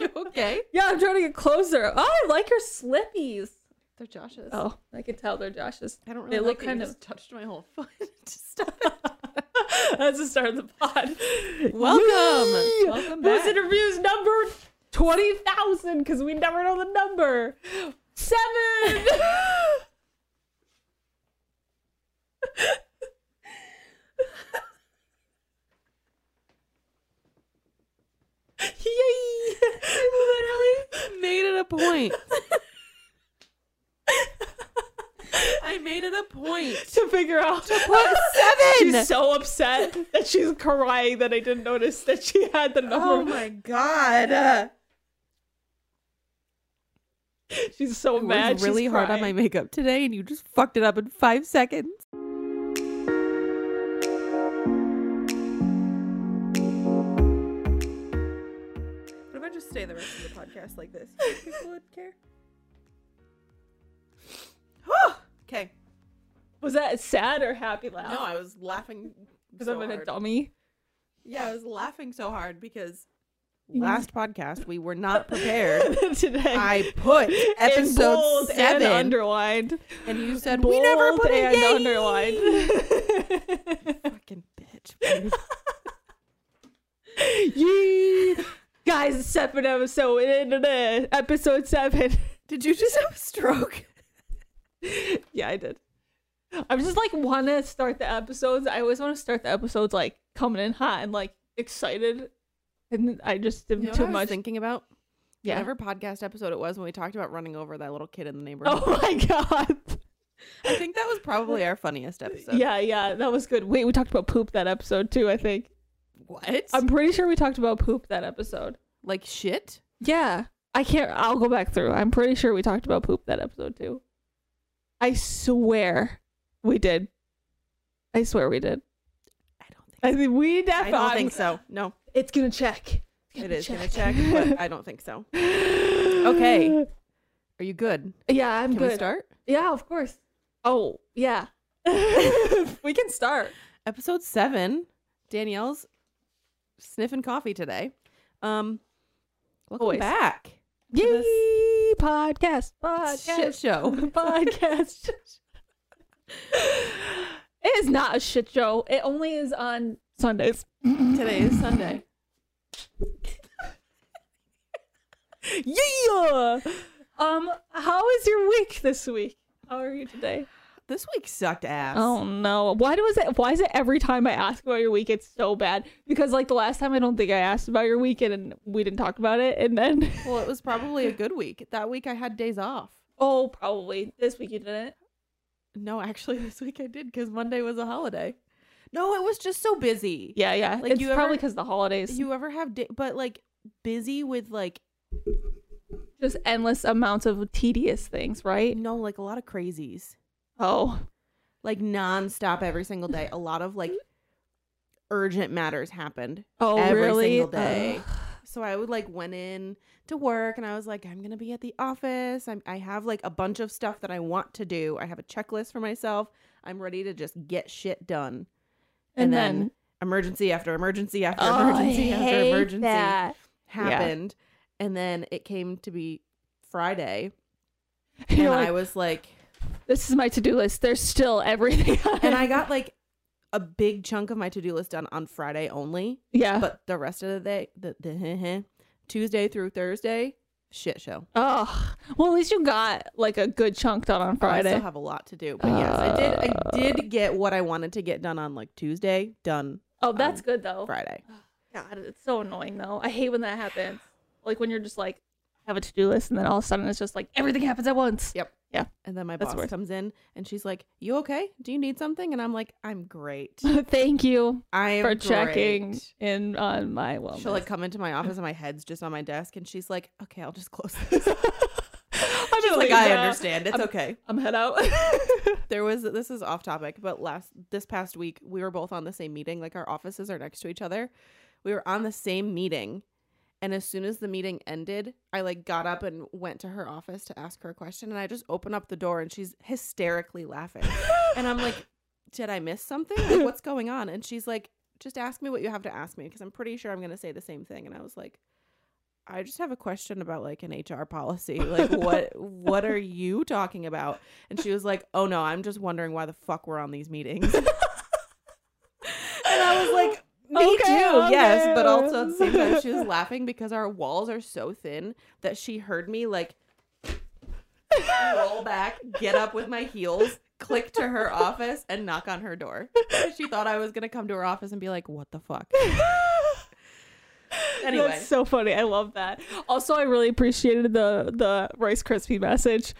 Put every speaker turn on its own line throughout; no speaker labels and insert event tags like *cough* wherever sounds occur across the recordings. *laughs* okay.
Yeah, I'm trying to get closer. Oh, I like your slippies.
They're Josh's.
Oh, I can tell they're Josh's.
I don't really
they
like
look
that you
kind
just touched my whole foot. Just-
*laughs* That's the start of the pod.
Welcome.
Yay!
Welcome
Booze
back.
interviews number twenty thousand because we never know the number. Seven. *laughs*
*laughs*
Yay!
Literally *laughs* made it a
*laughs*
point. I made it a point.
to figure out to
put seven.
*laughs* She's so upset that she's crying that I didn't notice that she had the
Oh
number.
my
*laughs*
god.
she's so mad.
worked really
she's
hard on my
crying.
makeup today, and you just fucked it up in five seconds.
What if I just stay the rest of the podcast like
*laughs*
this? You think people would
*gasps*
care? okay.
Was that sad or happy laugh?
No, I was laughing
because
so
I'm in a
hard.
dummy. *laughs*
Yeah, I was laughing so hard because
You-
last podcast we were
*laughs*
not prepared.
today.
I put
in
episode
bold and
seven, and,
underlined.
you said we never
Bold
put
and
it
underlined.
Fucking bitch.
*laughs* Yee! Guys, it's seven oh, episode. Episode seven.
*laughs* Did you just have a stroke?
*laughs* yeah, I did. I was just like want to start the episodes. I always want to start the episodes like coming in hot and like excited, and I just did
You know what I
too
was
much.
thinking about
yeah. *laughs*
whatever podcast episode it was when we talked about running over that little kid in the neighborhood.
Oh my god.
*laughs* I think that was probably our *laughs* funniest episode.
Yeah, yeah, that was good. Wait, we talked about poop that episode too. I think
What?
I'm pretty sure we talked about poop that episode.
like shit.
Yeah, I can't. I'll go back through. I'm pretty sure we talked about poop that episode too. I swear we did. I swear we did.
I don't think. *laughs*
I think we
I
definitely.
don't think so. No,
It's gonna check. It's
it is gonna check,
*laughs*
*laughs* but I don't think so.
okay.
Are you good?
Yeah, I'm
Can
good.
we start?
Yeah, of course. Oh, yeah.
*laughs*
we can start.
Episode seven. Danielle's sniffing coffee today. Um, welcome
Always.
back.
Yay!
this-
Podcast,
Shit
podcast,
show.
*laughs* podcast. it is not a shit show. It only is on Sundays.
*laughs* Today is Sunday.
Yeah. Um, how is your week this week? How are you today?
This week sucked ass.
Oh no. Why does it why is it every time I ask about your week it's so bad? Because like the last time I don't think I asked about your week and we didn't talk about it and then *laughs*
Well, it was probably *laughs* a good week. That week I had days off.
Oh, probably. This week you didn't.
No, actually, *laughs* this week I did because Monday was a holiday. No, it was just so busy.
Yeah, yeah.
Like,
it's
you ever-
probably because the holidays.
You ever have, da- but like busy with like
Just endless amounts of tedious things, right?
no, like a lot of crazies.
Oh.
like nonstop every single day. A lot of like urgent matters happened
Oh
every
really?
single day.
Ugh.
So I would like went in to work and I was like, I'm gonna be at the office. I'm, I have like a bunch of stuff that I want to do. I have a checklist for myself. I'm ready to just get shit done.
and, then,
emergency after emergency after
oh, I
emergency after
hate
emergency
that.
happened. And then it came to be Friday,
*laughs*
and
You're
I
like,
was like,
*laughs* this is my to-do list. There's still everything. on
and
it."
I got like a big chunk of my to do list done on Friday only.
*laughs* yeah.
but the rest of the day, the, *laughs* the Tuesday through Thursday, shit show.
Oh, well, at least you got like a good chunk done on
I
Friday.
still have a lot to do, but yes, I did. I did get what I wanted to get done on like Tuesday, done
Oh, that's
um,
good though.
Friday.
God, it's so annoying though. I hate when that happens. Like when you're just like have a to do list and then all of a sudden it's just like everything happens at once. *laughs*
Yep. And then my
That's
boss
worse.
comes in and she's like, "You okay? Do you need something?" And I'm like, "I'm great.
Thank you
I am
for checking
great."
in on my wellness.
She'll like
*laughs*
*laughs* come into my office and my head's just on my desk, and she's like, "Okay, I'll
*laughs*
just close this."
I'm
She's like, "I understand. It's
I'm-
okay."
I'm head
*laughs*
out.
There was this is off topic, but last this past week we were both on the same meeting. Like our offices are next to each other. We were on the same meeting, and as soon as the meeting ended, I like got up and went to her office to ask her a question, and I just open up the door and she's hysterically laughing, and I'm like, "Did I miss something? Like, what's going on?" And she's like, "Just ask me what you have to ask me because I'm pretty sure I'm going to say the same thing." And I was like, I just have a question about like an HR policy. Like *laughs* what what are you talking about? And she was like, "Oh no, I'm just wondering why the fuck we're on these meetings." *laughs* and I
*laughs*
was like, "Me
Okay,
too. Yes,
okay.
but also at the same
*laughs*
time she was laughing because our walls are so thin that she heard me like roll back, get up with my heels, click to her office and knock on her door. She thought I was going to come to her office and be like, "What the fuck?" Anyway,
That's so funny. I love that. Also, I really appreciated the the Rice Krispie message.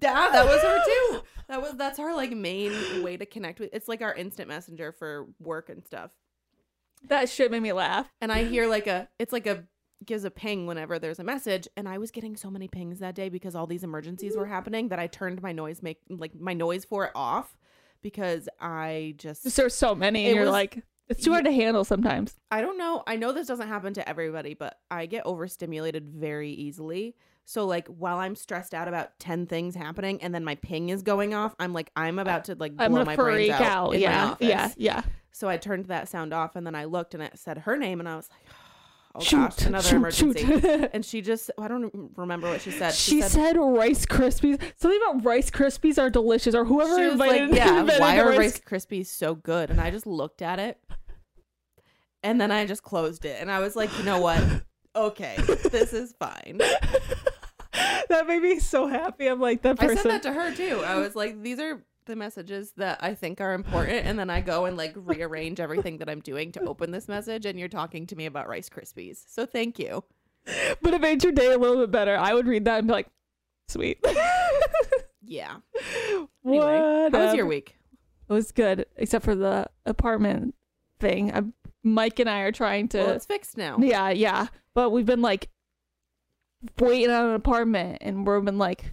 Yeah, that was her too. That was that's our like main way to connect with. It's like our instant messenger for work and stuff.
*laughs* That shit made me laugh.
And I hear like a it's like a gives a ping whenever there's a message. And I was getting so many pings that day because all these emergencies were happening that I turned my noise make like my noise for it off because I
Just
just
there's so many, and
It
you're
was-
like, it's too hard to handle sometimes.
I don't know. I know this doesn't happen to everybody, but I get overstimulated very easily. So like while I'm stressed out about ten things happening and then my ping is going off, I'm like I'm about to like blow
I'm
my
gonna
brains
freak
out.
out.
in my
Yeah,
office.
yeah, yeah.
So I turned that sound off and then I looked and it said her name and I was like, *sighs* oh
shoot,
gosh, another
shoot, *laughs*
emergency.
shoot.
And she just, I don't remember what she said.
She, said, Rice Krispies. Something about Rice Krispies are delicious, or whoever
she was
invited.
like, yeah,
invented
why
the
are Rice Krispies so good? And I just looked at it and then I just closed it and I was like, you know what?
*laughs*
Okay, this is fine.
that made me so happy. I'm like that
I
person.
said that to her too. I was like, these are the messages that I think are important. And then I go and like rearrange everything that I'm doing to open this message. And you're talking to me about Rice Krispies. So thank you.
but it made your day a little bit better. I would read that and be like, sweet. *laughs*
Yeah.
what?
How was your week?
It was good, except for the apartment thing. I, Mike and I are trying to.
Well, it's fixed now.
yeah, yeah. But we've been like waiting on an apartment, and we've been like,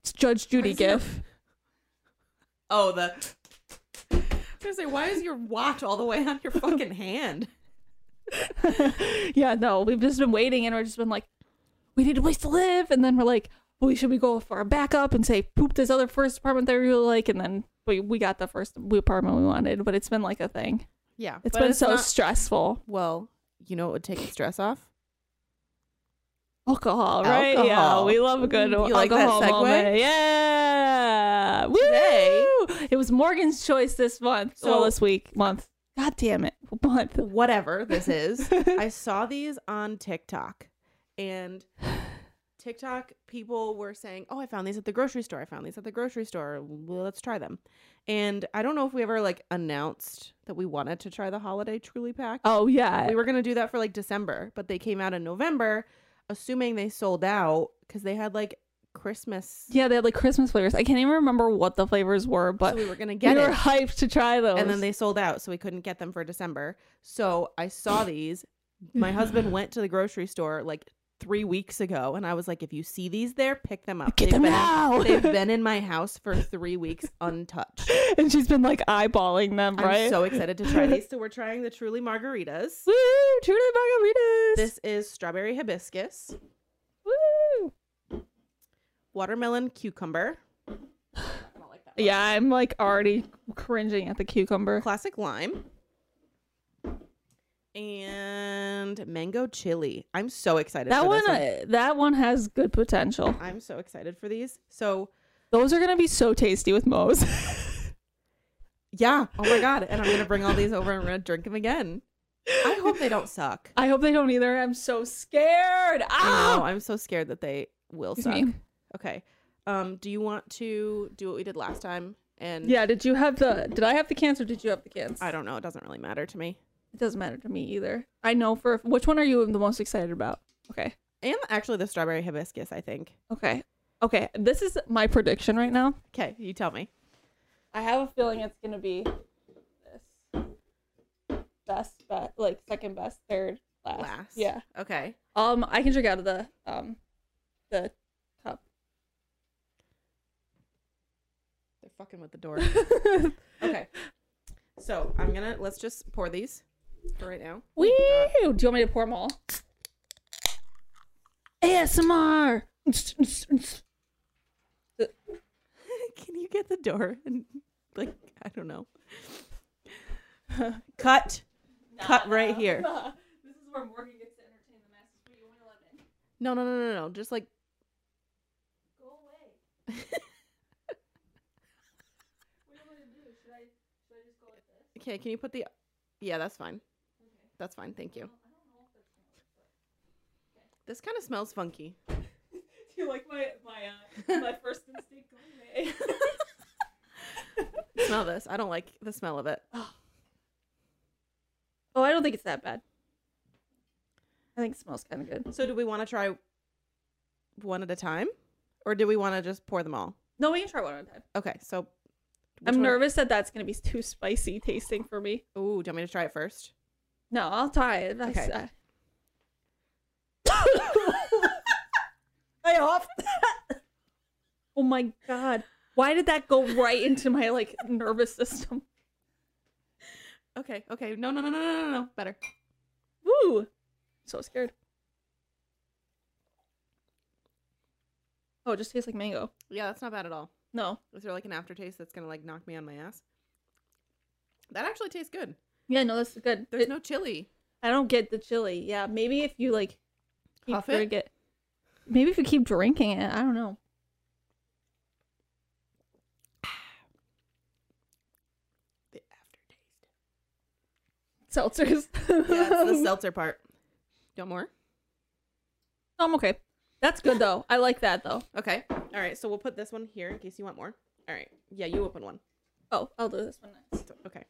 it's Judge Judy
Where's your-
gif.
Oh, the. I was gonna say, why is your watch all the way on your *laughs* fucking hand?
*laughs* yeah, no, we've just been waiting, and we've just been like, we need a place to live, and then we're like, well, should we go for a backup and say poop this other first apartment that we really like, and then we we got the first apartment we wanted, but it's been like a thing.
Yeah,
It's
but
been so
not-
stressful.
well, you know, it would take the
*laughs*
stress off.
Alcohol, right?
Alcohol.
Yeah, we love a good
You
alcohol
like that segue?
moment. Yeah, woo!
Today-
It was Morgan's choice this month.
So-
well, this week, month. God damn it, month.
Whatever
*laughs*
this is, I saw these on TikTok, and TikTok people were saying, "Oh, I found these at the grocery store. I found these at the grocery store. Well, let's try them." And I don't know if we ever like announced that we wanted to try the holiday truly pack.
Oh yeah,
we were going to do that for like December, but they came out in November, assuming they sold out because they had like Christmas.
Yeah, they had like Christmas flavors. I can't even remember what the flavors were, but
so we were going to
we
get
were
it.
hyped to try those.
And then they sold out, so we couldn't get them for December. So I saw these. My husband
*sighs*
went to the grocery store like three weeks ago, and I was like, if you see these there, pick them up.
Get them
been,
now!" *laughs*
They've been in my house for three weeks untouched.
*laughs* and she's been like eyeballing them, right?
I'm so excited to
*laughs*
try these. So we're trying the Truly Margaritas.
Woo! Tuna margaritas.
This is strawberry hibiscus,
Woo!
watermelon cucumber. I don't like that.
Yeah, I'm like already cringing at the cucumber.
classic lime and mango chili. I'm so excited.
That
for
one,
this
uh, that one has good potential.
I'm so excited for these. So
Those are gonna be so tasty with Moe's. *laughs*
yeah. Oh my god. And I'm gonna bring all these over and we're gonna drink them again. I hope they don't suck.
I hope they don't either. I'm so scared.
I know.
Ah!
I'm so scared that they will
Excuse
suck.
me.
Okay. Um. Do you want to do what we did last time? And
Yeah. Did you have the? Did I have the cans or did you have the cans?
I don't know. It doesn't really matter to me.
It doesn't matter to me either. I know for which one are you the most excited about? Okay.
And actually, the strawberry hibiscus. I think.
Okay. Okay. This is my prediction right now.
Okay. You tell me.
I have a feeling it's gonna be this best, but like second best, third, last.
Last.
Yeah.
Okay.
Um, I can drink out of the um, the cup.
They're fucking with
*laughs*
the door. Okay. So I'm gonna let's just pour these for right now.
Woo! Do you want me to pour them *laughs* all? ASMR.
*laughs* Can you get the door and like I *laughs* don't know. Cut. Cut right here.
*laughs* this is where Morgan gets to entertain the masses, but you won't let in.
No, no, no, no, no. Just like
Go *laughs* away. what do you want to do? Should I, should I just go like this?
okay, can you put the? Yeah, that's fine.
Okay.
That's fine. Thank you.
Well, I don't know if that's gonna work, *laughs* but-
This kind of smells funky.
Do you like my my uh, *laughs* my first instinct? Go away. *laughs*
Smell this. I don't like the smell of it.
oh, I don't think it's that bad. I think it smells kind of good.
So, do we want to try one at a time, or do we want to just pour them all?
No, we can try one at a time.
Okay, so
I'm nervous that that's gonna be too spicy tasting for me.
Oh, do you want me to try it first?
No, I'll try it. uh, I
Okay.
s- I off that. Oh my god. Why did that go right into my like nervous system?
Okay, okay. No, no, no, no, no, no, no. Better.
Woo. I'm so scared. Oh, it just tastes like mango.
Yeah, that's not bad at all.
No.
Is there like an aftertaste that's gonna like knock me on my ass? That actually tastes good.
Yeah, no, that's good.
There's
It-
no chili.
I don't get the chili. Yeah, maybe if you like keep
Huff it?
drink it. Maybe if you keep drinking it, I don't know.
The aftertaste.
Seltzers.
*laughs* Yeah,
*laughs*
it's the seltzer part. Don't more.
I'm Um, okay. That's good though. I like that though.
Okay. All right. So we'll put this one here in case you want more. All right. Yeah, you open one.
Oh, I'll do this one next.
Okay.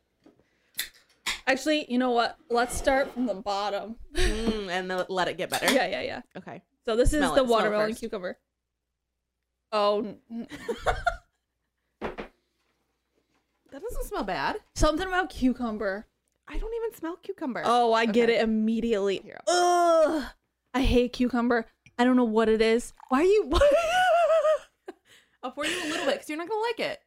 Actually, you know what? Let's start from the bottom.
Mm, and then let it get better.
Yeah, yeah, yeah.
Okay.
So this
Smell
is the
it. Smell it
watermelon
first.
cucumber. Oh, n-
That doesn't smell bad.
something about cucumber.
I don't even smell cucumber.
Oh, I get
Okay.
it immediately.
Here,
Ugh, I hate cucumber. I don't know what it is. Why are you? *laughs* oh,
I'll pour you a little bit because you're not gonna like it.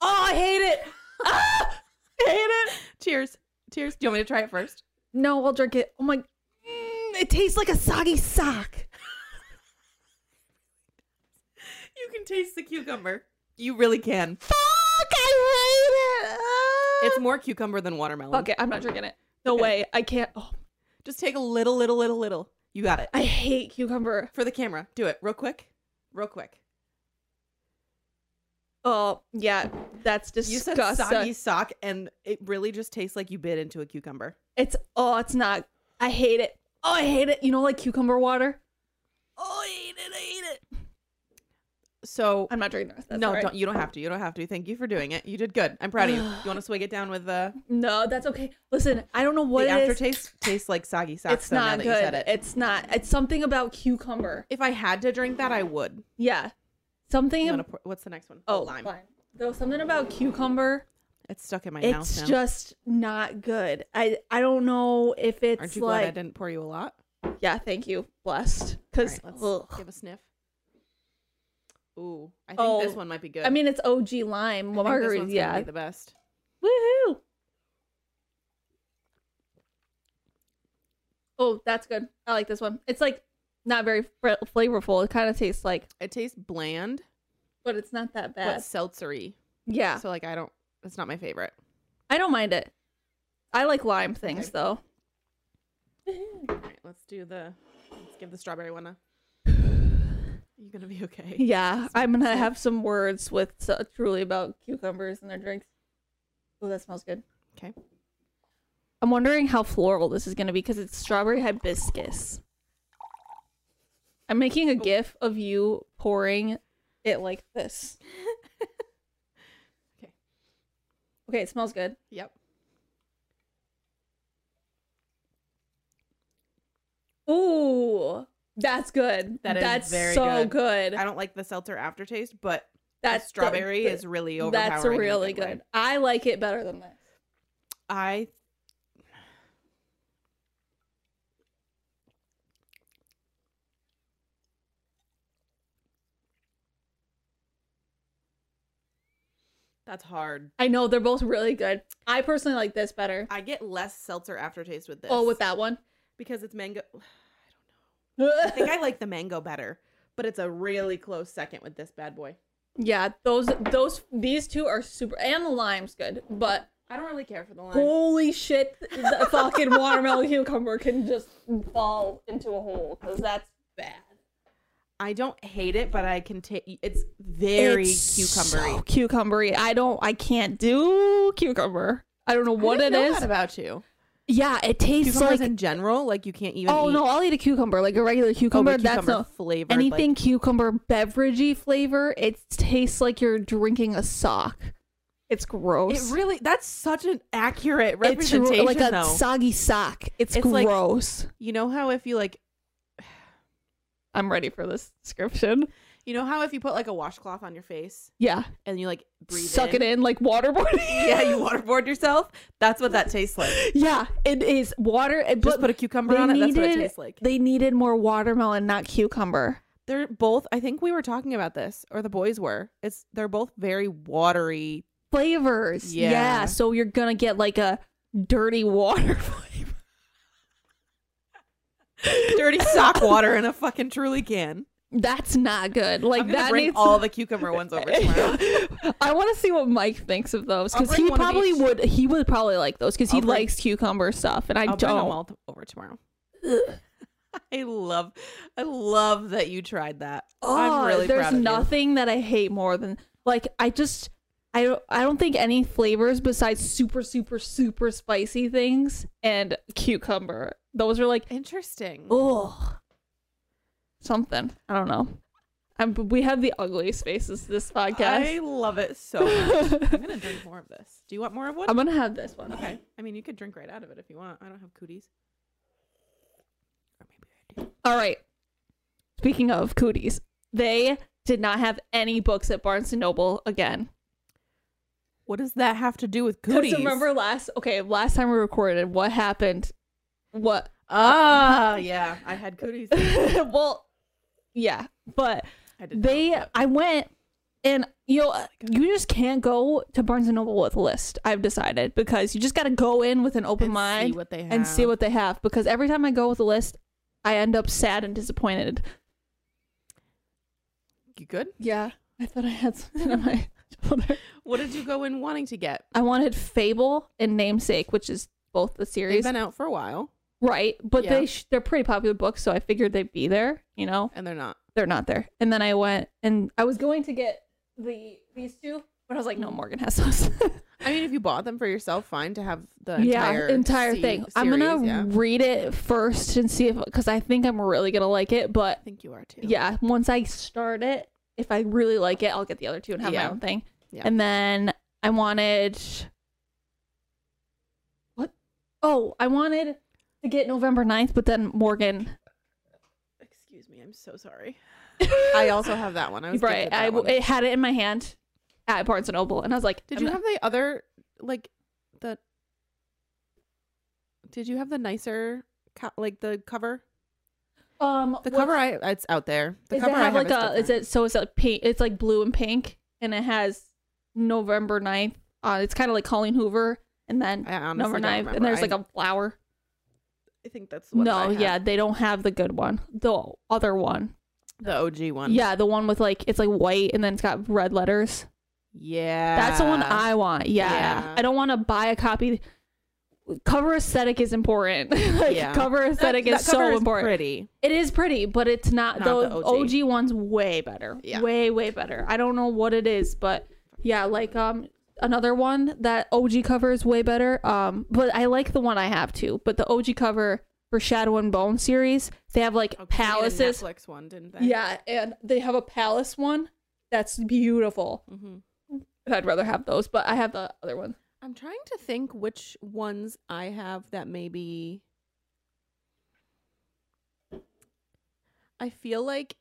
I hate it. Ah, I hate it.
*laughs* Cheers. Cheers. Do you want me to try it first?
No, I'll drink it. Oh my. Mm, it tastes like a soggy sock.
You can taste the cucumber. You really can.
Fuck! I hate it. Ah.
It's more cucumber than watermelon.
Okay, I'm not drinking it. No way. I can't. Oh,
Just take a little, little, little, little. You got it.
I hate cucumber.
For the camera, do it real quick. Real quick.
Oh, yeah. That's
You
disgusting.
said soggy sock, and it really just tastes like you bit into a cucumber.
It's, oh, it's not. I hate it. Oh, I hate it. You know, like cucumber water? Oh, I hate it. I hate it.
So
I'm not drinking this. That's
no,
all right.
don't, you don't have to. You don't have to. Thank you for doing it. You did good. I'm proud of you. You want to swig it down with uh,
No, that's okay. Listen, I don't know what
the
it is.
aftertaste? Tastes like soggy sock.
It's
so now
not
that
good.
You said it.
It's not. It's something about cucumber.
If I had to drink that, I would.
Yeah.
You
Something.
wanna
ab-
pour- what's the next one?
oh, lime. Though something about cucumber.
It's stuck in my
It's
mouth now.
just not good. I I don't know if it's
Aren't you
like
glad I didn't pour you a lot?
Yeah, thank you. Blessed.
All
Because
right, let's give a sniff. Ooh, I think this
Oh,
one might be good.
I mean, it's OG lime
I think this
margarita.
one's gonna
Yeah.
be the best.
Woohoo! Oh, that's good. I like this one. It's like not very fr- flavorful. It kind of tastes like,
It tastes bland,
but it's not that
but
bad.
seltzery.
yeah,
So like, I don't. It's not my favorite.
I don't mind it. I like lime things though.
All right, let's do the. Let's give the strawberry
*sighs*
one a. You gonna
*laughs*
be okay?
Yeah, I'm gonna have some words with uh, truly about cucumbers and their drinks. Oh, that smells good.
Okay.
I'm wondering how floral this is gonna be because it's strawberry hibiscus. I'm making a gif of you pouring it like
*laughs*
this.
Okay.
Okay, it smells good.
Yep.
Ooh, that's good.
That is
that's
very
so
good.
good.
I don't like the seltzer aftertaste, but
That's
the strawberry
is
is really overpowering.
That's
in a
really
way.
good. I like it better than this.
I. That's hard.
I know they're both really good. I personally like this better.
I get less seltzer aftertaste with this.
Oh, with that one.
because it's mango. *laughs* I
*laughs*
think
yeah,
I like the mango better, but it's a really close second with this bad boy.
those those these two are super and the lime's good, but
I don't really care for the line.
Holy shit!
*laughs*
The fucking watermelon cucumber can just fall into a hole because that's bad.
I don't hate it, but I can take. It's very cucumbery.
So cucumbery. I don't. I can't do cucumber. I don't know what
I
it
didn't know
is.
that about you?
Yeah, it tastes
Cucumbers
like.
in general, like you can't even.
Oh
eat Oh,
no! I'll eat a cucumber, like a regular cucumber.
cucumber,
that's not
flavored. like-
anything cucumber beveragey flavor. It tastes like you're drinking a sock. It's
it
gross.
really. That's such an accurate
it's r-
representation.
like a
though.
soggy sock. It's,
It's like-
gross.
you know how if you like,
I'm ready for this description.
you know how if you put like a washcloth on your face
Yeah,
and you like breathe
suck it in like waterboarding.
*laughs* Yeah, you waterboard yourself. That's what that tastes like.
*laughs* yeah, it is water. It,
Just
but
put a cucumber
they
on it. That's what it
needed-
tastes like.
they needed more watermelon, not cucumber.
They're both. I think we were talking about this, or the boys were. It's they're both very watery. *laughs*
flavors. Yeah.
Yeah.
So you're gonna get like a dirty water *laughs* flavor.
dirty sock water in a fucking truly can.
That's not good. Like
I'm gonna
that
bring
needs.
all the cucumber
*laughs*
ones over tomorrow.
I want to see what Mike thinks of those
I'll
because
bring
he
one of
probably
each.
would. He would probably like those because he
I'll bring-
likes cucumber stuff, and I
I'll bring them
don't.
all th- over tomorrow. *laughs* I love, I love that you tried that. I'm
Oh,
really
there's
proud of you.
nothing that I hate more than like I just I don't I don't think any flavors besides super super super spicy things and cucumber. Those are like
Interesting.
Oh, something. I don't know. Um, but we have the ugliest faces this
I
podcast.
love it so
*laughs*
much. I'm gonna drink more of this. Do you want more of one?
I'm gonna have this one.
okay. I mean, you could drink right out of it if you want. I don't have cooties. Or maybe I do.
All right. Speaking of cooties, they did not have any books at Barnes and Noble again.
What does that have to do with
'Cause
cooties?
remember last? Okay, last time we recorded, what happened? What? *laughs*
Ah, yeah, I had cooties.
well, yeah, but
I did
they
not.
i went and you know you just can't go to barnes and noble with a list i've decided because you just got to go in with an open
and
mind
see what they have.
and see what they have because every time i go with a list i end up sad and disappointed
you good.
yeah i thought i had something on my shoulder
What did you go in wanting to get?
i wanted fable and namesake which is both the
They've
series
been out for a while,
right but
Yeah.
they sh- they're pretty popular books so i figured they'd be there you know
and they're not.
they're not there. And then I went and I was going to get the these two, but I was like, no, Morgan has those. *laughs*
I mean, if you bought them for yourself, fine to have the
yeah,
entire
entire
se-
thing. I'm gonna
series, yeah.
read it first and see if because I think I'm really gonna like it. But
I think you are too.
yeah, once I start it, if I really like it, I'll get the other two and have
Yeah.
my own thing.
Yeah.
And then I wanted what? Oh, I wanted to get November 9th, but then Morgan *laughs*
Excuse me, I'm so sorry. *laughs* I
*laughs*
also have that one. I was
right, I w-
Did
it had it in my hand at Barnes and Noble, and I was like, I'm
you
not-
have the other like the? Did you have the nicer co- like the cover?
Um,
The
what-
cover I it's out there. The
is
cover
it have
I
like
have
a? Is
different.
it so? It's like pink. It's like blue and pink, and it has November 9th. Uh, it's kind of like Colleen Hoover, and then
I honestly
November
don't
9th, and
remember.
there's
I-
like a flower.
I think that's the one that I
No,
have.
yeah, they don't have the good one. The other one,
the OG one.
yeah, the one with like it's like white, and then it's got red letters.
yeah.
That's the one I want. Yeah,
Yeah.
I don't want to buy a copy. Cover aesthetic is important. *laughs* like,
Yeah.
Cover aesthetic
That-
is
that cover
so important.
Pretty.
It is pretty, but it's not,
Not
the,
the
OG.
OG.
one's way better.
Yeah.
Way, way better. I don't know what it is, but yeah, like um another one that OG cover is way better. Um but I like the one I have too. But the OG cover for Shadow and Bone series, they have like
Okay, Oh, they did a
palaces.
Netflix one, didn't they?
Yeah, and they have a palace one that's beautiful.
Mm-hmm.
And I'd rather have those, but I have the other one.
I'm trying to think which ones I have that maybe. I feel like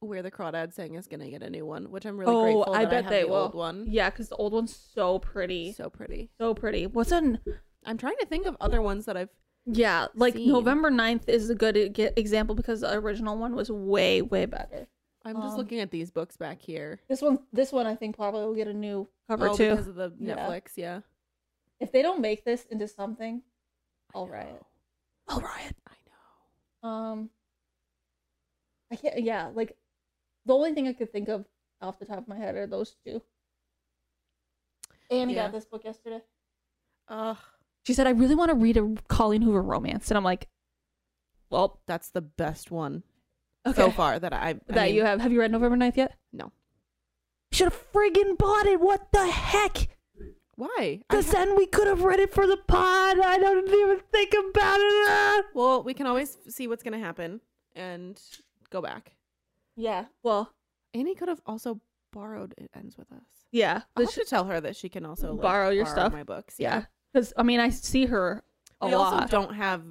where the crawdad sang is gonna get a new one, which I'm really
Oh,
grateful.
I
that
bet
have
they
the old
will.
one.
Yeah, because the old one's so pretty.
So pretty.
So pretty. What's an
I'm trying to think of other ones that I've.
Yeah, like
seen.
November 9th is a good e- ge- example because the original one was way way better.
I'm just
Um,
looking at these books back here.
This one this one I think probably will get a new cover
Oh,
too.
because of the
Yeah.
Netflix. Yeah.
If they don't make this into something, I'll
I
riot.
know,
I'll Oh, riot.
I know.
Um I can't yeah, like the only thing I could think of off the top of my head are those two. Annie
Yeah.
got this book yesterday.
Ugh,
She said, I really want to read a Colleen Hoover romance. And I'm like, well,
that's the best one
okay.
so far that I, I
that
mean,
you have. Have you read November 9th yet?
No.
Should have friggin' bought it. What the heck?
Why? I
Because
ha-
then we could have read it for the pod. I don't even think about it. Ah.
well, we can always see what's gonna happen and go back.
Yeah. Well,
Annie could have also borrowed. It ends with us.
yeah.
I
This-
should tell her that she can also like,
Borrow your stuff.
My books.
yeah. Because, I mean, I see her a
we
lot.
also don't have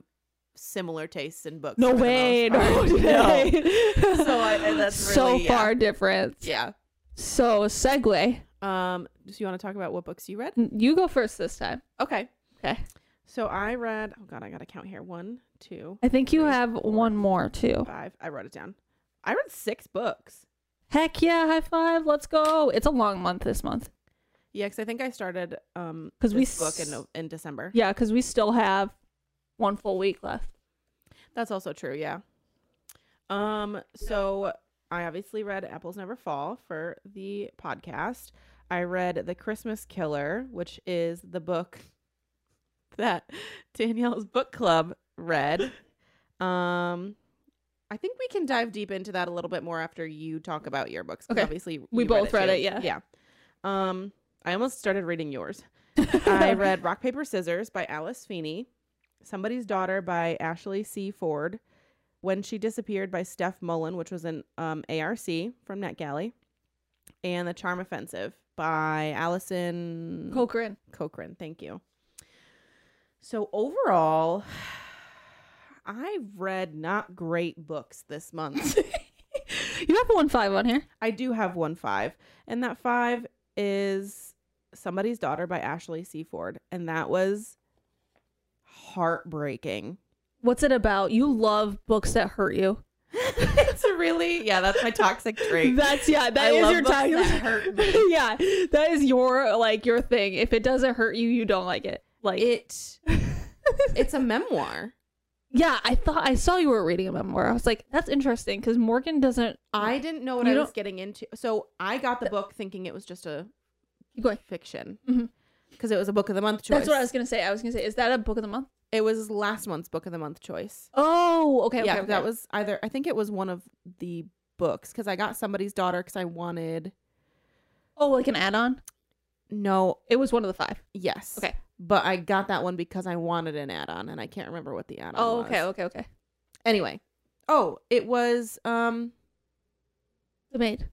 similar tastes in books.
no
for the
way.
most
No *laughs*
part.
way.
So I- and that's
so
really- yeah.
far different.
Yeah.
So, segue.
Um. So you want to talk about what books you read?
You go first this time.
Okay.
Okay.
So I read. Oh God, I gotta count here. One, two,
I think you
Three,
have
four,
one more too.
five. I wrote it down. I read six books.
Heck yeah, high five. Let's go. It's a long month this month.
Yeah, because I think I started um
'Cause we
this book in
s-
Nov- in December.
Yeah, because we still have one full week left.
That's also true. Yeah. Um. So I obviously read Apples Never Fall for the podcast. I read The Christmas Killer, which is the book *laughs* that Danielle's book club
*laughs*
read. Um. I think we can dive deep into that a little bit more after you talk about your books. 'cause
Okay.
Obviously,
We
you
both read
too.
it, yeah.
Yeah. Um. I almost started
*laughs*
reading yours. I read Rock Paper Scissors by Alice Feeney, Somebody's Daughter by Ashley C. Ford, When She Disappeared by Steph Mullen, which was an um, ARC from NetGalley, and The Charm Offensive by Allison
Cochran.
Cochran. Thank you. So overall, *sighs* I read not great books this month.
*laughs* You have one five on here.
I do have one five, and that five is Somebody's Daughter by Ashley C. Ford, and that was heartbreaking.
What's it about? You love books that hurt you. *laughs*
it's really yeah, that's my toxic trait.
That's yeah, That
I
is
love
your
books
time. *laughs*
that hurt me.
yeah. That is your like your thing. If it doesn't hurt you, you don't like it. Like *laughs*
It it's a memoir.
Yeah, I thought I saw you were reading a memoir. I was like, that's interesting because Morgan doesn't
I didn't know what
You
I was
don't-
getting into, so I got the book thinking it was just a
keep going.
fiction because
Mhm.
it was a book of the month choice.
That's what I was gonna say. I was gonna say, is that a book of the month?
It was last month's book of the month choice.
Oh, okay,
yeah,
okay, okay.
that was either I think it was one of the books because I got somebody's daughter because I wanted
Oh, like an add-on?
no
It was one of the five.
yes
Okay.
but I got that one because I wanted an add-on and I can't remember what the add-on.
Oh,
was.
okay, okay, okay.
Anyway, oh, it was um
The maid.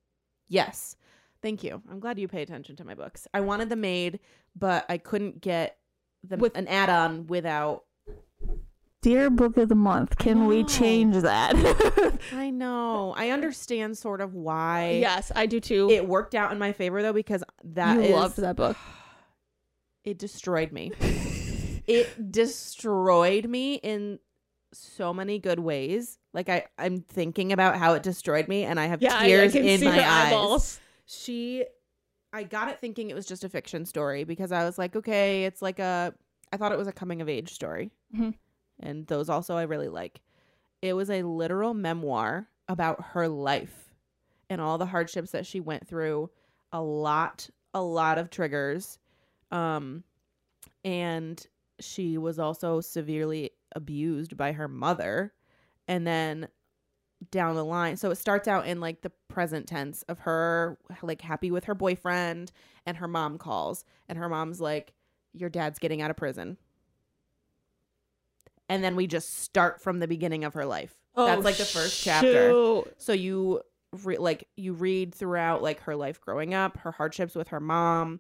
yes, thank you. I'm glad you pay attention to my books. I wanted the maid, but I couldn't get the
With-
an add-on without.
Dear book of the month,
can we change *laughs*
that?
I know. I understand sort of why.
yes, I do too.
It worked out in my favor though because that
you
is-
loved that
*laughs*
book.
*sighs* it destroyed me. it destroyed me in so many good ways. Like I, I'm thinking about how it destroyed me, and I have
Yeah, I- I
tears
can
in
see
my
her
eyes.
eyeballs.
She, I got it thinking it was just a fiction story because I was like, okay, it's like a. I thought it was a coming of age story,
Mhm.
and those also I really like. It was a literal memoir about her life and all the hardships that she went through. A lot, a lot of triggers. Um, and she was also severely abused by her mother and then down the line so it starts out in like the present tense of her like happy with her boyfriend and her mom calls and her mom's like your dad's getting out of prison and then we just start from the beginning of her life
Oh,
that's like the first chapter
shoot.
so you re- like you read throughout like her life growing up, her hardships with her mom,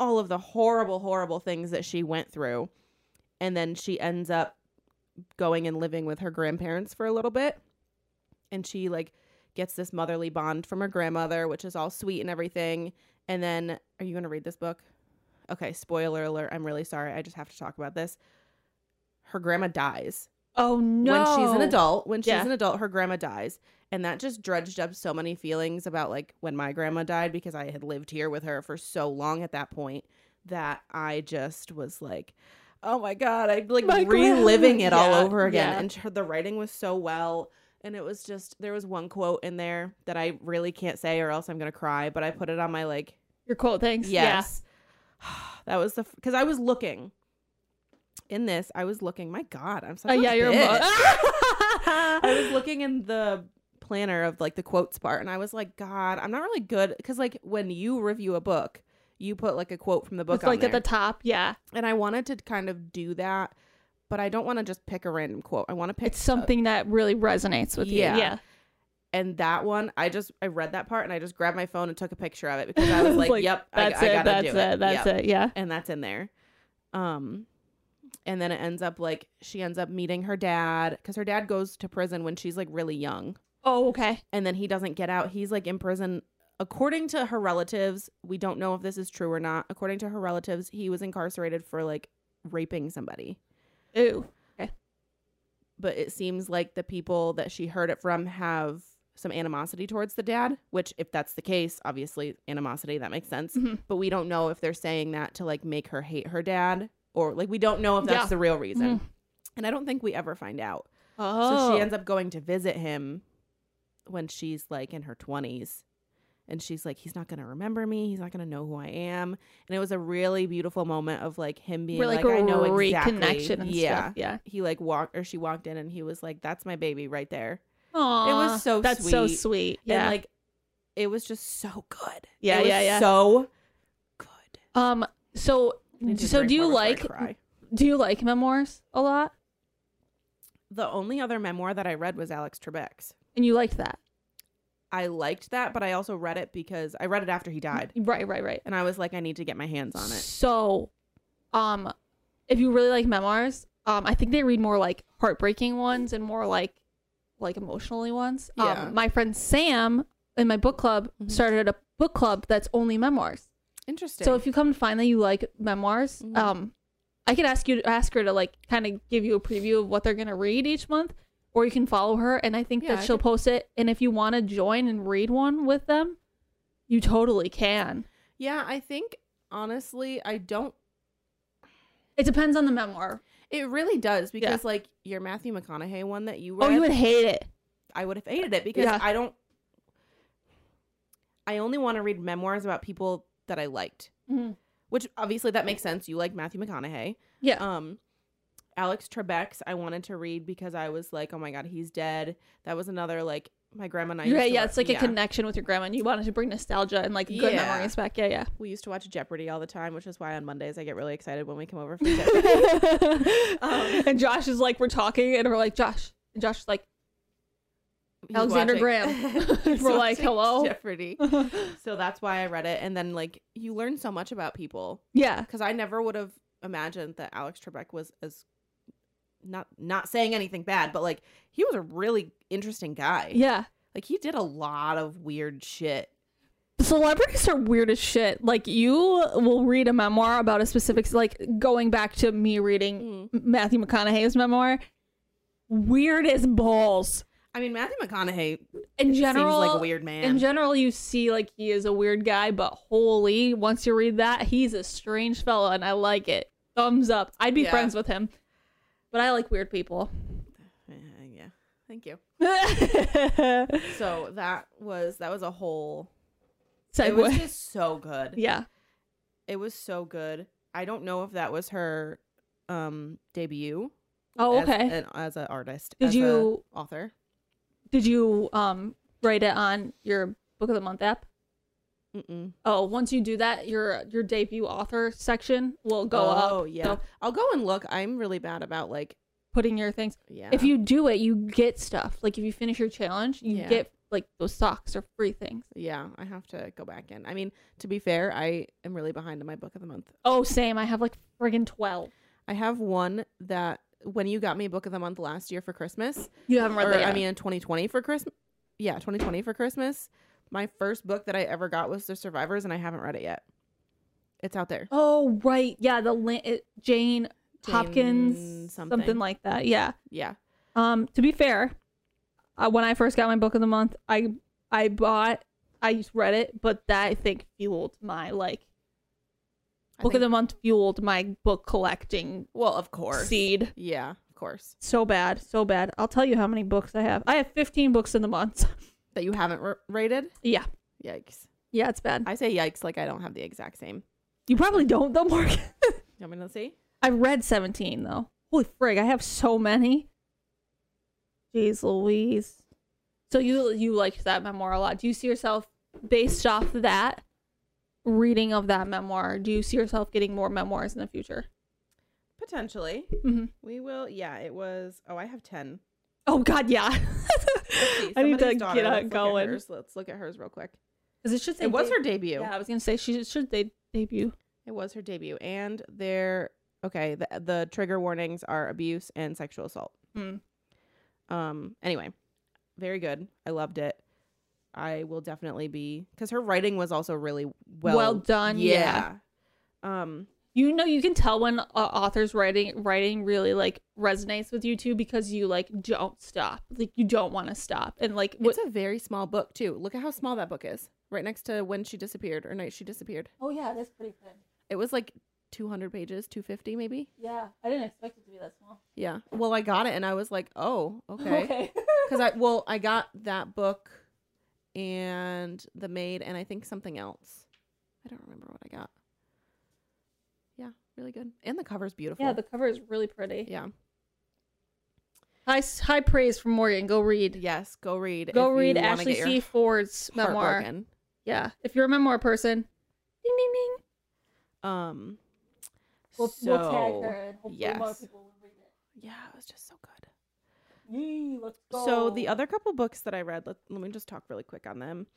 all of the horrible horrible things that she went through. And then she ends up going and living with her grandparents for a little bit. And she like gets this motherly bond from her grandmother, which is all sweet and everything. And then are you going to read this book? Okay, spoiler alert. I'm really sorry. I just have to talk about this. Her grandma dies
Oh no.
when she's an adult when she's
Yeah.
an adult her grandma dies and that just dredged up so many feelings about like when my grandma died because i had lived here with her for so long at that point that i just was like oh my god i'm like
My grandma.
reliving it all
Yeah,
over again
yeah.
and her, the writing was so well and it was just there was one quote in there that i really can't say or else i'm gonna cry but i put it on my like
Your quote, thanks.
Yes. That was the because I was looking in this, I was looking. My God, I'm such
Oh,
a
yeah, you're a
bitch.
*laughs* mo-
I was looking in the planner of like the quotes part, and I was like, God, I'm not really good because like when you review a book, you put like a quote from the book
It's
on
like at
there.
the top. Yeah.
and I wanted to kind of do that, but I don't want to just pick a random quote. I want to pick
It's something that really resonates with
Yeah.
you. Yeah.
and that one, I just I read that part and I just grabbed my phone and took a
*laughs*
picture of it because I was like, Yep, I-
that's
I,
it.
gotta
that's
do
it.
it.
That's it. Yeah.
and that's in there. Um, and then it ends up like she ends up meeting her dad because her dad goes to prison when she's like really young,
Oh, okay.
and then he doesn't get out. He's like in prison. According to her relatives, we don't know if this is true or not. According to her relatives, he was incarcerated for like raping somebody.
Ooh.
But it seems like the people that she heard it from have some animosity towards the dad, which, if that's the case, obviously animosity, that makes sense.
Mhm.
But we don't know if they're saying that to like make her hate her dad or like we don't know if that's
Yeah.
the real reason. And I don't think we ever find out.
Oh.
So she ends up going to visit him when she's like in her 20s. And she's like, he's not going to remember me. He's not going to know who I am. And it was a really beautiful moment of like him being
We're
like,
like,
I
a
know exactly.
reconnection and
yeah.
stuff. Yeah.
He like walked or she walked in and he was like, that's my baby right there.
Aww,
so
that's so
sweet.
sweet.
Yeah.
Yeah.
like, it was just so good.
Yeah,
It was
yeah, yeah.
So good.
um. So
I need to
so
drink
do you
more before I
like
cry.
do you like memoirs a lot?
the only other memoir that I read was Alex Trebek's.
And you liked that?
I liked that, but I also read it because I read it after he died.
Right. Right. Right.
And I was like, I need to get my hands on it.
So, um, if you really like memoirs, um, I think they read more like heartbreaking ones and more like like emotionally ones.
Yeah.
Um, my friend Sam in my book club
Mhm.
started a book club that's only memoirs.
Interesting.
So if you come to find that you like memoirs,
Mhm.
um, I could ask you to ask her to like kind of give you a preview of what they're gonna read each month, or you can follow her, and I think
Yeah,
that
I
she'll
could-
post it. And if you want to join and read one with them, you totally can.
yeah, I think honestly, I don't.
It depends on the memoir.
It really does because like your Matthew McConaughey one that you read,
Oh, you would hate it.
I would have hated it because
Yeah.
I don't. I only want to read memoirs about people that I liked,
Mm-hmm.
which obviously that makes sense. You like Matthew McConaughey.
Yeah.
Um, Alex Trebek's I wanted to read because I was like, oh my god, he's dead. That was another like my grandma and I. used
You're right,
to
yeah,
wa-
it's like a connection with your grandma, and you wanted to bring nostalgia and like good
Yeah.
memories back. Yeah, yeah.
We used to watch Jeopardy all the time, which is why on Mondays I get really excited when we come over for Jeopardy.
*laughs* and Josh is like, we're talking, and we're like, Josh, and Josh is like, *laughs*
He's
Alexander
*laughs*
Graham. *laughs*
He's
We're like,
watching
hello?
Jeopardy. So that's why I read it, and then like you learn so much about people
yeah,
because I never would have imagined that Alex Trebek was as not not saying anything bad, but like he was a really interesting guy.
yeah.
like he did a lot of weird shit.
Celebrities are weird as shit. Like you will read a memoir about a specific, like going back to me reading Matthew McConaughey's memoir, weird as balls.
I mean, Matthew McConaughey
In general,
seems like a weird man.
in general, you see like he is a weird guy, but holy, once you read that, he's a strange fella, and I like it. Thumbs up. I'd be
Yeah.
friends with him, but I like weird
*laughs*
people.
Uh, yeah, thank you.
Segue.
So that was that was a whole. It was just so good.
*laughs* yeah.
It was so good. I don't know if that was her um debut.
Oh,
as-
okay.
and- as an artist.
Did
as a
you-
author?
Did you um write it on your book of the month app?
Mm-mm.
Oh, once you do that, your your debut author section will go
oh,
up.
yeah.
So
I'll go and look. I'm really bad about like
putting your things.
yeah.
If you do it, you get stuff. Like if you finish your challenge, you
Yeah.
get like those socks or free things.
yeah, I have to go back in. I mean, to be fair, I am really behind in my book of the month.
Oh, same. I have like friggin' twelve.
I have one that when you got me book of the month last year for Christmas,
You haven't read
or
that yet.
I mean, in 2020 for Christmas. Yeah, 2020 for Christmas. My first book that I ever got was The Survivors, and I haven't read it yet. It's out there.
oh right, yeah, the Lin- it, Jane,
Jane
Hopkins,
something.
something. like that. Yeah.
Yeah.
Um, to be fair, uh, when I first got my book of the month, I I bought, I just read it, but that I think fueled my like
I
book of the
think-
month fueled my book collecting
Well, of course.
seed.
Yeah, of course.
So bad, so bad. I'll tell you how many books I have. I have 15 books in the month. *laughs*
That you haven't re- rated?
yeah,
Yikes.
yeah, it's bad.
I say yikes like I don't have the exact same.
You probably don't though, Morgan.
You want me to see?
I read 17 though. Holy frig, I have so many. Jeez Louise. So you you liked that memoir a lot. Do you see yourself based off that reading of that memoir? Do you see yourself getting more memoirs in the future?
Potentially.
Mm-hmm.
We will. Yeah, it was. Oh, I have *laughs* 10.
Oh God, yeah. *laughs*
Let's see,
I need to get
somebody's daughter, let's
it
look at
going
hers. Let's look at hers real quick.
because it should say
It was
de-
her debut.
Yeah, I was gonna say she should they debut.
It was her debut, and their okay. The, the trigger warnings are abuse and sexual assault.
Hmm.
Um. Anyway, very good. I loved it. I will definitely be because her writing was also really well
Well done, yeah.
yeah. Um.
you know you can tell when a author's writing writing really like resonates with you too because you like don't stop like you don't want to stop and like what
It's a very small book too. Look at how small that book is. Right next to when she disappeared or night she disappeared.
oh yeah that's pretty thin
It was like 200 pages, 250 maybe.
yeah i didn't expect it to be that small *laughs*
Yeah. Well, I got it and I was like, "Oh, okay."
okay *laughs*
Cuz I well, I got that book and The Maid and I think something else. I don't remember what I got. Yeah, really good. And the cover's beautiful.
yeah the cover is really pretty
yeah.
high high praise from morgan go read
Yes, go read.
go
if you
read
wanna
ashley
get your
c ford's
heart
memoir
broken.
yeah if you're a memoir person ding ding ding
Um so-
and
yes.
people will read it
Yeah, it was just so good.
Yee, let's
So the other couple books that I read, let, let me just talk really quick on them.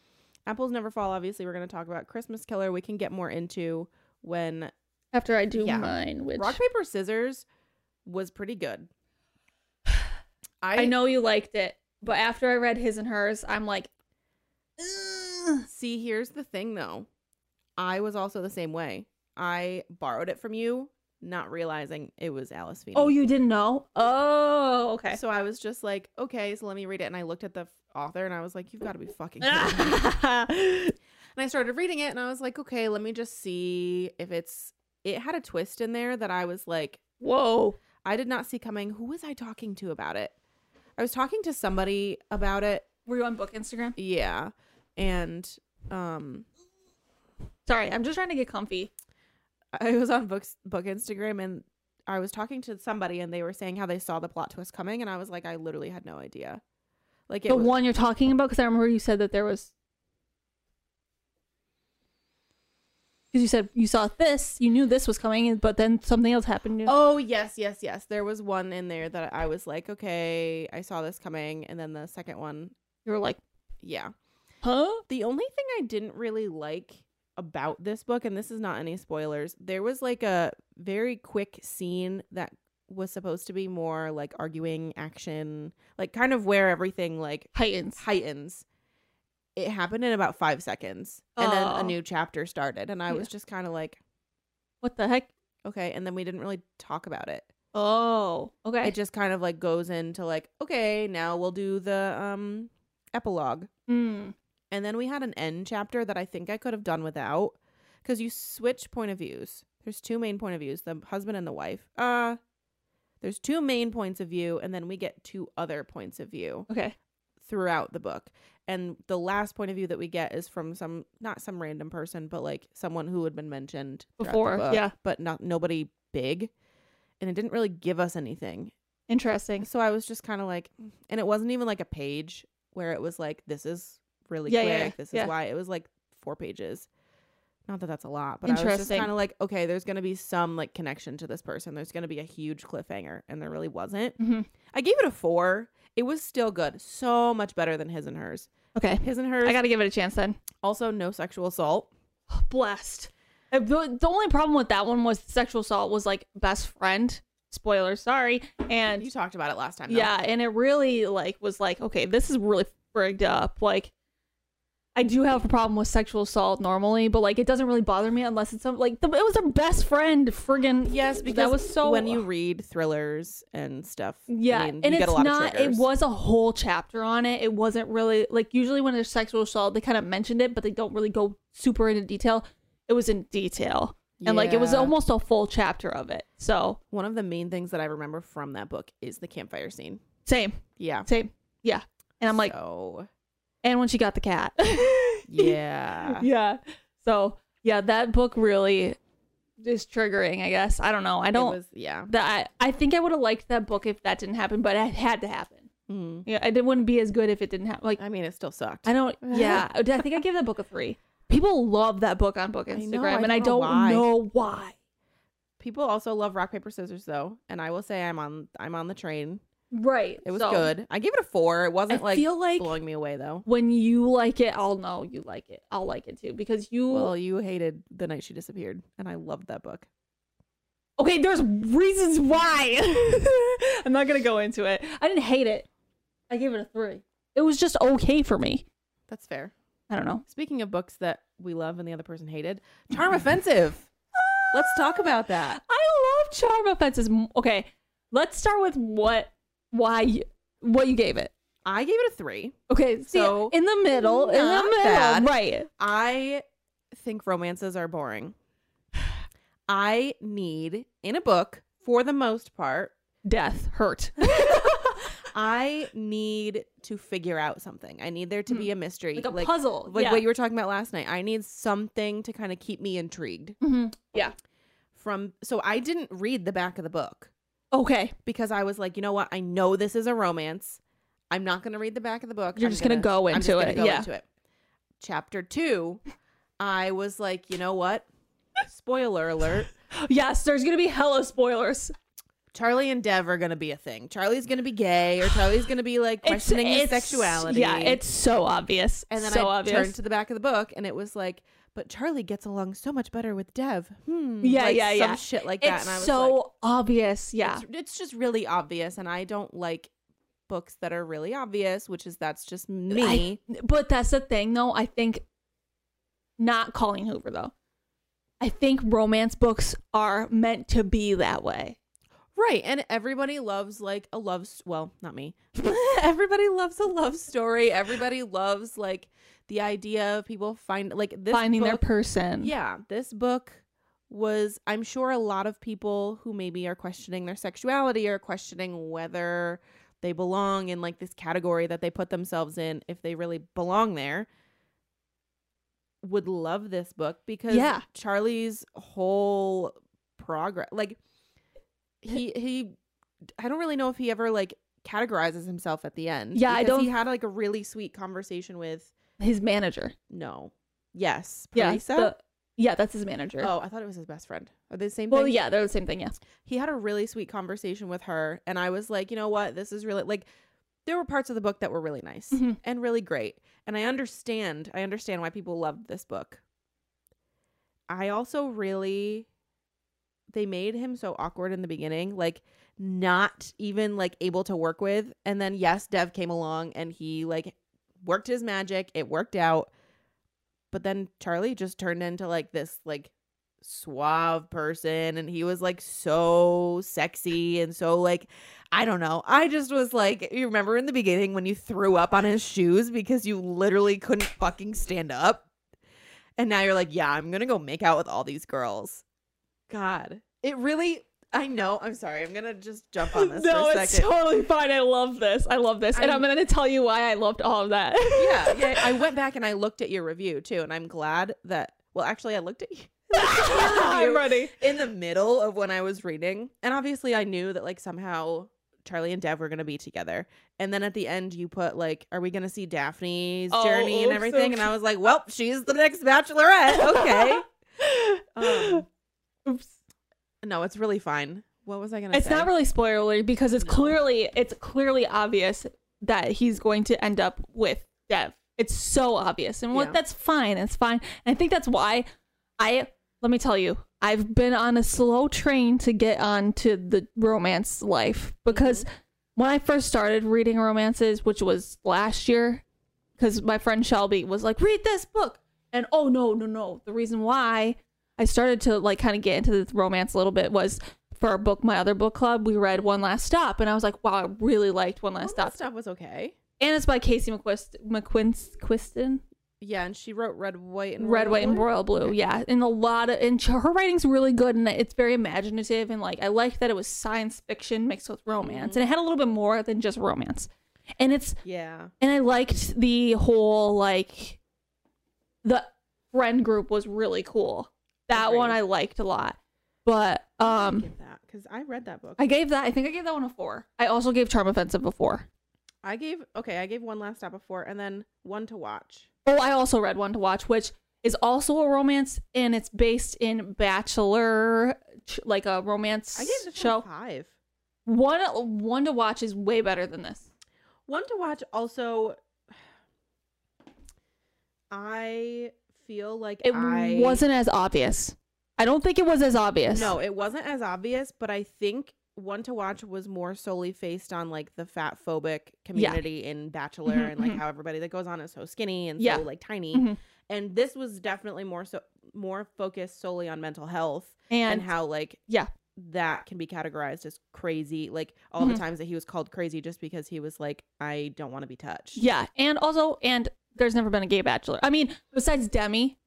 Apples Never Fall, obviously, we're going to talk about Christmas Killer. We can get more into when
after i do
Yeah.
mine which
Rock, Paper, Scissors was pretty good. *sighs*
I know you liked it, but after I read his and hers, I'm like, "Ugh."
See, here's the thing though. I was also the same way. I borrowed it from you, not realizing it was Alice Feeney.
oh, you didn't know? Oh, okay.
So I was just like, okay, so let me read it. And I looked at the f- author and I was like, you've got to be fucking kidding me. And I started reading it and I was like, okay, let me just see if it's it had a twist in there that I was like,
Whoa.
I did not see coming. Who was I talking to about it? I was talking to somebody about it.
Were you on book Instagram?
Yeah. And um *laughs*
Sorry, I'm just trying to get comfy.
I was on books book Instagram and I was talking to somebody and they were saying how they saw the plot twist coming and I was like, I literally had no idea. Like it
the
was,
one you're talking about, because I remember you said that there was. Because you said you saw this, you knew this was coming, but then something else happened. You-
Oh yes, yes, yes. There was one in there that I was like, okay, I saw this coming, and then the second one,
You were like,
yeah.
huh?
The only thing I didn't really like about this book, and this is not any spoilers, there was like a very quick scene that was supposed to be more like arguing action, like kind of where everything like
Heightens.
heightens. It happened in about five seconds, and then
Oh.
a new chapter started, and I was
Yeah.
just kind of like,
What the heck?
okay. And then we didn't really talk about it.
Oh, okay.
It just kind of like goes into like, okay, now we'll do the um epilogue.
Mm.
And then we had an end chapter that I think I could have done without because you switch point of views. There's two main point of views the husband and the wife. Uh, there's two main points of view, and then we get two other points of view
Okay.
throughout the book. And the last point of view that we get is from some, not some random person, but like someone who had been mentioned throughout the
Before,
book,
yeah.
But not nobody big. And it didn't really give us anything.
Interesting.
So I was just kind of like, and it wasn't even like a page where it was like, this is really
Yeah,
quick.
yeah, yeah,
This is
yeah.
why. It was like four pages. Not that that's a lot, but I was just
Interesting.
kind of like, okay, there's going to be some like connection to this person. There's going to be a huge cliffhanger. And there really wasn't.
Mhm.
I gave it a four. It was still good. So much better than his and hers.
Okay.
His and hers.
I got to give it a chance then.
also no sexual assault.
blessed. Uh, The, the only problem with that one was sexual assault was like best friend. Spoiler, sorry.
You
And
talked about it last time. though.
yeah, and it really like was like, okay, this is really frigged up. Like I do have a problem with sexual assault normally, but like it doesn't really bother me unless it's some like the, it was their best friend friggin'
Yes, because
that was so
when you read thrillers and stuff, I
yeah,
mean,
and it's
you get a lot of
not. It
triggers.
was a whole chapter on it. It wasn't really like usually when there's sexual assault, they kind of mentioned it, but they don't really go super into detail. It was in detail, and like it was
Yeah.
almost a full chapter of it. So
One of the main things that I remember from that book is the campfire scene.
same,
Yeah.
same, yeah. And I'm like, *laughs*
oh,
and when she got the
*laughs*
cat, *laughs*
yeah.
yeah. So yeah, that book really is triggering, I guess. I don't know. I
It
don't
was, yeah.
that I, I think I would have liked that book if that didn't happen, but it had to happen.
Mm.
Yeah, it wouldn't be as good if it didn't happen. Like
I mean, it still sucked.
I
*laughs*
don't. Yeah, I think I give that book a three. People love that book on Book
I know,
Instagram,
I
and I
don't
don't
know why.
know why.
People also love rock paper scissors though, and I will say I'm on I'm on the train.
Right.
It was
so,
good. I gave it a four.
I
It wasn't like,
feel like
blowing me away though.
when you like it, I'll know you like it. I'll like it too because you.
Well, you hated the night she disappeared, and I loved that book.
okay, there's reasons why. *laughs* I'm not gonna go into it. I didn't hate it. I gave it a three. It was just okay for me.
That's fair.
I don't know.
Speaking of books that we love and the other person hated, Charm Offensive. Let's talk about that.
I love charm offenses. M- Okay, let's start with what, why, you, what you gave it.
I gave it a three.
Okay,
So,
so in the middle, in the
not
middle,
bad.
right?
I think romances are boring. *sighs* I need in a book, for the most part,
Death,
*laughs*
hurt.
I need to figure out something. I need there to be a mystery,
Hmm. like a puzzle.
like
yeah.
what you were talking about last night. I need something to kind of keep me intrigued.
Mhm. Yeah.
From so I didn't read the back of the book
Okay.
because I was like, you know what? I know this is a romance. I'm not going to read the back of the book.
You're
I'm
just gonna go
I'm just
into
gonna
it,
Go
yeah.
into it.
*laughs*
Chapter two, I was like, you know what? Spoiler alert.
Yes, there's gonna be hella spoilers.
Charlie and Dev are gonna be a thing. Charlie's gonna be gay, or Charlie's gonna be like
*sighs* It's,
questioning his
it's-
sexuality.
Yeah, it's so obvious.
and then
so
I
obvious.
turned to the back of the book, and it was like, but Charlie gets along so much better with Dev. Hmm.
Yeah,
like
yeah,
some
yeah.
Shit like that.
it's
And I was
so
like,
obvious. Yeah.
it's, it's just really obvious, and I don't like books that are really obvious, which is that's just me.
But that's the thing, though. I think not calling Hoover though. I think romance books are meant to be that way.
Right, and everybody loves like a love. s- Well, not me. *laughs* everybody loves a love story. Everybody loves like the idea of people find like this
Finding their
book-
person.
Yeah, this book was, I'm sure, a lot of people who maybe are questioning their sexuality or questioning whether they belong in like this category that they put themselves in, if they really belong there, would love this book because
Yeah.
Charlie's whole progress, like,
Eh.
he, he, I don't really know if he ever like categorizes himself at the end.
Yeah, I
because He
don't-
had like a really sweet conversation with
His manager.
no, yes,
Yeah.
Parisa?
the- yeah, that's his manager.
Oh, I thought it was his best friend. Are they the same
well,
thing?
yeah, they're the same thing. Yeah.
He had a really sweet conversation with her, and I was like, you know what? This is really like there were parts of the book that were really nice
Mhm.
and really great. And I understand, I understand why people loved this book. I also really they made him so awkward in the beginning, like not even like able to work with. And then yes, Dev came along and he like worked his magic. It worked out. But then Charlie just turned into like this like suave person and he was like so sexy and so like I don't know. I just was like you remember in the beginning when you threw up on his shoes because you literally couldn't fucking stand up. And now you're like, yeah, I'm going to go make out with all these girls. God. It really I know. I'm sorry. I'm going to just jump on
*laughs*
this
no,
for a second.
it's totally fine. I love this. I love this, and I'm going to tell you why I loved all of that.
yeah,
*laughs*
yeah. I went back and I looked at your review too, and I'm glad that. Well, actually, I looked at you *laughs*
I'm ready.
in the middle of when I was reading, and obviously, I knew that like somehow Charlie and Dev were gonna be together, and then at the end, you put like, "Are we gonna see Daphne's
Oh,
journey and
oops,
everything?"
oops.
And I was like, "Well, she's the next Bachelorette."
*laughs*
Okay. um,
Oops.
no, it's really fine. What was I gonna?
It's
say?
not really spoilery because it's
No.
clearly it's clearly obvious that he's going to end up with Dev. It's so obvious, and what
Yeah.
that's fine. It's fine, and I think that's why I let me tell you. I've been on a slow train to get on to the romance life because when I first started reading romances, which was last year, because my friend Shelby was like, read this book. And oh, no, no, no. The reason why I started to like kind of get into the romance a little bit was for our book, my other book club, we read One Last Stop. And I was like, wow, I really liked One Last
Well,
Stop.
that stuff was okay.
And it's by Casey McQuist, McQuiston,
Yeah, and she wrote red, white, and
Red,
Royal
White, and
Blue.
Royal Blue. Yeah. And a lot of, and ch- her writing's really good and it's very imaginative. And like, I liked that it was science fiction mixed with romance.
Mm-hmm.
And it had a little bit more than just romance. And it's,
Yeah.
and I liked the whole like the friend group was really cool. That one
Agreed.
I liked a lot. But um
Give that because I read that book.
I gave that I think I gave that one a four. I also gave Charm Offensive a four.
I gave okay. I gave one last stop before, and then one to watch.
Oh, I also read one to watch, which is also a romance and it's based in Bachelor ch- like a romance
I gave this
show.
one five.
One one to watch is way better than this.
One to watch also. I feel like
It
I
wasn't as obvious. I don't think it was as obvious.
No, it wasn't as obvious, but I think one to watch was more solely faced on like the fat phobic community in Bachelor
Mhm,
and like
mhm.
how everybody that goes on is so skinny and
Yeah.
so like tiny.
Mhm.
And this was definitely more so more focused solely on mental health and,
and,
how like
yeah.
that can be categorized as crazy. Like all
Mhm.
the times that he was called crazy just because he was like, I don't want to be touched.
yeah, and also and there's never been a gay bachelor. I mean, besides Demi,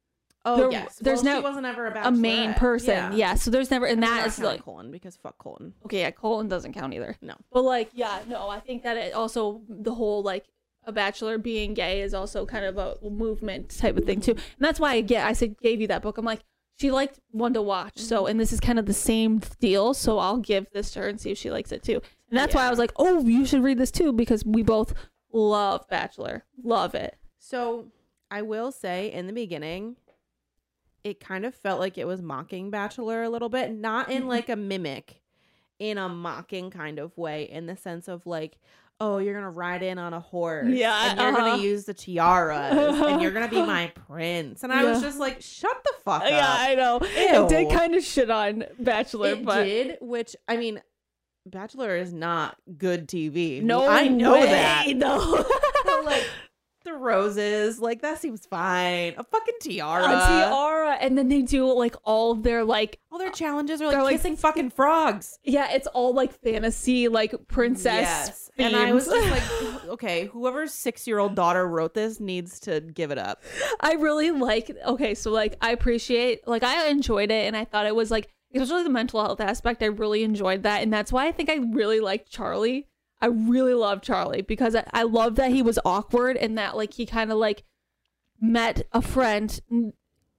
Oh
There-
yes.
there's
well,
no-
she wasn't ever a,
a main
bachelorette.
person. Yeah. so there's never and
Not
that is
counting
like
Colin because fuck Colin.
okay, yeah, Colton doesn't count either.
No.
But like, yeah, no, I think that it also the whole like a bachelor being gay is also kind of a movement type of thing too. And that's why I get I said gave you that book. I'm like, she liked one to watch. So
Mm-hmm.
and this is kind of the same deal. So I'll give this to her and see if she likes it too. And that's why I was like, Oh, you should read this too, because we both love Bachelor. Love it.
So I will say in the beginning, it kind of felt like it was mocking Bachelor a little bit,
*laughs*
not in like a mimic, in a mocking kind of way, in the sense of like, oh, you're gonna ride in on a horse,
Yeah,
and you're
uh-huh.
gonna use the tiaras, and you're
*laughs*
gonna be my prince, and I was
Yeah.
just like, shut the fuck up.
Yeah, I know. It did kind of shit on Bachelor,
it
but
did, which I mean, Bachelor is not good TV.
no,
I know
way, *laughs*
that.
No.
But, like the roses, like that seems fine. A fucking tiara.
A tiara, and then they do like all of their like
All their challenges are like
They're, like, *laughs*
kissing fucking frogs.
yeah, it's all like fantasy like princess.
And I was
themes.
just
*laughs*
like, okay, whoever's six year old daughter wrote this needs to give it up.
I really like okay, so like I appreciate like I enjoyed it and I thought it was like especially the mental health aspect. I really enjoyed that and that's why I think I really liked Charlie. I really love Charlie because I, I love that he was awkward and that like he kind of like met a friend n-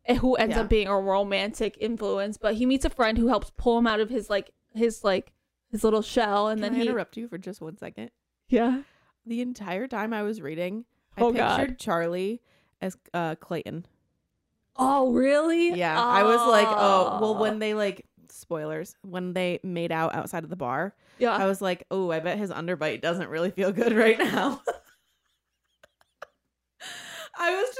eh, who ends
Yeah.
up being a romantic influence, but he meets a friend who helps pull him out of his like his like his little shell and
And
then
then I
he
interrupt you for just one second.
yeah.
The entire time I was reading, I
Oh, God.
pictured Charlie as uh, Clayton.
Oh, really?
Yeah. I was like, oh, well,
Oh.
when they like, spoilers, when they made out outside of the bar,
yeah.
I was like, oh, I bet his underbite doesn't really feel good right now. *laughs* I was just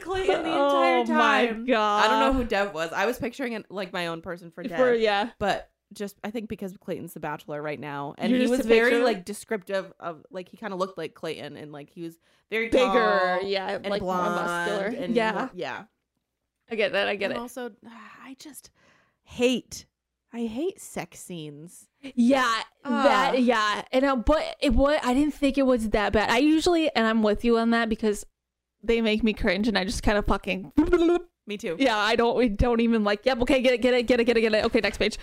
*laughs*
Clayton the entire
Oh, my
time.
God.
I don't know who Dev was. I was picturing it like my own
*laughs*
person for Dev.
Uh, For, yeah.
But just I think because Clayton's the bachelor right now and
You're
he
just
was
a
very
picture?
like descriptive of like he kind of looked like Clayton and like he was very
bigger,
tall
yeah,
and
like
blonde
more muscular.
and
yeah,
more- yeah.
I get that. I get
and
it.
also *sighs* I just hate I hate sex scenes.
Yeah,
Ah.
that. Yeah, and uh, but it was. I didn't think it was that bad. I usually, and I'm with you on that because they make me cringe, and I just kind of fucking. *laughs*
Me too.
Yeah, I don't. We don't even like. Yep. Okay. Get it. Get it. Get it. Get it. Get it. Okay. Next page.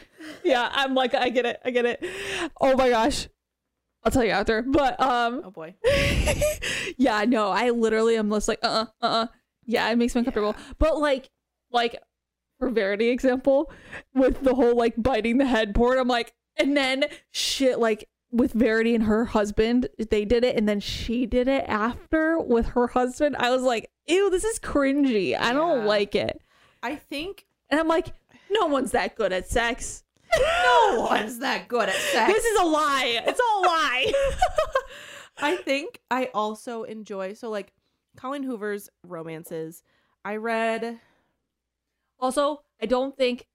Yeah, I'm like, I get it. I get it. Oh my gosh, I'll tell you after. But um,
Oh boy.
*laughs* yeah, no, I literally am just like, uh, uh-uh, uh, uh yeah, it makes me uncomfortable. But like, like for Verity example, with the whole like biting the headboard, I'm like, and then shit, like with Verity and her husband, they did it, and then she did it after with her husband. I was like, ew, this is cringy. I don't
Yeah.
like it.
I think
And I'm like, no one's that good at sex.
no one's that good *laughs* at sex.
*laughs* This is a lie. It's all a lie.
*laughs* I think I also enjoy so like Colin Hoover's romances. I read
Also, I don't think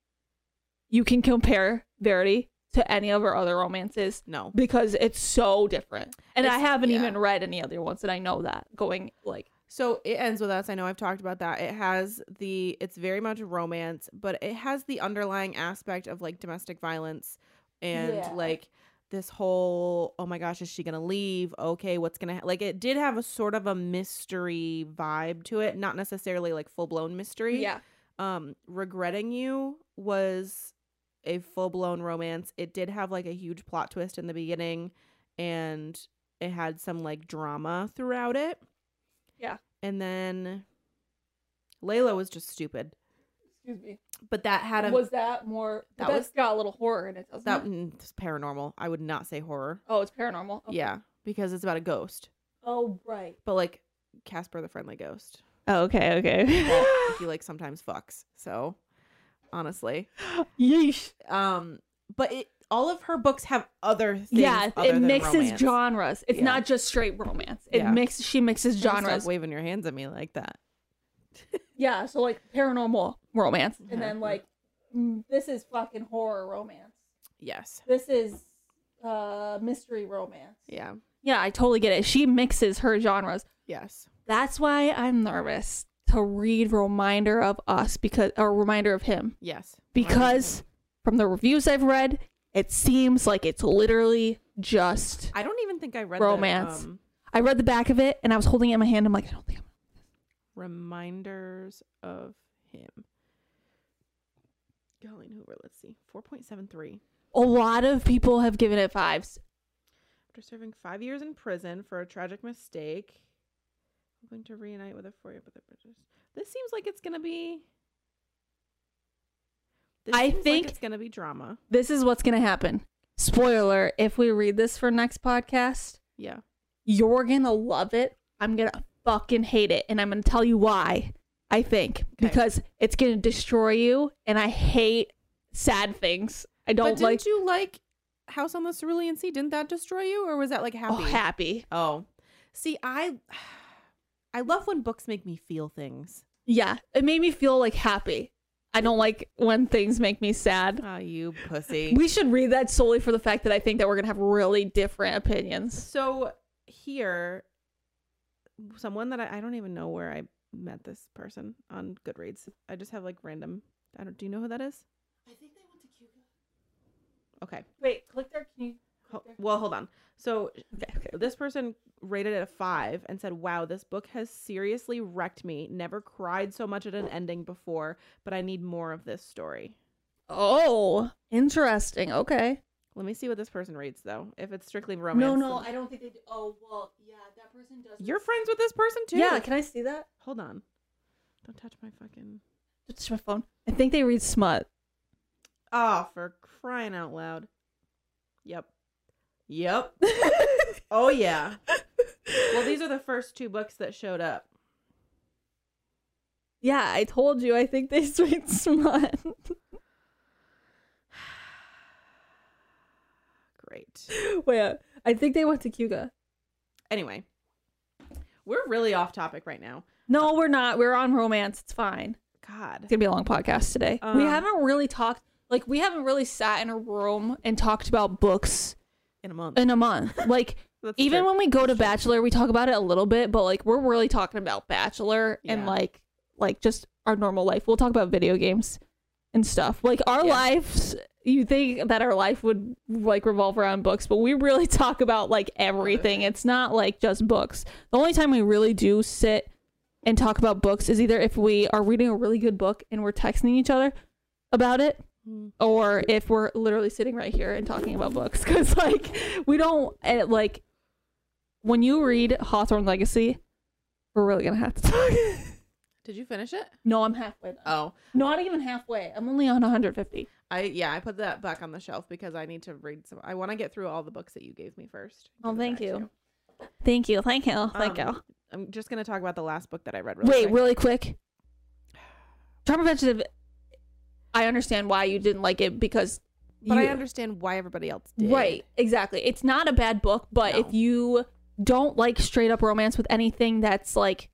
you can compare Verity to any of her other romances
no.
because it's so different. And I
It's-
haven't
yeah.
even read any other ones, and I know that going like
So it ends with us. I know I've talked about that. It has the it's very much romance, but it has the underlying aspect of like domestic violence and
Yeah.
like this whole oh my gosh is she gonna leave okay what's gonna ha-? like it did have a sort of a mystery vibe to it not necessarily like full-blown mystery
yeah,
um regretting you was a full-blown romance it did have like a huge plot twist in the beginning and it had some like drama throughout it
Yeah.
and then layla was just stupid
Excuse me.
But that had a
was that more?
that
That has
was-
got a little horror in it, doesn't
that
it?
mm, it's paranormal. I would not say horror.
Oh, it's paranormal. Okay.
Yeah, because it's about a ghost,
Oh, right.
but like Casper the Friendly Ghost.
Oh, okay,
*laughs*
okay.
*gasps* that he like sometimes fucks. So honestly,
Yeesh.
um, but it, all of her books have other things.
Yeah,
other
it
than
mixes
romance.
genres. It's
Yeah.
not just straight romance. It
Yeah.
mixes. She mixes
Don't
genres.
Stop waving your hands at me like that.
Yeah, so like paranormal romance, and
Mhm.
then like mm, this is fucking horror romance.
Yes.
This is uh mystery romance.
Yeah.
Yeah, I totally get it. She mixes her genres.
Yes.
That's why I'm nervous to read Reminder of Us because or Reminder of Him
Yes.
because from the reviews I've read, it seems like it's literally just
I don't even think I read
Romance.
The, um,
I read the back of it and I was holding it in my hand. I'm like, I don't think I'm
reminders of him. Colleen Hoover. Let's see. Four point seven three.
a lot of people have given it fives.
After serving five years in prison for a tragic mistake, hoping to reunite with a four year with a British. This seems like it's gonna be. This
I
seems like
think-
it's gonna be drama.
this is what's going to happen. Spoiler, if we read this for next podcast,
Yeah.
you're going to love it. I'm going to fucking hate it. And I'm going to tell you why, I think, because it's going to destroy you. And I hate sad things. I
but
don't
didn't
like
you like House on the Cerulean Sea? Didn't that destroy you, or was that like happy?
Oh, happy.
oh. see, I, *sighs* I love when books make me feel things.
Yeah. It made me feel like happy. I don't like when things make me sad.
Oh, you pussy.
*laughs* We should read that solely for the fact that I think that we're going to have really different opinions.
So here, someone that I, I don't even know where I met this person on Goodreads. I just have like random. I don't. Do you know who that is? I think
Wait, click there. Can you?
they went to Cuba. Okay. Ho- well, hold on. So
Okay, okay.
this person rated it a five and said, "Wow, this book has seriously wrecked me. Never cried so much at an ending before, but I need more of this story."
Oh, interesting. Okay.
Let me see what this person reads though. If it's strictly romance, then-
I don't think they do. Oh, well, yeah, that person does.
you're friends with this person too.
Yeah, can I see that?
Hold on. Don't touch my fucking.
It's my phone. I think they read smut. *laughs*
Oh, for crying out loud. Yep. Yep. oh, yeah. *laughs* Well, these are the first two books that showed up.
Yeah, I told you. I think they *laughs* read smut. *laughs*
Great.
Wait, I think they went to Cuba.
Anyway, we're really off topic right now.
No, we're not. We're on romance. It's fine. It's
God.
gonna be a long podcast today.
Um,
we haven't really talked. Like we haven't really sat in a room and talked about books
In a month.
in a month. Like
That's
even
true.
when we go to bachelor we talk about it a little bit but like we're really talking about bachelor
Yeah.
and like like just our normal life we'll talk about video games and stuff like our
Yeah.
lives you think that our life would like revolve around books but we really *laughs* talk about like everything it's not like just books the only time we really do sit and talk about books is either if we are reading a really good book and we're texting each other about it
Mm.
or if we're literally sitting right here and talking about books because like we don't eh, like when you read hawthorne legacy we're really gonna have to talk
Did you finish it?
no i'm halfway done.
Oh,
not even halfway i'm only on 150
I yeah, I put that back on the shelf because I need to read some. I want to get through all the books that you gave me first.
Oh,
Give it
thank
back to
you. thank you thank you thank
Um,
you
I'm just gonna talk about the last book that I read. Really
wait
quick.
really quick trauma preventative i understand why you didn't like it because
but
you,
I understand why everybody else did.
Right, exactly. It's not a bad book, but
No.
if you don't like straight up romance with anything that's like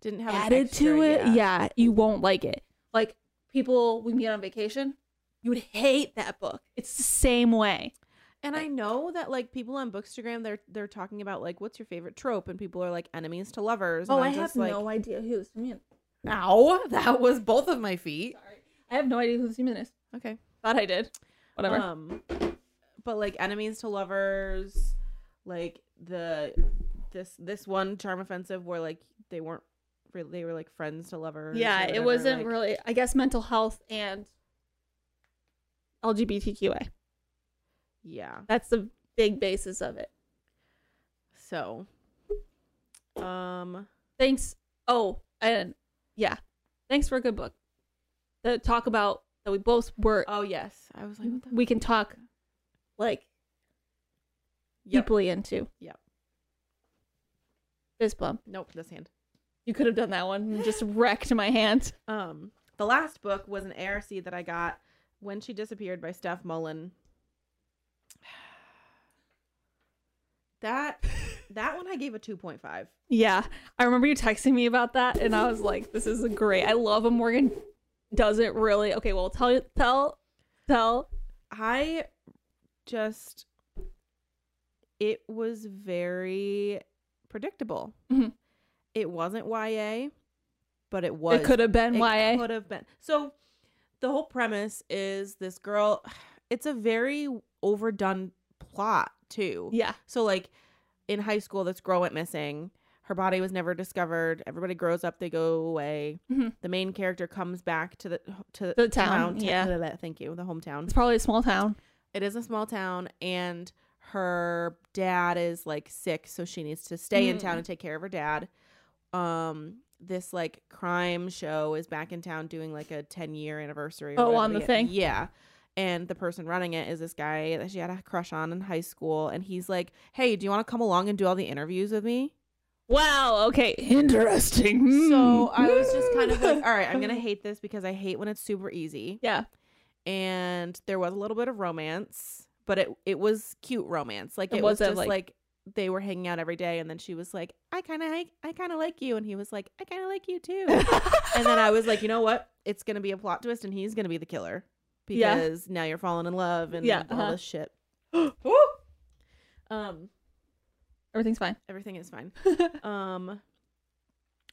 Didn't have an
added to
extra,
it, yeah. you won't like it. Like people we meet on vacation, you would hate that book. It's the same way. Eh.
And I know that like people on Bookstagram, they're they're talking about like what's your favorite trope, and people are like enemies to lovers.
Oh,
and I'm just, like,
idea who this woman.
Ow, *laughs* that was both of my feet.
Sorry, I have no idea who this woman is.
Okay,
Thought I did. Whatever.
Um, but like enemies to lovers, like the this this one charm offensive where like they weren't really they were like friends to lovers. or
yeah, it
whatever,
wasn't
like-
really. I guess mental health and LGBTQA.
Yeah.
That's the big basis of it.
So, um,
Thanks. Oh, and yeah, thanks for a good book. that talk about that we both were
Oh yes, I was like, what the
we can talk like
Yep.
deeply into.
Yep.
Fist bump.
Nope, this hand.
You could have done that one and just wrecked my hand.
Um, the last book was an ARC that I got when she disappeared by Steph Mullen. *sighs* That that one I gave a two point five.
Yeah. I remember you texting me about that and I was like, this is great. I love when Morgan doesn't really okay, well tell tell tell
I just it was very predictable.
Mhm.
It wasn't YA, but it was
it could have been YA.
could have been. So the whole premise is this girl. *sighs* It's a very overdone plot too.
Yeah.
So like in high school, this girl went missing. Her body was never discovered. Everybody grows up. They go away.
Mhm.
The main character comes back to the to
The town,
to-
yeah.
blah, blah, blah, *laughs* thank you. The hometown.
It's probably a small town.
It is a small town, and her dad is like sick, so she needs to stay in
Mm.
town and take care of her dad. Um, this like crime show is back in town doing like a ten year anniversary. or
Oh,
whatever
on the
get-
thing?
yeah. And the person running it is this guy that she had a crush on in high school, and he's like, "Hey, do you want to come along and do all the interviews with me?"
Wow, okay. Interesting.
So
Mm.
I was just kind of
*laughs*
like,
Mm.
"All right, I'm gonna hate this because I hate when it's super easy." *laughs*
Yeah.
and there was a little bit of romance, but it it was cute romance. Like
It
it, was
wasn't,
just
like-
like, they were hanging out every day, and then she was like, "I kind of like, I kind of like you," and he was like, "I kind of like you too." and then I was like, "You know what? It's gonna be a plot twist, and he's gonna be the killer
Yeah.
because now you're falling in love and
Yeah, uh-huh.
all
*gasps*
this shit." um,
Everything's
*laughs*
fine.
everything is fine. um,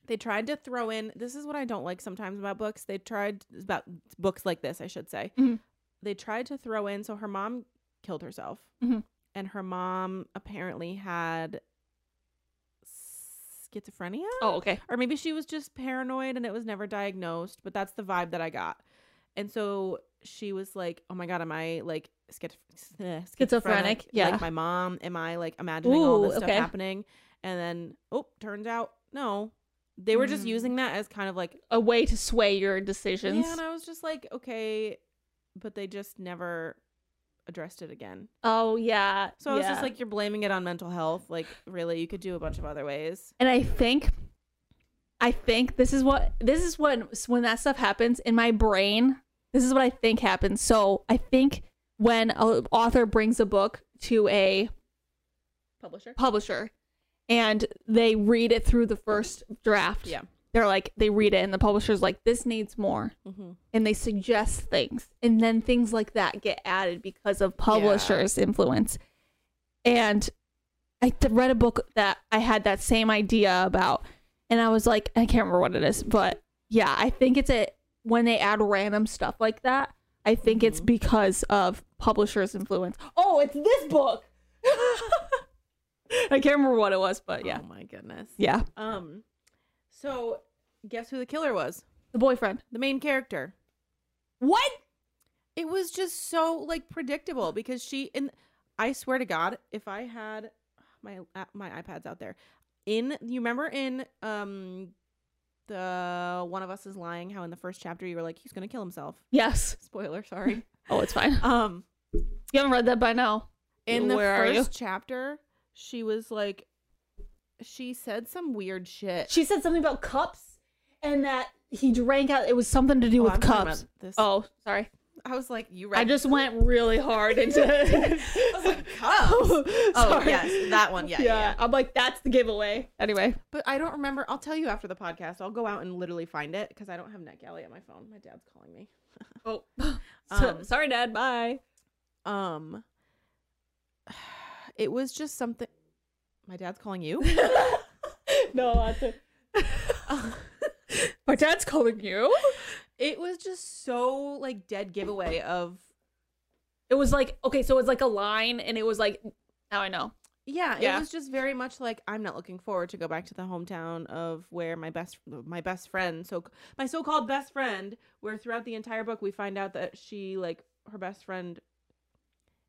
they tried to throw in. This is what I don't like sometimes about books. They tried about books like this, I should say.
Mhm.
They tried to throw in. So her mom killed herself,
Mhm.
and her mom apparently had schizophrenia,
Oh, okay.
or maybe she was just paranoid and it was never diagnosed. But that's the vibe that I got. And so she was like, "Oh my god, am I like schiz- eh, schizophrenic?
Schizophrenic, yeah.
Like my mom? Am I like imagining all
Ooh,
this stuff
okay.
happening?" And then, oh, turns out no, they were just
Mm.
using that as kind of like, "Oh,
A way to sway your decisions.
yeah. And I was just like, okay, but they just never addressed it again.
Oh yeah.
So I was
yeah.
just like, you're blaming it on mental health. Like, really, you could do a bunch of other ways.
and I think, I think this is what this is when when that stuff happens in my brain. This is what I think happens. So I think when an author brings a book to a
Publisher.
publisher, and they read it through the first draft,
Yeah.
they're like they read it, and the publisher's like, this needs more,
Mm-hmm.
and they suggest things, and then things like that get added because of publishers' influence, and I th- read a book that I had that same idea about, and I was like, I can't remember what it is, but yeah, I think it's a when they add random stuff like that. I think it's
Mhm.
because of publishers' influence. *gasps* Oh, it's this book. I can't remember what it was, but yeah,
Oh my goodness.
yeah,
Um. So, guess who the killer was?
the boyfriend.
The main character.
What?
It was just so like predictable because she and I swear to God, if I had my uh, my iPads out there, in you remember in um the one of us is lying how in the first chapter you were like he's gonna kill himself.
Yes.
Spoiler, sorry.
Oh, it's fine.
*laughs* um,
You haven't read that by now.
in the
Where are you?
first chapter, she was like, she said some weird shit.
She said something about cups and that he drank out. It was something to do
Oh,
with
I'm talking
cups.
about This.
Oh, sorry.
I was like, you
I
read
just went really hard into
*laughs*
it.
cups.
*laughs*
oh yes, that one. yeah, yeah.
I'm like, that's the giveaway. Anyway.
But I don't remember. I'll tell you after the podcast. I'll go out and literally find it because I don't have NetGalley on my phone. My dad's calling me.
*laughs* Oh.
Um,
sorry, Dad.
*laughs*
Bye.
Um, *sighs* it was just something. My dad's calling you.
no, that's
*laughs*
it. My dad's calling you.
it was just so like dead giveaway of
It was like, okay, so it was like a line, and it was like, now I know.
yeah.
Yeah.
It was just very much like I'm not looking forward to go back to the hometown of where my best my best friend so my so called best friend where throughout the entire book we find out that she like her best friend.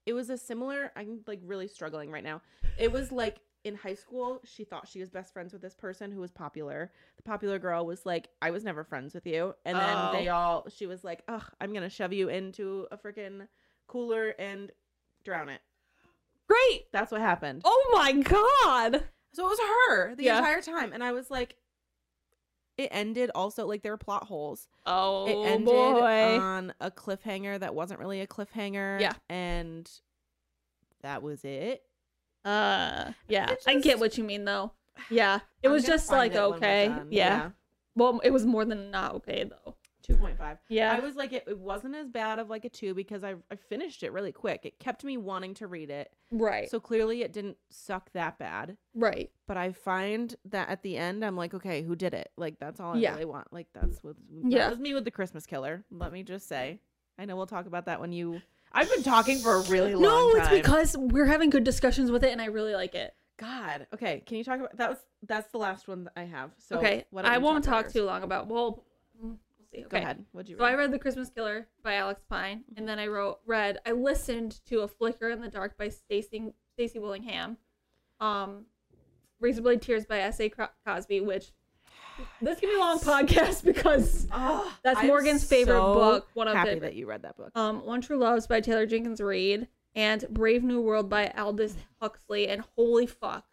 It was a similar. I'm like really struggling right now. It was like in high school, she thought she was best friends with this person who was popular. The popular girl was like, I was never friends with you. And then
Oh.
they all, she was like, ugh, I'm going to shove you into a freaking cooler and drown it.
Great.
That's what happened.
Oh my god.
So it was her the
Yeah.
entire time. And I was like, it ended also, like, there were plot holes.
Oh
it ended
boy.
on a cliffhanger that wasn't really a cliffhanger.
Yeah.
And that was it.
Uh, yeah,
It
I get
just-
what you mean though. Yeah, it
I'm
was
gonna
just
find
like
it when we're
okay. Yeah.
done.
Well, it was more than not okay though.
Two point five.
Yeah.
I was like, it, it wasn't as bad of like a two because I, I finished it really quick. It kept me wanting to read it.
right.
So clearly it didn't suck that bad.
right.
But I find that at the end, I'm like, okay, who did it? Like, that's all I
Yeah.
really want. Like, that's what
Yeah.
that was me with the Christmas killer. Let me just say. I know we'll talk about that when you. I've been talking for a really long
No,
time.
it's because we're having good discussions with it, and I really like it.
God. Okay, can you talk about that? Was that's the last one that I have. So
okay,
why don't
I
you
won't
about
talk
yours?
too long about. Well, mm, we'll see. Okay.
Go ahead. Mm-hmm. What'd you?
So I
Read?
read The Christmas Killer by Alex Pine, and then I wrote read I listened to A Flicker in the Dark by Stacy Stacy Willingham, um, Razorblade Tears by S. A. Cro- Cosby, which this can be a long podcast because
Oh,
*gasps* That's Morgan's favorite book, one of
happy
it.
that you read that book.
um, One True Loves by Taylor Jenkins Reid and Brave New World by Aldous Huxley, and holy
*laughs*
fuck,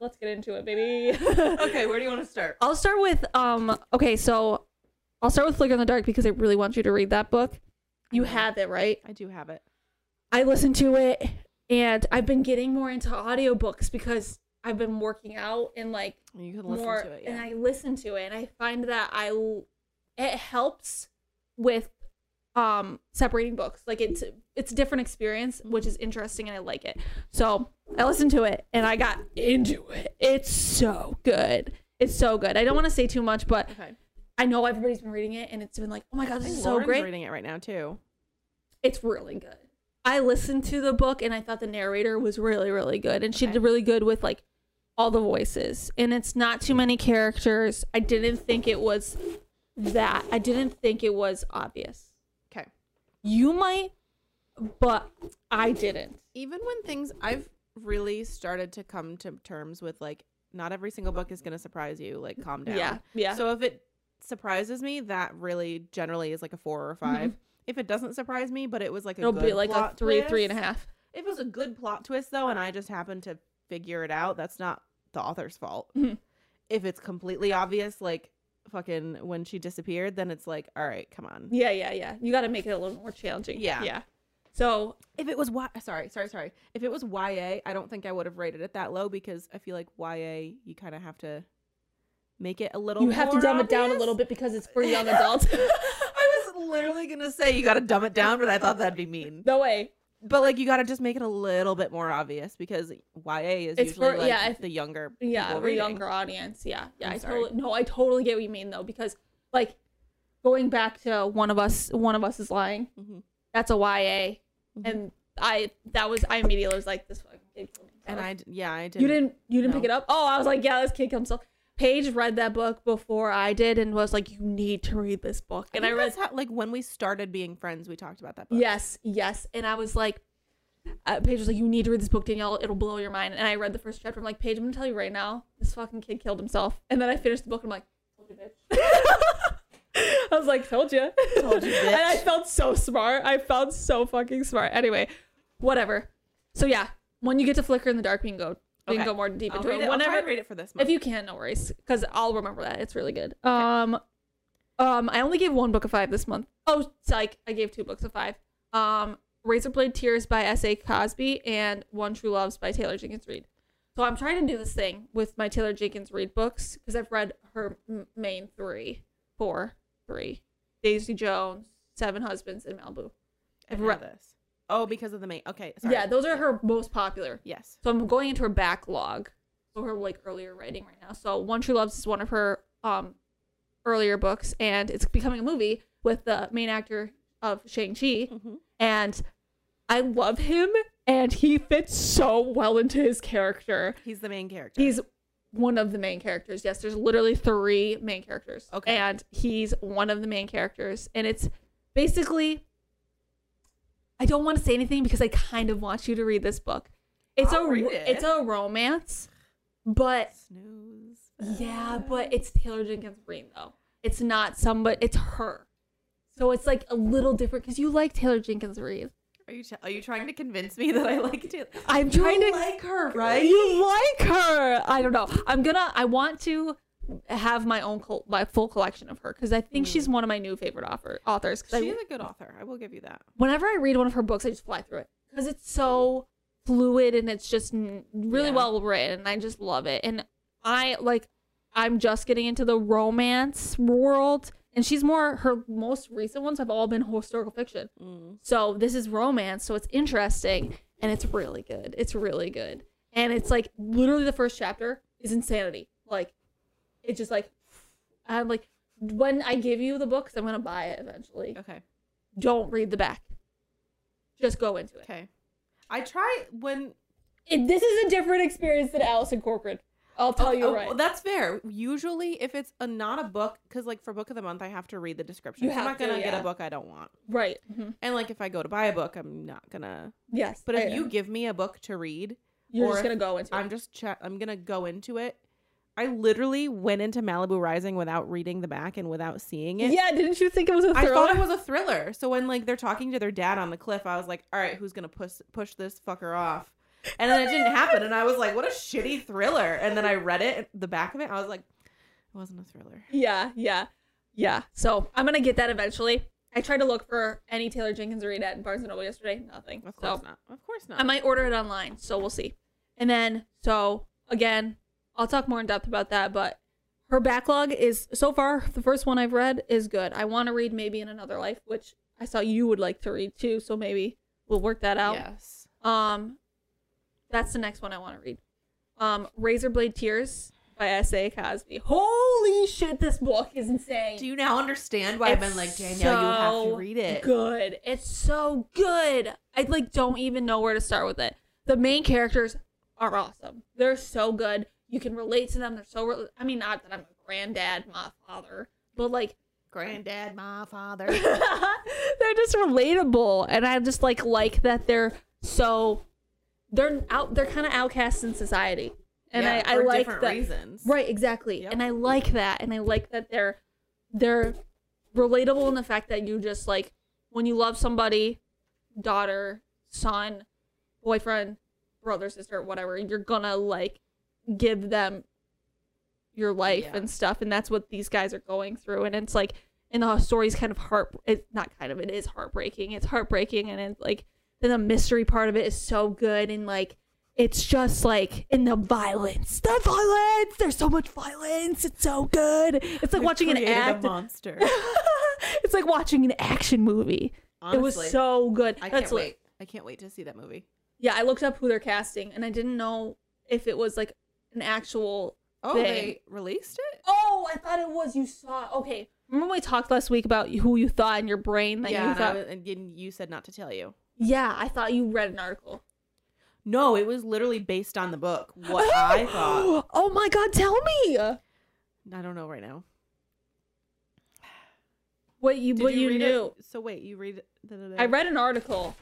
let's get into it, baby.
*laughs* okay, where do you want to start?
*laughs* I'll start with um. Okay, so I'll start with Flicker in the Dark because I really want you to read that book. You
Okay.
have it right.
I do have it.
I listened to it and I've been getting more into audiobooks because I've been working out and like
You can listen
more
to it. Yeah.
and I listen to it and I find that I l- it helps with um separating books. Like it's it's a different experience, which is interesting and I like it. So I listened to it and I got into it. It's so good. It's so good. I don't want to say too much, but
okay.
I know everybody's been reading it and it's been like, oh my god, this is so
Lauren's
great.
reading it right now too.
It's really good. I listened to the book and I thought the narrator was really, really good. And she
Okay.
did really good with like all the voices. And it's not too many characters. I didn't think it was that. I didn't think it was obvious.
Okay.
You might, but I didn't.
Even when things I've really started to come to terms with like not every single book is going to surprise you.
*laughs*
Like calm down.
Yeah. Yeah.
So if it surprises me, that really generally is like a four or 5 If it doesn't surprise me, but it was like a
Mm-hmm. It'll
good
be like a
plot
three, three
twist-
and a half.
If it was a good plot twist though, and I just happened to figure it out, that's not the author's fault.
Mhm.
If it's completely obvious, like fucking when she disappeared, then it's like, all right, come on.
Yeah. Yeah. Yeah. You got to make it a little more challenging.
Yeah.
Yeah. So
If it was y- sorry, sorry, sorry. If it was YA, I don't think I would have rated it that low because I feel like YA, you kind of have to make it a little.
you have to
more
dumb it down a
obvious. *laughs*
little bit because it's for young adults.
I was literally gonna say you got to dumb it down, but I thought that'd be mean.
no way.
*laughs* But like, you got to just make it a little bit more obvious because YA is
It's
usually
for-
like
yeah, if-
the younger.
yeah
people
for a
reading.
younger audience yeah yeah
I'm
i
sorry.
totally no i totally get what you mean though because like going back to one of us one of us is lying
Mhm.
that's a ya
Mm-hmm.
and i that was i immediately was like this fucking kid killed himself.
And I, d- yeah, I did.
you didn't you didn't pick
no.
it up oh i was like yeah this kid killed himself paige read that book before i did and was like you need to read this book and i, read
how, like when we started being friends, we talked about that book.
Yes, yes. And I was like, uh, Paige was like, you need to read this book, Danielle. It'll blow your mind. And I read the first chapter. I'm like, Paige, I'm gonna tell you right now, this fucking kid killed himself. And then I finished the book. and I'm like, told you, bitch. *laughs* I was like, told you,
Told
*laughs*
you,
and I
bitch.
felt so smart. I felt so fucking smart. Anyway, whatever. So yeah, when you get to Flicker in the Dark, we can go. We
Okay.
can go more deep
I'll
into
read
it.
it. I'll
Whenever,
try and read it for this month.
if you can, no worries, because I'll remember that. It's really good. Um, um, I only gave one book of five this month. Oh, psych! I gave two books of five. Um, Razorblade Tears by S. A. Cosby and One True Loves by Taylor Jenkins Reid. So I'm trying to do this thing with my Taylor Jenkins Reid books because I've read her m- main three, four, three, Daisy Jones, Seven Husbands, and Malibu.
I've
I've read-
read this. Oh, because of the main. Okay, sorry.
Yeah, those are her most popular.
Yes.
So I'm going into her backlog, so her like earlier writing right now. So One True Loves is one of her um earlier books, and it's becoming a movie with the main actor of Shang Chi,
Mhm.
and I love him, and he fits so well into his character.
He's the main character.
He's one of the main characters. Yes, there's literally three main characters.
Okay.
And he's one of the main characters. And it's basically, I don't want to say anything because I kind of want you to read this book. it's
I'll
a
read
ro-
it.
it's a romance, but
Snooze.
yeah, but it's Taylor Jenkins Green though. It's not somebody. It's her. So it's like a little different because you like Taylor Jenkins Reid.
Are you t- are you trying to convince me that *laughs* I like Taylor?
I'm
You
trying to
like her, right?
You like her? I don't know. I'm gonna. I want to have my own col- my full collection of her because I think she's one of my new favorite author- authors. Because
She's a good author. I will give you that.
whenever I read one of her books, I just fly through it because it's so fluid and it's just n- really
Yeah.
well written. And I just love it. And I like, I'm just getting into the romance world, and she's more her most recent ones have all been historical fiction. So this is romance, so it's interesting and it's really good. It's really good, and it's like literally the first chapter is insanity. Like, it's just like, I'm like. When I give you the book, 'cause I'm gonna buy it eventually
Okay.
don't read the back. Just go into it.
Okay. I try when
It- this is a different experience than Alice in Corcoran. I'll tell
Okay,
you
oh,
right.
That's fair. Usually, if it's a not a book, because like for book of the month, I have to read the description.
You
I'm
have
not
to,
gonna get
yeah.
a book I don't want.
right. Mhm.
And like if I go to buy a book, I'm not gonna.
Yes.
Mm-hmm. But if
I-
you give me a book to read,
you're
or
just
if
gonna go into
I'm
it.
just che- I'm gonna go into it. I literally went into Malibu Rising without reading the back and without seeing it.
yeah. Didn't you think it was a
I
thriller?
thought it was a thriller. So when like they're talking to their dad on the cliff, I was like, "All right, who's gonna push push this fucker off?" And then it didn't happen, and I was like, "What a shitty thriller!" And then I read it, the back of it, I was like, "It wasn't a thriller."
yeah. Yeah. Yeah. So I'm gonna get that eventually. I tried to look for any Taylor Jenkins read at Barnes and Noble yesterday. Nothing.
Of
so
course not. Of course not.
I might order it online, so we'll see. And then, so again, I'll talk more in depth about that, but her backlog is so far the first one I've read is good. I want to read maybe in another life, which I saw you would like to read too, so maybe we'll work that out.
Yes.
Um, that's the next one I want to read. Um, Razorblade Tears by S.A. Cosby. Holy shit, this book is insane.
Do you now understand why I've been
It's
like, Danielle, you have
so
to read it?
Good. It's so good. I like don't even know where to start with it. The main characters are awesome. They're so good. You can relate to them. They're so. Re- I mean, not that I'm a granddad, my father, but like *laughs*
Granddad, my father.
they're just relatable, and I just like like that they're so. They're out. They're kind of outcasts in society, and
Yeah,
I, I
for
like
different
that.
reasons.
Right, exactly.
Yep.
And I like that. And I like that they're they're relatable in the fact that you just like when you love somebody, daughter, son, boyfriend, brother, sister, whatever, you're gonna like give them your life
Yeah.
and stuff and that's what these guys are going through and it's like and the story's kind of heart it's not kind of it is heartbreaking it's heartbreaking and it's like then the mystery part of it is so good and like it's just like in the violence the violence there's so much violence it's so good it's like
I've
watching an
created
act
a monster.
*laughs* it's like watching an action movie it was
Honestly,
so good
I
That's
can't
like-
wait. I can't wait to see that movie.
yeah i looked up who they're casting and i didn't know if it was like an actual
Oh,
They-
they, released it?
Oh, I thought it was you saw. Okay, remember we talked last week about who you thought in your brain that
yeah,
you
and, I
thought.
was, and then you said not to tell you.
yeah, I thought you read an article.
No, it was literally based on the book.
*gasps*
What *gasps* I thought.
oh my god, tell me
I don't know right now.
what you
Did
what you,
read it?
knew.
So wait, you read. da- da- da-
I read an article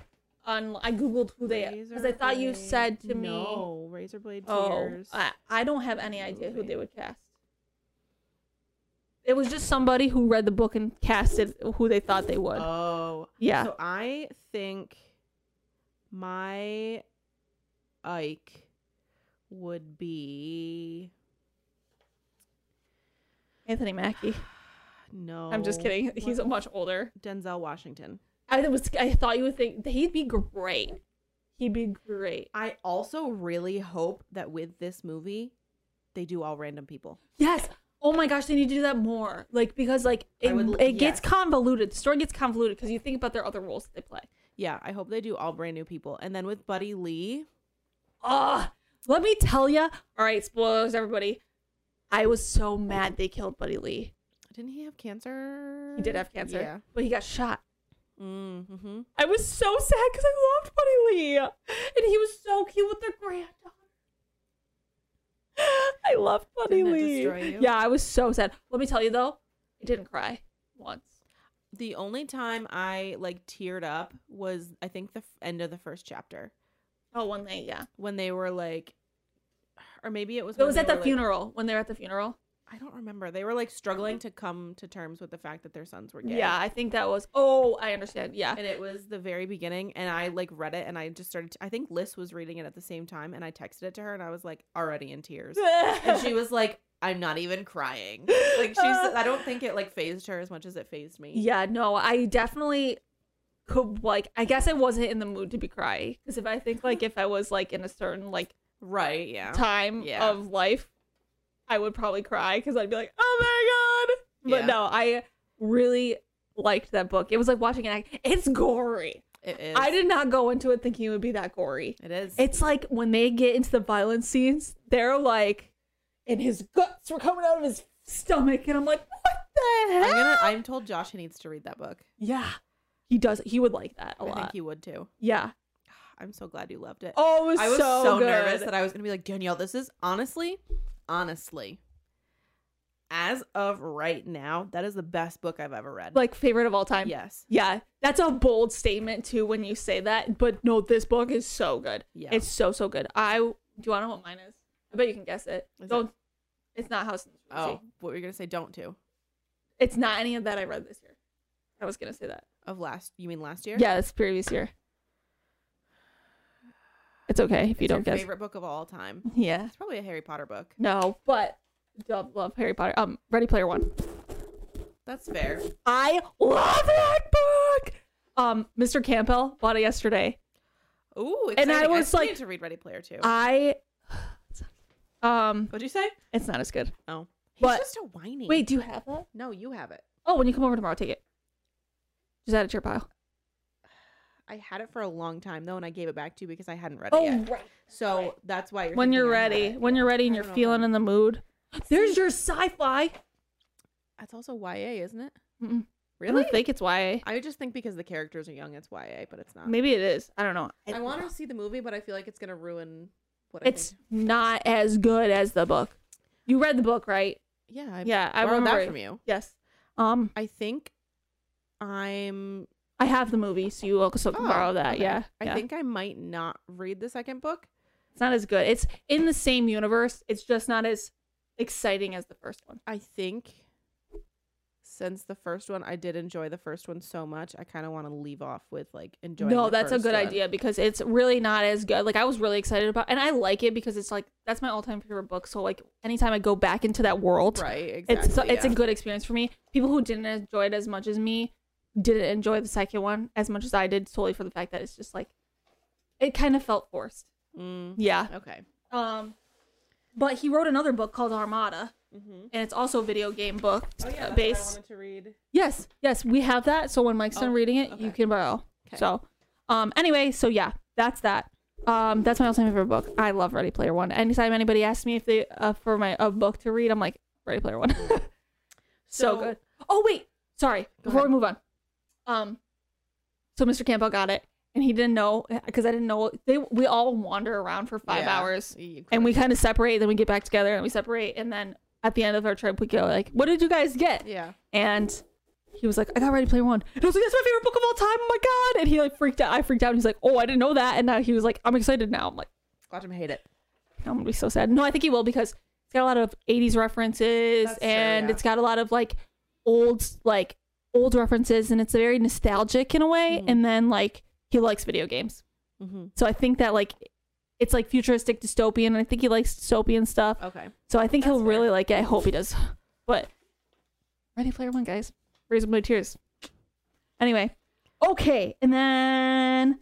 on. I googled who they because I thought you
Razorblade-
said to me.
No, Razorblade
Oh,
Tears.
I, I don't have any idea who
Movie.
they would cast. It was just somebody who read the book and casted who they thought they would.
oh,
yeah.
So I think my Ike would be
Anthony Mackie.
no.
I'm just kidding. *laughs* He's
Oh, what-
much older.
Denzel Washington.
I was I thought you would think that he'd be great. He'd be great.
I also really hope that with this movie, they do all random people.
Yes. Oh my gosh, they need to do that more. Like because like
I
it,
would-
it gets
yes.
convoluted. The story gets convoluted because you think about their other roles that they play.
Yeah, I hope they do all brand new people. And then with Buddy Lee,
Ah, let me tell you. All right, spoilers, everybody. I was so mad they killed Buddy Lee.
didn't he have cancer?
He did have cancer,
Yeah.
but he got shot.
Mm-hmm.
I was so sad because I loved Buddy Lee, and he was so cute with their granddaughter. I loved Buddy
Didn't that
Lee.
destroy you?
Yeah, I was so sad. Let me tell you though, I didn't cry once.
The only time I like teared up was I think the f- end of the first chapter.
Oh, one night, yeah.
when they were like, or maybe it was.
It
when
was
they
at the
were, like-
funeral when they're at the funeral.
I don't remember. They were like struggling to come to terms with the fact that their sons were gay.
Yeah, I think that was. Oh, I understand. Yeah,
And it was the very beginning, and I like read it, and I just started. I think Liz was reading it at the same time, and I texted it to her, and I was like already
*laughs*
in tears, and she was like, "I'm not even crying." Like she's. I don't think it like phased her as much as it phased me.
yeah, no, I definitely could like. I guess I wasn't in the mood to be crying because if I think like if I was like in a certain like
Right. Yeah.
time
Oh, Yeah.
of life, I would probably cry because I'd be like, oh my god. But
Yeah.
no, I really liked that book. It was like watching an act. It's gory.
It is.
I did not go into it thinking it would be that gory.
It is.
It's like when they get into the violence scenes, they're like, and his guts were coming out of his stomach, and I'm like, what the
I'm
hell? *laughs*
gonna. I'm told Josh he needs to read that book.
yeah, he does. He would like that a
I think
lot.
he would too.
yeah.
I'm so glad you loved it.
Oh, it was,
I was so,
good.
nervous that I was going to be like, Danielle, this is honestly, honestly, as of right now, that is the best book I've ever read.
like favorite of all time.
yes.
Yeah, that's a bold statement too when you say that. But no, this book is so good.
Yeah.
It's so so good. I do you want to know what mine is? I bet you can guess it.
Is
Don't. It's not House.
oh,
Oh.
what were you going to say? Don't to.
It's not any of that I read this year. I was gonna say that.
Of last, you mean last year?
Yeah, it's previous year. It's okay if
It's
you don't
your
guess.
favorite book of all time.
Yeah.
It's probably a Harry Potter book.
No, but love, love Harry Potter. Um, Ready Player One.
That's fair.
I love that book. Um, Mr. Campbell bought it yesterday.
Ooh,
And I
exciting.
was
still
like- uh,
need to read Ready Player Two.
I. Um,
What'd you say?
it's not as good.
Oh, he's
But-
just a whiny.
Wait, do you have that?
no, you have it.
Oh, when you come over tomorrow, take it. Just add it to your pile.
I had it for a long time though, and I gave it back to you because I hadn't read it
Oh,
yet.
right.
So that's why you're
when
thinking
you're
I had
ready,
it.
when you're ready and
I
you're
don't know if
feeling
I'm-
in the mood. There's your sci-fi.
That's also YA, isn't it?
Mm-mm. I
Really?
don't think it's YA.
I just think because the characters are young, it's YA, but it's not.
Maybe it is. I don't know.
Uh-huh. I want to see the movie, but I feel like it's gonna ruin what I
It's not as good as the book. You read the book, right?
think. Yeah, I
yeah, I
borrowed
remember.
that
it.
from you.
Yes. Um,
I think I'm.
I have the movie, so you also can
Oh,
borrow that.
okay.
Yeah,
I
yeah.
think I might not read the second book.
it's not as good. It's in the same universe. It's just not as exciting as the first one.
I think since the first one, I did enjoy the first one so much. I kind of want to leave off with like enjoying.
no
the
that's a
first
good
one.
idea because it's really not as good like i was really excited about and i like it because it's like that's my all-time favorite book so like anytime i go back into that world
*laughs* Right. Exactly.
it's it's a
yeah.
good experience for me people who didn't enjoy it as much as me didn't enjoy the second one as much as i did solely for the fact that it's just like it kind of felt forced
Mm,
yeah
okay.
um but he wrote another book called armada
Mm-hmm.
and it's also a video game book
Oh yeah.
uh, based
to read.
Yes, yes, we have that. So when Mike's
Oh,
done reading it, you
okay.
can borrow.
Okay.
So, um, anyway, so yeah, that's that. Um, that's my all-time favorite book. I love Ready Player One. Anytime anybody asks me if they uh, for my a book to read, I'm like Ready Player One. *laughs* so,
So-
good. Oh wait, sorry.
Go
Before
ahead.
we move on, um, so Mr. Campbell got it, and he didn't know because I didn't know they. We all wander around for five
Yeah.
hours
You-
and we kind of separate then we get back together and we separate and then at the end of our trip we go like what did you guys get
Yeah.
and he was like i got ready to play one and i was like that's my favorite book of all time oh my god and he like freaked out i freaked out and he's like oh i didn't know that and now he was like i'm excited now i'm like
Watch him hate it.
i'm gonna be so sad no i think he will because it's got a lot of 80s references
That's true,
and
yeah.
it's got a lot of like old like old references and it's very nostalgic in a way and then like he likes video games
Mm-hmm.
so i think that like it's like futuristic dystopian and i think he likes dystopian stuff
Okay.
So I think he'll
That's fair.
really like it. I hope he does. *laughs* But Ready Player One, guys. Raise blue tears. Anyway. Okay. And then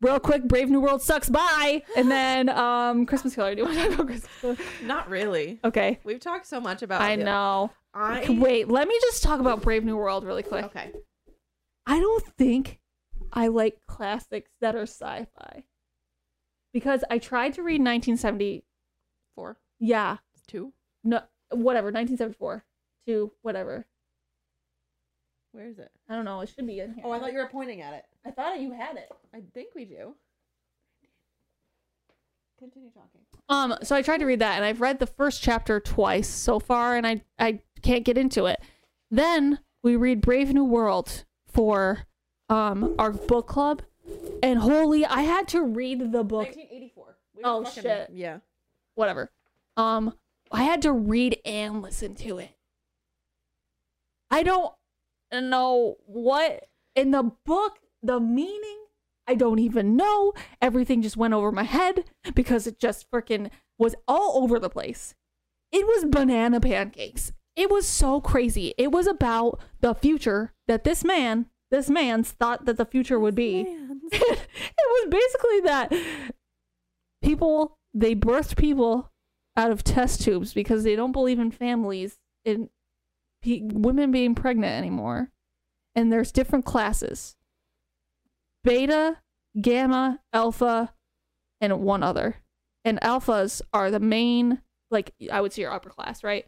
real quick, Brave New World sucks. Bye. And
*laughs*
then um Christmas Killer. Do you want to talk about Christmas Killer?
Not really.
Okay.
We've talked so much about.
I
the-
know.
I
Wait, let me just talk about Brave New World really quick.
Okay.
I don't think I like classics that are sci-fi. Because I tried to read 1970.
Four,
Yeah.
two.
No, whatever. 1974 to whatever.
Where is it?
I don't know. It should be in here.
Oh, I thought you were pointing at it.
I thought you had it.
I think we do. Continue talking.
Um, so I tried to read that, and I've read the first chapter twice so far, and I I can't get into it. Then we read Brave New World for um our book club, And holy, I had to read the book
1984.
Oh, shit.
Yeah.
whatever. Um, I had to read and listen to it. I don't know what in the book, the meaning, I don't even know. Everything just went over my head because it just freaking was all over the place. It was banana pancakes. It was so crazy. It was about the future that this man, this man's thought that the future would be *laughs* it was basically that people they birthed people out of test tubes because they don't believe in families in pe- women being pregnant anymore and there's different classes beta gamma alpha and one other and alphas are the main like i would say your upper class right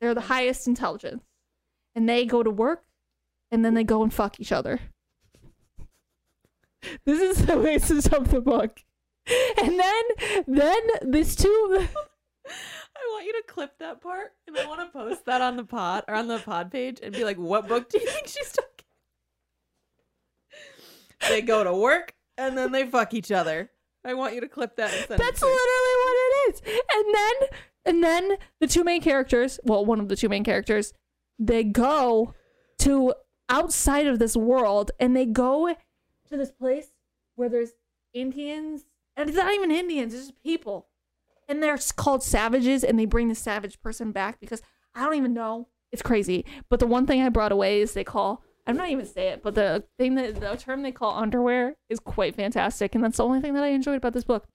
they're the highest intelligence and they go to work and then they go and fuck each other this is the basis of the book. And then, then these two,
I want you to clip that part and I want to post that on the pod or on the pod page and be like, what book do you think *laughs* she's talking?
They go to work and then they fuck each other. I want you to clip that. And send it
that's
to me.
literally what it is. And then, and then the two main characters, well, one of the two main characters, they go to outside of this world and they go to this place where there's Indians. And it's not even Indians, it's just people. And they're s- called savages and they bring the savage person back because I don't even know. It's crazy. But the one thing I brought away is they call I'm not even say it, but the thing that the term they call underwear is quite fantastic, and that's the only thing that I enjoyed about this book.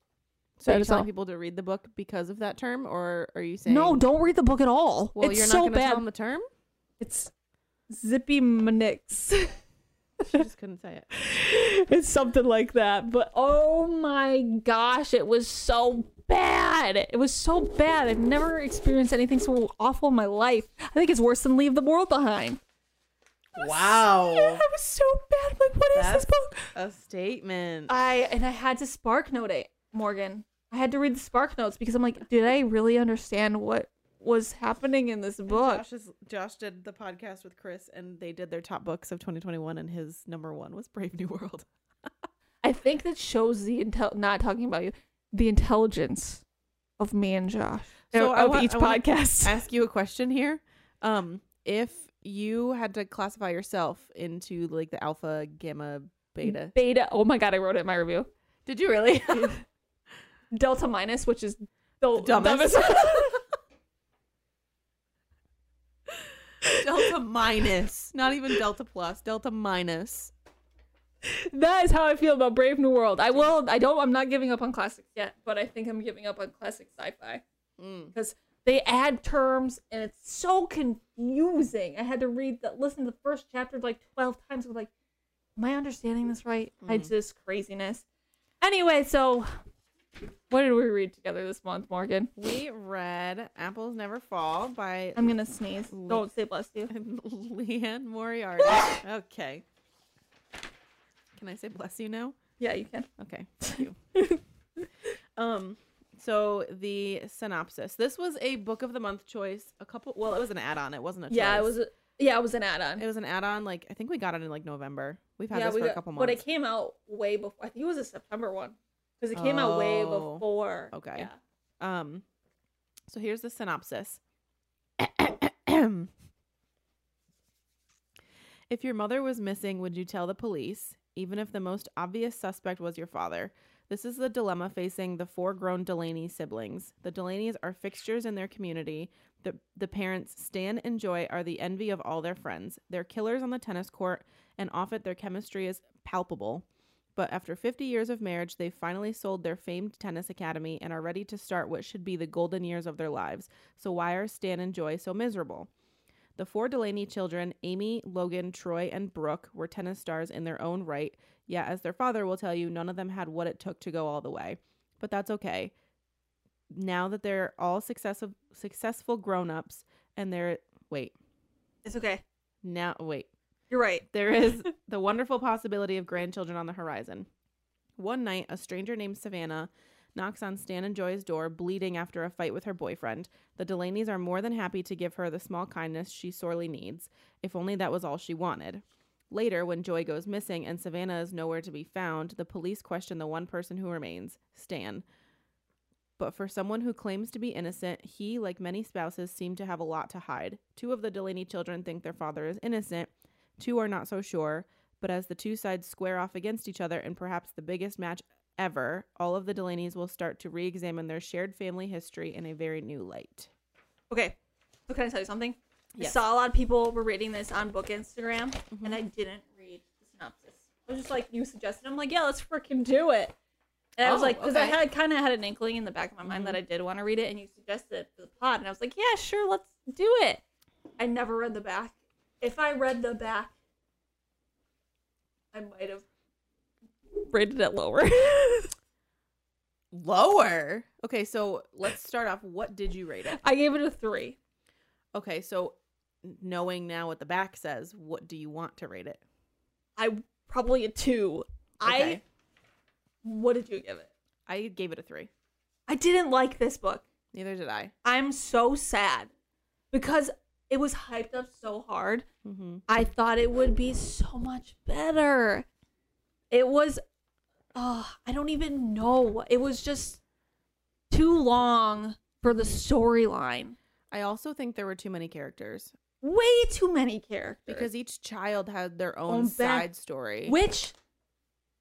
So you're
That's
telling
all.
people to read the book because of that term, or are you saying
No, don't read the book at all.
Well,
it's
you're not
so
going to
bad.
tell them the term.
It's Zippy Minix.
She just couldn't say it.
*laughs* it's something like that. But oh my gosh, it was so bad. It was so bad. I've never experienced anything so awful in my life. I think it's worse than Leave the World Behind. Yeah,
Wow,
it was so bad. I'm like, what is
That's-
this book?
a statement.
I and I had to spark note it, Morgan. I had to read the spark notes because I'm like, did I really understand what was happening in this book?
Josh, is, Josh did the podcast with Chris, and they did their top books of 2021, and his number one was Brave New World. *laughs*
I think that shows the intel. Not talking about you, the intelligence of me and Josh.
So
So
I
of
want-
each
I wanna
podcast.
Ask you a question here. Um, if you had to classify yourself into like the alpha, gamma, beta,
Beta. Oh my god, I wrote it in my review.
did you really? *laughs*
Delta minus, which is the
Dumbest.
dumbest. *laughs*
*laughs* delta minus, not even delta plus, delta minus.
that is how I feel about Brave New World. I will. I don't. I'm not giving up on classics yet, but I think I'm giving up on classic sci-fi. because they add terms and it's so confusing. I had to read that, listen to the first chapter like 12 times. I was like, am I understanding this right? I just craziness. Anyway, so what did we read together this month, Morgan?
We read Apples Never Fall by *laughs*
I'm gonna sneeze.
Ooh.
Don't say bless you.
Leanne Moriarty. *laughs* okay. Can I say bless you now?
Yeah, you can.
Okay. Thank you. *laughs* um so the synopsis. This was a book of the month choice. A couple well, it was an add-on. It wasn't a choice.
Yeah, it was. A, yeah, it was an add-on.
it was an add-on like I think we got it in like November. We've had
yeah,
this for
got,
a couple months.
but it came out way before. I think it was a September one because it came out way
Oh.
before.
Okay.
Yeah.
Um, so here's the synopsis. if your mother was missing, would you tell the police, even if the most obvious suspect was your father? This is the dilemma facing the four grown Delaney siblings. The Delaney's are fixtures in their community. The, the parents, Stan and Joy, are the envy of all their friends. They're killers on the tennis court, and off it, their chemistry is palpable. But after 50 years of marriage, they finally sold their famed tennis academy and are ready to start what should be the golden years of their lives. So why are Stan and Joy so miserable? The four Delaney children, Amy, Logan, Troy, and Brooke, were tennis stars in their own right. Yet, as their father will tell you, none of them had what it took to go all the way. But that's okay. Now that they're all successful, successful grown-ups, and they're wait
It's okay.
now wait
You're right.
there is the wonderful possibility of grandchildren on the horizon. One night, a stranger named Savannah knocks on Stan and Joy's door, bleeding after a fight with her boyfriend. The Delaneys are more than happy to give her the small kindness she sorely needs, if only that was all she wanted. Later, when Joy goes missing and Savannah is nowhere to be found, the police question the one person who remains, Stan. But for someone who claims to be innocent, he, like many spouses, seem to have a lot to hide. Two of the Delaney children think their father is innocent, two are not so sure, but as the two sides square off against each other in perhaps the biggest match ever, all of the Delaneys will start to re examine their shared family history in a very new light.
Okay. So can I tell you something?
Yes.
I saw a lot of people were reading this on book Instagram, and I didn't read the synopsis. I was just like, you suggested. I'm like, yeah, let's freaking do it. And I was
Oh,
like, because I
okay.
had kind of had an inkling in the back of my mind that I did want to read it, and you suggested it for the pod, and I was like, yeah, sure, let's do it. I never read the back. If I read the back, I might have rated it lower.
Lower. Okay, so let's start off. What did you rate it?
*laughs* I gave it a three.
Okay, so knowing now what the back says, what do you want to rate it?
I probably a two. I.
Okay.
What did you give it?
I gave it a three.
I didn't like this book.
Neither did I.
I'm so sad because it was hyped up so hard.
Mm-hmm.
I thought it would be so much better. It was, oh, I don't even know. It was just too long for the storyline.
I also think there were too many characters
Way too many characters.
because each child had their
Own
own
back-
side story.
which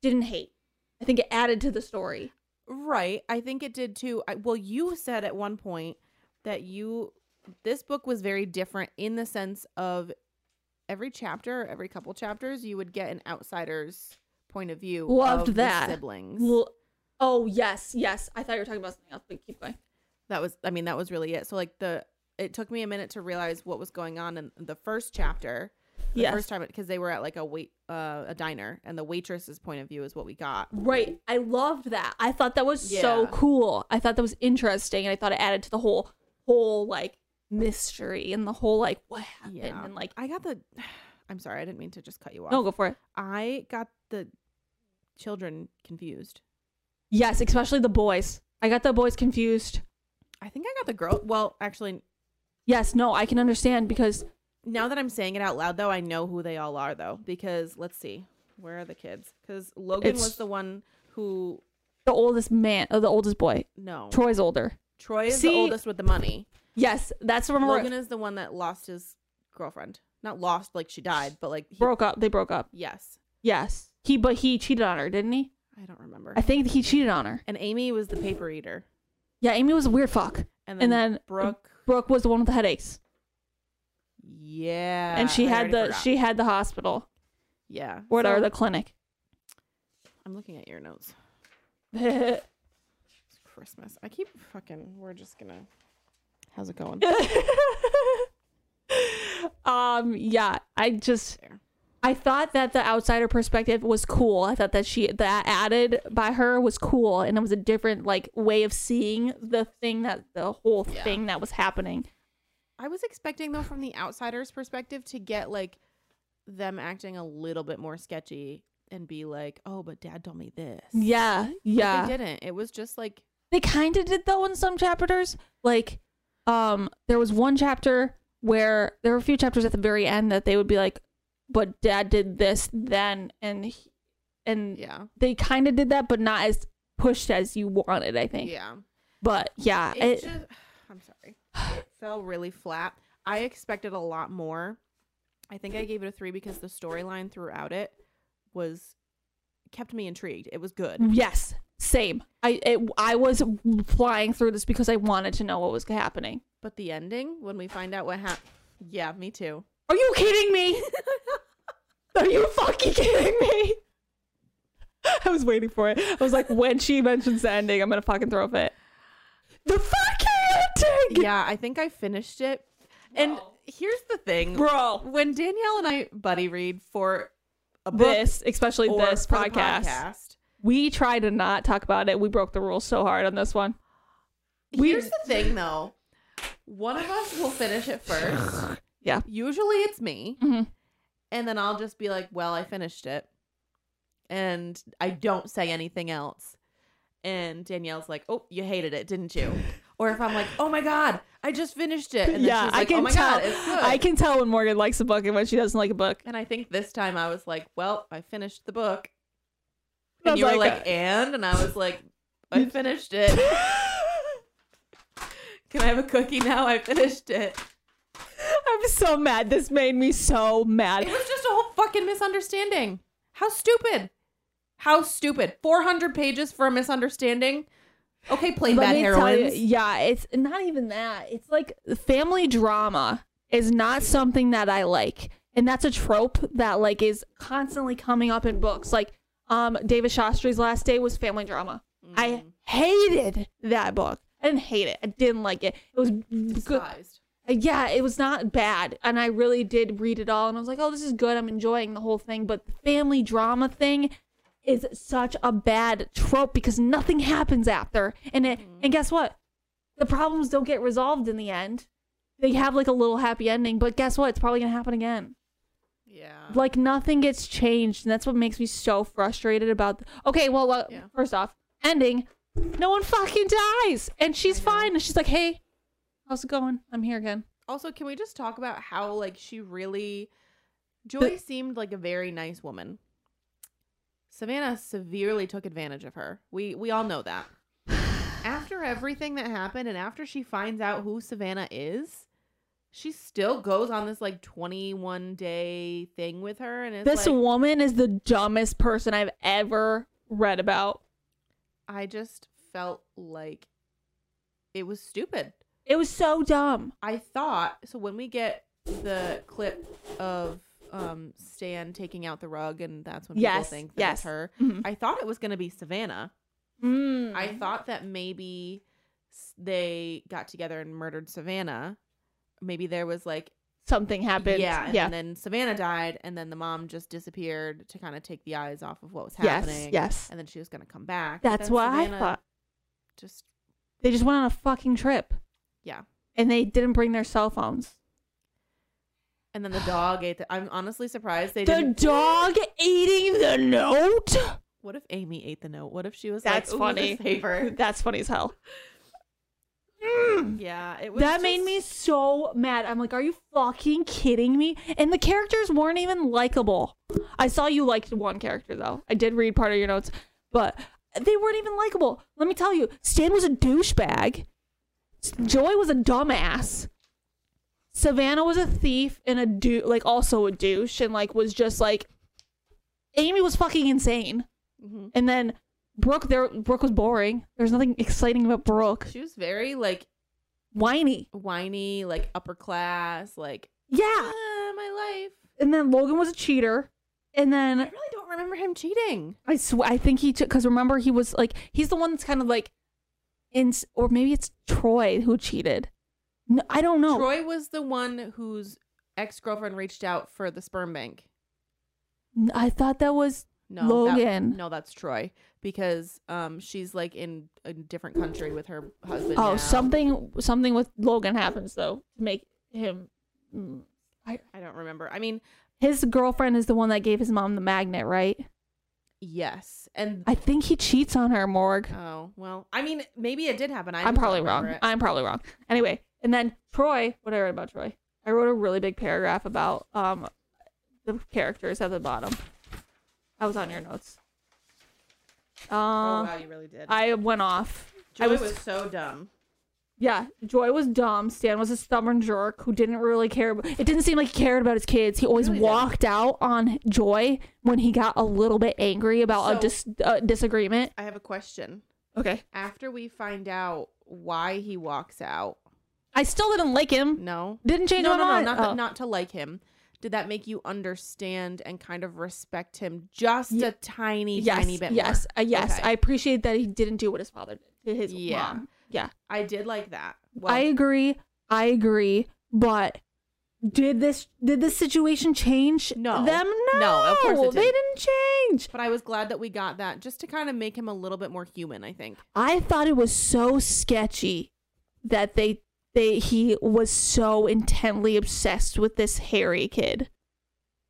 didn't hate. I think it added to the story.
Right. I think it did too. I, well, you said at one point that you this book was very different in the sense of every chapter, every couple chapters, you would get an outsider's point of view.
Loved
of the
that.
siblings.
Well, oh yes, yes. I thought you were talking about something else, but keep going.
that was. I mean, that was really it. So like the it took me a minute to realize what was going on in the first chapter. The
Yes.
first time because they were at like a wait uh, a diner and the waitress's point of view is what we got.
Right. I loved that. I thought that was so
Yeah.
cool. I thought that was interesting and I thought it added to the whole whole like mystery and the whole like what happened and like
I got the. *sighs* I'm sorry, I didn't mean to just cut you off.
no go for it.
I got the children confused.
Yes, especially the boys. I got the boys confused.
I think I got the girl. Well, actually,
Yes, no, I can understand because
now that I'm saying it out loud, though, I know who they all are, though, because let's see, where are the kids? Because Logan
It's-
was the one who
the oldest man or the oldest boy.
no.
Troy's older.
Troy is
See-
the oldest with the money.
Yes, that's when
Logan
we
is the one that lost his girlfriend. Not lost, like she died, but like he,
broke up. They broke up.
Yes,
Yes. He but he cheated on her, didn't he?
I don't remember.
I think he cheated on her.
and Amy was the paper eater,
Yeah, Amy was a weird fuck.
and then,
And then
Brooke.
Brooke was the one with the headaches.
Yeah,
and she
I
had
already
the
forgot.
she had the hospital.
yeah.
What
So-
are the
*laughs*
clinic?
I'm looking at your notes.
That's
It's Christmas. I keep fucking. We're just gonna. How's it going?
um yeah i just
There.
i thought that the outsider perspective was cool i thought that she that added by her was cool and it was a different like way of seeing the thing that the whole
Yeah.
thing that was happening
*laughs* I was expecting though, from the outsider's perspective, to get like them acting a little bit more sketchy and be like, "Oh, but Dad told me this."
yeah yeah
But they didn't. It was just like
they kind of did though in some chapters like um there was one chapter where there were a few chapters at the very end that they would be like but dad did this then and he, and
yeah,
they kind of did that but not as pushed as you wanted i think
yeah.
but yeah
It,
it,
just. *sighs* I'm sorry. It fell really flat. I expected a lot more. I think I gave it a three because the storyline throughout it was kept me intrigued. It was good.
yes same i it, i was flying through this because i wanted to know what was happening
But the ending, when we find out what happened. Yeah, me too.
are you kidding
*laughs*
me are you fucking kidding me i was waiting for it i was like when she mentions the ending i'm gonna fucking throw a fit the fucking ending
yeah, I think I finished it. And here's the thing
bro
when Danielle and I buddy read for a book
this especially
or
this
for the
podcast We try to not talk about it. We broke the rules so hard on this one. We-
Here's the thing though one of us will finish it first. Mm-hmm.
Yeah.
*laughs* Usually it's me.
Mhm.
And then I'll just be like, well, I finished it. And I don't say anything else. And Danielle's like, oh, you hated it, didn't you? Or if I'm like, oh my God, I just finished it. And then
yeah,
she's
I
like,
can
oh my
tell.
God, it's good.
I can tell when Morgan likes a book and when she doesn't like a book.
and I think this time I was like, well, I finished the book.
I
And
was
you were
like,
like, uh, and? And I was *laughs* like, I finished it. Can I have a cookie now? I finished it.
*laughs* I'm so mad. This made me so
It
mad.
was just a whole fucking misunderstanding. How stupid. How stupid. 400 pages for a misunderstanding. Okay, play
Let
bad
me tell you-
heroines.
yeah, it's not even that. It's like family drama is not something that I like, and that's a trope that like is constantly coming up in books. Like, um, David Shastri's last day was family drama.
Mm.
I hated that book. I didn't hate it. I didn't like it. It was good.
Despised.
yeah, it was not bad. And I really did read it all and I was like, oh, this is good. I'm enjoying the whole thing. But the family drama thing is such a bad trope because nothing happens after. And it and guess what? The problems don't get resolved in the end. They have like a little happy ending, but guess what? It's probably gonna happen again.
Yeah.
Like nothing gets changed, and that's what makes me so frustrated about. okay, well, uh,
Yeah.
first off, ending. No one fucking dies, and she's fine, and she's like, "Hey, how's it going? I'm here again."
Also, can we just talk about how like she really Joy seemed like a very nice woman. Savannah severely took advantage of her. We we all know that. After everything that happened and after she finds out who Savannah is, she still goes on this like 21 day thing with her and it's
this
like,
woman is the dumbest person I've ever read about.
I just felt like it was stupid.
It was so dumb.
I thought so when we get the clip of um Stan taking out the rug and that's when people
Yes,
think that it's
yes.
her.
Mhm.
I thought it was going to be Savannah.
Mm.
I thought that maybe s- they got together and murdered Savannah. Maybe there was like
something happened.
yeah, and,
yeah.
then Savannah died and then the mom just disappeared to kind of take the eyes off of what was
yes,
happening.
yes.
And then she was going to come back. But
That's
then
what I
Savannah
thought.
Just
They just went on a fucking trip.
Yeah.
And they didn't bring their cell phones.
and then the dog ate the I'm honestly surprised they
The
didn't
dog eating the note.
What if Amy ate the note? What if she was
That's
like, "Ooh, *laughs*
funny.
this paper.
That's funny as hell.
Yeah, it was
That made
just-
me so mad. I'm like, are you fucking kidding me? And the characters weren't even likable. I saw you liked one character though. I did read part of your notes, but they weren't even likable. Let me tell you, Stan was a douchebag. Joy was a dumbass. Savannah was a thief and a dou like also a douche, and like was just like Amy was fucking insane.
Mhm.
And then Brooke, there Brooke was boring. There's nothing exciting about Brooke.
She was very like
Whiny.
whiny, like upper class, like
Yeah.
ah, my life.
and then Logan was a cheater. And
I
then
really don't remember him cheating.
I swear, I think he took because remember he was like he's the one that's kind of like, in or maybe it's Troy who cheated. No, I don't know.
Troy was the one whose ex girlfriend reached out for the sperm bank.
N- I thought that was
No, that-
Logan.
no, that's Troy because um she's like in a different country with her husband.
oh
now.
something something with Logan happens though to make him. mm,
I don't remember. I mean,
His girlfriend is the one that gave his mom the magnet, right?
yes, and
I think he cheats on her, Morg.
oh well. I mean, maybe it did happen. I
I'm
just don't
probably
remember
wrong.
it.
I'm probably wrong. Anyway, and then Troy, what I wrote about Troy, I wrote a really big paragraph about um the characters at the bottom. I was on your notes.
oh
Uh,
wow, you really did.
I went off.
Joy
I was,
was so dumb.
yeah. Joy was dumb. Stan was a stubborn jerk who didn't really care. ab- It didn't seem like he cared about his kids. He always
Really didn't.
walked out on Joy when he got a little bit angry about
So-
a dis- uh, disagreement.
I have a question.
Okay.
After we find out why he walks out,
I still didn't like him.
no,
Didn't change
no,
my
no, no,
mind.
not
Oh.
that, not to like him. Did that make you understand and kind of respect him just
Ye-
a tiny,
yes,
tiny bit?
yes, uh, yes.
Okay.
I appreciate that he didn't do what his father did to his
Yeah.
mom. Yeah,
more? I did like that. Well,
I agree. I agree. But did this did this situation change
No.
them? No,
No, of course it
they didn't change.
but I was glad that we got that just to kind of make him a little bit more human. I think.
I thought it was so sketchy that they they he was so intently obsessed with this Harry kid,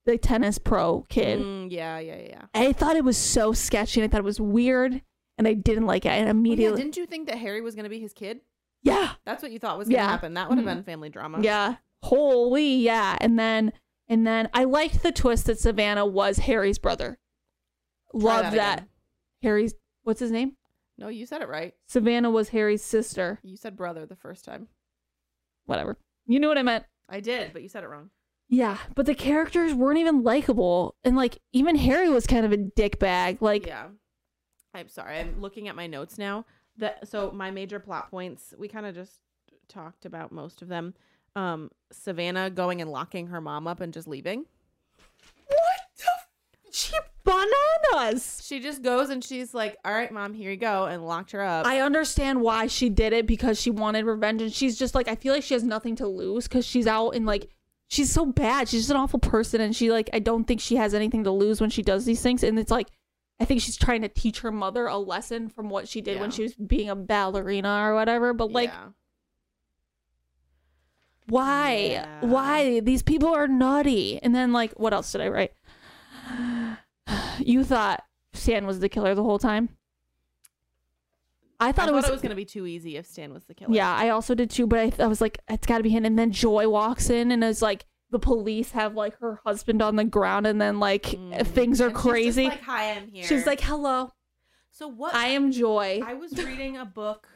the tennis pro kid.
Mm, yeah, yeah, yeah. yeah. Well,
I thought it was so sketchy, and I thought it was weird, and I didn't like it. And
yeah,
immediately,
didn't you think that Harry was going to be his kid?
Yeah.
That's what you thought was going to
Yeah.
happen. That would have
Mhm.
been family drama.
Yeah. Holy yeah. And then and then I liked the twist that Savannah was Harry's brother.
Try
Love that.
again.
Harry's what's his name?
No, you said it right.
Savannah was Harry's sister.
You said brother the first time.
Whatever. You knew what I meant.
I did, but you said it wrong.
Yeah, but the characters weren't even likable. And like even Harry was kind of a dickbag. Like
yeah. I'm sorry. I'm looking at my notes now. That so my major plot points, we kind of just talked about most of them. Um Savannah going and locking her mom up and just leaving.
what the f- she bananas.
She just goes and she's like, "All right, mom, here you go," and locked her up.
I understand why she did it because she wanted revenge and she's just like I feel like she has nothing to lose cuz she's out and like she's so bad. She's just an awful person and she like I don't think she has anything to lose when she does these things and it's like I think she's trying to teach her mother a lesson from what she did when
Yeah.
she was being a ballerina or whatever, but like
Yeah.
why?
Yeah.
Why these people are naughty? And then like what else did I write? *sighs* you thought Stan was the killer the whole time? I
I
thought it was
going to be too easy if Stan was the killer.
Yeah, I also did too, but I, I was like, it's got to be him. And then Joy walks in and is like, the police have like her husband on the ground, and then like uh,
Mm.
things are
And she's just
crazy.
like, "Hi, I'm here."
She's like, hello,
"So what?"
I am Joy.
I
*laughs*
was reading a book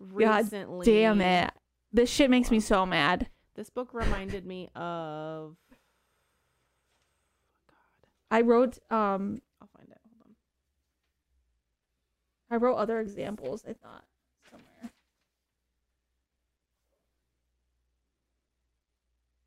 God
recently.
Damn it. This shit makes me so mad.
This book reminded me of.
I wrote, um,
I'll find it. Hold on.
I wrote other examples, I thought, somewhere.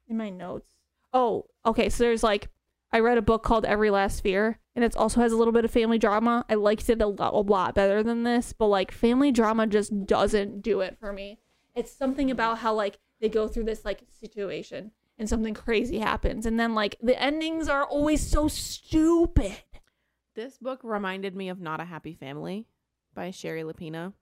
In my notes. Oh, okay. So there's like, I read a book called Every Last Fear, and it also has a little bit of family drama. I liked it a lot, a lot better than this, but like, family drama just doesn't do it for me. It's something about how like they go through this like situation and something crazy happens, and then like the endings are always so stupid.
This book reminded me of Not a Happy Family by Sherry Lapina.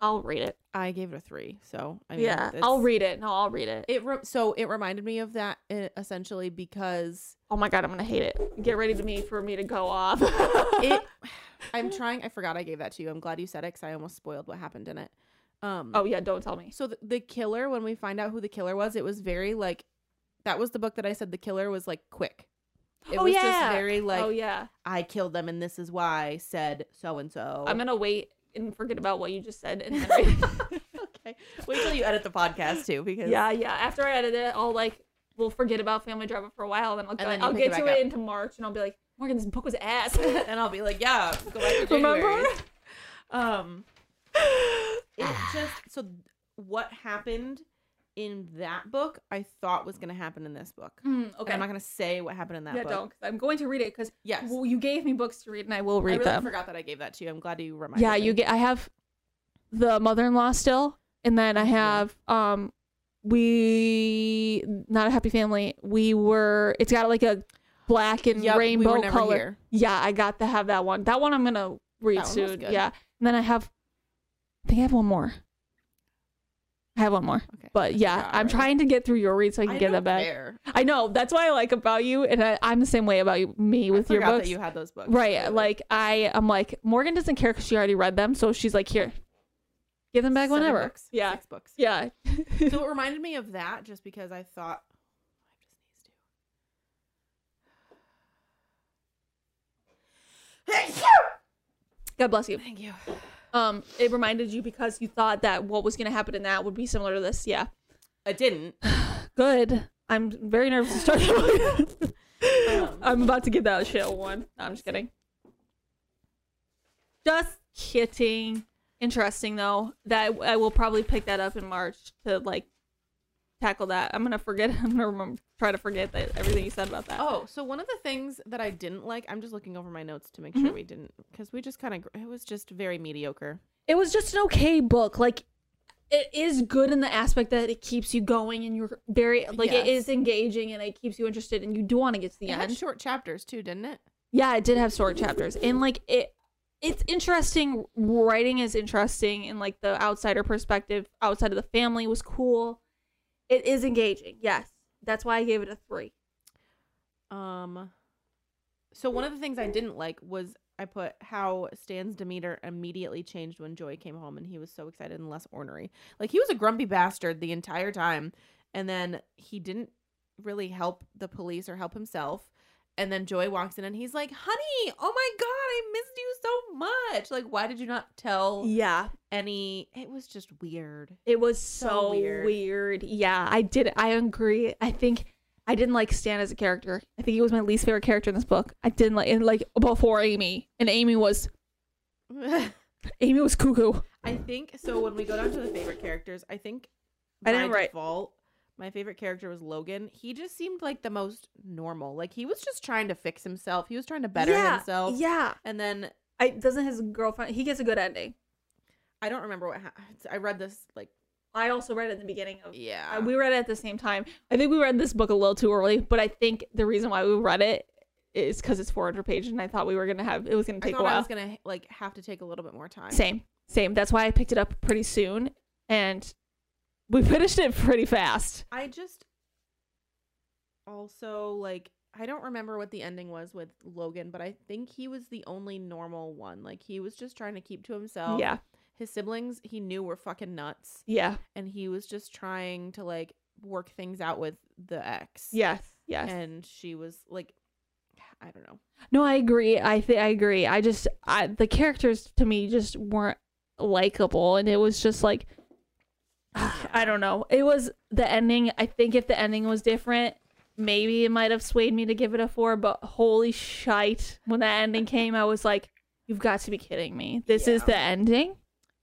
I'll read it.
I gave it a three, so I mean,
yeah,
it's-
I'll read it. No, I'll read it.
it. Re- so it reminded me of that uh,
*laughs*
essentially because
Oh my god, I'm gonna hate it. Get ready to me for me to go off.
*laughs* it. I'm trying. I forgot I gave that to you. I'm glad you said it because I almost spoiled what happened in it. Um,
*laughs* oh yeah, don't tell me.
So the, the killer, when we find out who the killer was, it was very like that was the book that I said the killer was like quick. It
oh
was
yeah.
just very like
oh yeah.
I killed them and this is why said so and so.
I'm gonna wait and forget about what you just said.
*laughs*
And then read-
okay. Wait till you edit the podcast too, because
yeah, yeah. After I edit it, I'll like we'll forget about family drama for a while, then I'll go,
then you
I'll
pick it
get to
back
it
up.
into March, and I'll be like, Morgan, this book was ass. *laughs* Hmm,
and I'll be like, yeah, go back to
Remember?
January's.
*sighs*
Um, it just so what happened in that book, I thought was going to happen in this book.
Mm,
Okay,
okay.
I'm not going to say what happened in that
yeah,
book.
don't. 'cause I'm going to read it because
Yes,
you gave me books to read, and I will read
I really
them.
forgot that I gave that to you. I'm glad you reminded
yeah
me.
you get i have the mother-in-law still and then i
Mhm.
have um we not a happy family we were it's got like a black and
Yep, we were
rainbow
never
color
here.
yeah i got to have that one that one i'm gonna read
That one was
soon
good.
yeah and then i have i think i have one more i have one more
Okay.
but yeah
forgot
i'm
already.
trying to get through your read so i can get
don't
that back
care.
i know that's what i like about you and I, i'm the same way about you, me with
*laughs* I
your
forgot
books
that you had those books.
Right.
Really.
Like I I'm like Morgan doesn't care cuz she already read them, so she's like here. Give them back
Seven
whenever.
books,
Yeah.
Six books.
Yeah. *laughs*
So it reminded me of that just because I thought I just needs
God bless you.
to. Thank you.
Um it reminded you because you thought that what was going to happen in that would be similar to this. Yeah.
I didn't.
Good. I'm very nervous to
*laughs*
start.
Um,
I'm about to give that shit a one. No, I'm just kidding. Just kidding. Interesting though. That I will probably pick that up in March to like tackle that. I'm gonna forget. *laughs* I'm gonna remember, try to forget that everything you said about that.
Oh, so one of the things that I didn't like, I'm just looking over my notes to make sure we didn't, because we just kind of, it was just very mediocre.
it was just an okay book. Like it is good in the aspect that it keeps you going and you're very like it
Yes.
is engaging and it keeps you interested and you do want to get to the
It had
end.
short chapters too, didn't it?
yeah, it did have short chapters and like it it's interesting writing is interesting and like the outsider perspective outside of the family was cool. It is engaging. Yes. That's why I gave it a 3.
Um, so one of the things I didn't like was I put how Stan's demeanor immediately changed when Joy came home and he was so excited and less ornery. Like he was a grumpy bastard the entire time. And then he didn't really help the police or help himself. And then Joy walks in and he's like, honey, oh my God, I missed you so much. Like, why did you not tell
Yeah,
any? It was just weird.
it was
So
so,
weird.
weird. Yeah, I did. I agree. I think I didn't like Stan as a character. I think he was my least favorite character in this book. I didn't like and like before Amy, and Amy was Amy was cuckoo.
I think so. When we go down to the favorite characters, I think
I didn't
by
write-
default, my favorite character was Logan. He just seemed like the most normal. Like he was just trying to fix himself. He was trying to better
yeah,
himself.
Yeah,
And then
I, doesn't his girlfriend? He gets a good ending.
I don't remember what hap I read this like
I also read it at the beginning of
yeah.
Uh, we read it at the same time. I think we read this book a little too early, but I think the reason why we read it is because it's 400 pages, and I thought we were gonna have it was gonna
I
take a
thought I
while.
was gonna like have to take a little bit more time.
Same, same. That's why I picked it up pretty soon, and we *laughs* finished it pretty fast.
I just also like I don't remember what the ending was with Logan, but I think he was the only normal one. Like he was just trying to keep to himself.
Yeah,
His siblings he knew were fucking nuts.
yeah,
and he was just trying to like work things out with the ex.
yes, yes.
And she was like, I don't know.
No, I agree. I think I agree. I just I the characters to me just weren't likable and it was just like *sighs* I don't know. It was the ending. I think if the ending was different, maybe it might have swayed me to give it a 4, but holy shite when that ending came, I was like you've got to be kidding me. This is
Yeah.
the ending?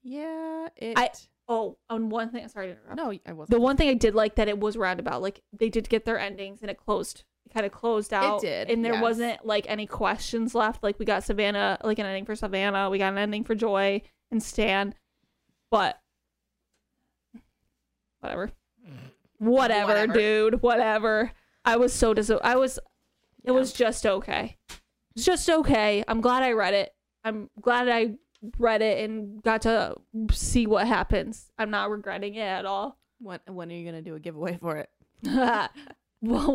Yeah. It.
I- Oh, and one thing, sorry to interrupt.
no, I wasn't.
The one thing I did like that it was roundabout. Like they did get their endings and it closed. It kind of closed out.
did,
And there
yes.
wasn't like any questions left. Like we got Savannah, like an ending for Savannah. We got an ending for Joy and Stan. But whatever. Whatever,
Whatever.
dude. Whatever. I was so dis I was it
Yeah.
was just okay. It's just okay. I'm glad I read it. I'm glad I read it and got to see what happens. I'm not regretting it at all.
When, when are you gonna do a giveaway for it?
well,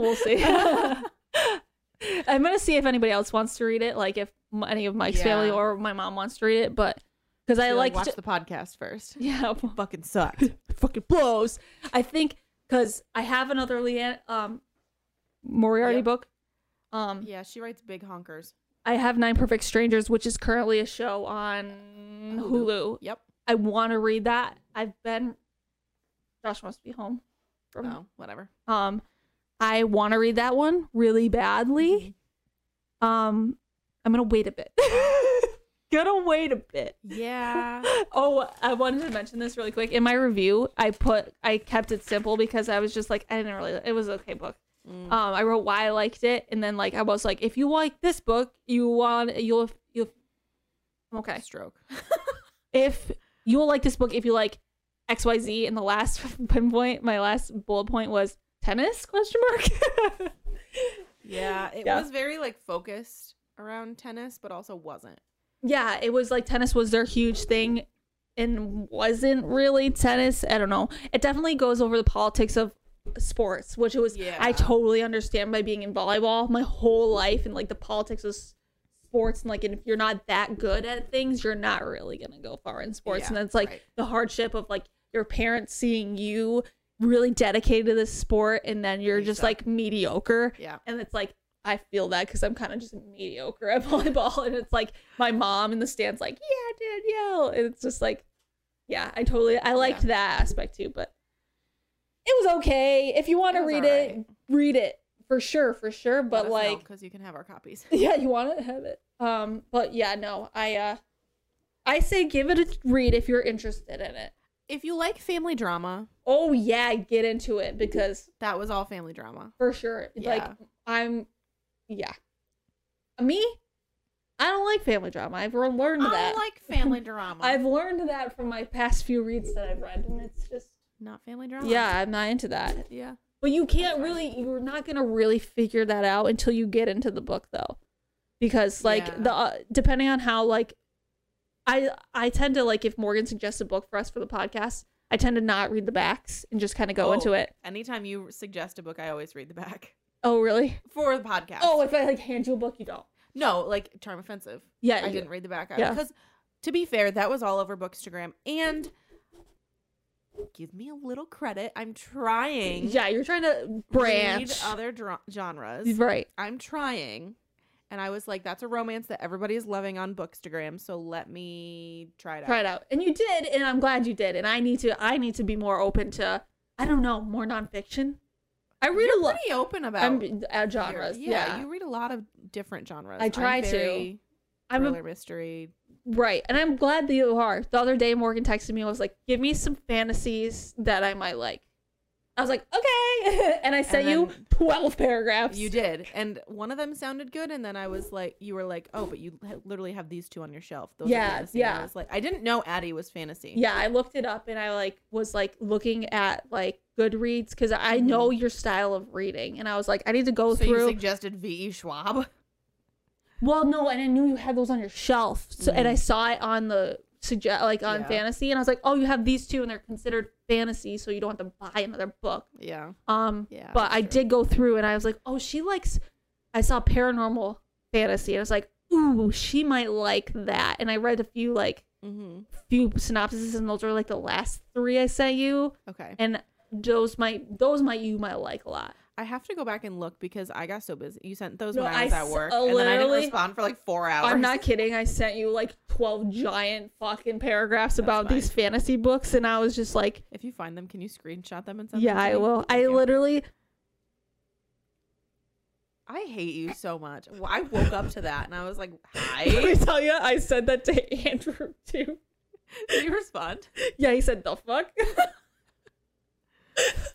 we'll see. *laughs* I'm gonna see if anybody else wants to read it, like if m- any of Mike's family
Yeah.
or my mom wants to read it, but because I
You're
like,
watch
*laughs* to,
the podcast first.
yeah,
*laughs*
*laughs*
Fucking *laughs* sucked.
fucking blows. I think because I have another Leanne um Moriarty
Yep.
book. Um,
yeah, she writes big honkers.
I have Nine Perfect Strangers, which is currently a show on
Hulu.
Hulu.
Yep.
I want to read that. I've been. Josh must be home. From
No, whatever.
Um, I want to read that one really badly. Um, I'm gonna wait a bit. *laughs* gonna wait a bit.
Yeah.
Oh, I wanted to mention this really quick. In my review, I put I kept it simple because I was just like I didn't really. It was an okay book.
Mm.
Um, I wrote why I liked it, and then like I was like, if you like this book, you want you'll you'll. I'm Okay
*laughs* Stroke.
if you will like this book if you like xyz and the last *laughs* pinpoint my last bullet point was tennis question mark *laughs*
Yeah. It
Yeah.
was very like focused around tennis, but also wasn't.
yeah it was like tennis was their huge thing and wasn't really tennis i don't know it definitely goes over the politics of sports which it was
Yeah.
i totally understand by being in volleyball my whole life and like the politics of s- sports and like and if you're not that good at things you're not really gonna go far in sports and
Yeah,
it's like
right.
the hardship of like your parents seeing you really dedicated to this sport and then you're
You
just
suck.
like mediocre
Yeah.
and it's like I feel that because I'm kind of just mediocre at *laughs* volleyball, and it's like my mom in the stands, like, yeah, Danielle, and it's just like, yeah, I totally, I liked that aspect too, but it was okay. If you want
It
to
was
read
alright.
it, read it for sure, for sure. But like,
because you can have our copies.
*laughs* yeah, you want to have it. Um, but yeah, no, I, uh, I say give it a read if you're interested in it.
If you like family drama,
Oh yeah, get into it because
that was all family drama.
for sure. Like
Yeah.
I'm, yeah. Me, I don't like family drama. I've re- learned
I
that.
don't like family drama.
*laughs* I've learned that from my past few reads that I've read, and it's just
not family drama.
yeah, I'm not into that.
Yeah.
But you can't really, you're not gonna really figure that out until you get into the book, though, because like
Yeah.
the uh, depending on how like, I I tend to like if Morgan suggests a book for us for the podcast, I tend to not read the backs and just kind of go
Oh.
into it.
Anytime you suggest a book, I always read the back *laughs*
Oh really?
for the podcast.
Oh, if I like hand you a book, you don't.
No, like charm offensive.
Yeah,
I didn't read the back out
Yeah.
because, to be fair, that was all over Bookstagram. And give me a little credit. I'm trying.
Yeah, you're trying to
Read um,
branch.
other dra- genres.
Right.
I'm trying. And I was like, that's a romance that everybody is loving on Bookstagram, so let me try it out.
Try it out. And you did, and I'm glad you did. And I need to I need to be more open to I don't know, more nonfiction. I read
You're
a lot
pretty open about
I'm uh,
your-
genres.
Yeah,
yeah.
you read a lot of different genres.
I try
I'm
to.
very
I'm a
thriller mystery.
Right. And I'm glad that you are. The other day, Morgan texted me and was like, give me some fantasies that I might like. I was like, okay. *laughs* and I sent you
then-
12 paragraphs.
You did, and one of them sounded good, and then I was like, you were like, oh, but you ha- literally have these two on your shelf. Those are
Yeah,
fantasy. And I
yeah.
was like, I didn't know Addie was fantasy.
Yeah. I looked it up and I like was like looking at like Goodreads because I know your style of reading. And I was like, I need to go
Mm-hmm. So you
through.
suggested V.
*laughs*
E. Schwab.
well, no. And I knew you had those on your shelf. So, And I saw it on the suggest like on
Mm-hmm. Yeah.
fantasy. And I was like, oh, you have these two and they're considered fantasy. So you don't have to buy another book.
Yeah.
Um,
Yeah,
but I
sure.
did go through and I was like, oh, she likes. I saw paranormal fantasy and I was like, ooh, she might like that. And I read a few like
Mm-hmm.
few synopses and those were like the last three I sent you,
Okay.
and those might those might you might like a lot.
I have to go back and look because I got so busy. You sent those
No,
when I was
I
at
s-
work,
uh,
and then I didn't
literally-
respond for like four hours.
I'm
*laughs*
not kidding. I sent you like 12 giant fucking paragraphs
That's
about
fine.
these fantasy books, and I was just like,
If you find them, can you screenshot them and send
yeah,
them? to
I
me?
will.
Thank
I
you.
literally *laughs*
I hate you so much. Well, I woke up to that and I
*laughs*
was like,
let me
"Hi."
tell you, I said that to *laughs* Andrew too.
Did you respond?
Yeah, he said the fuck. *laughs*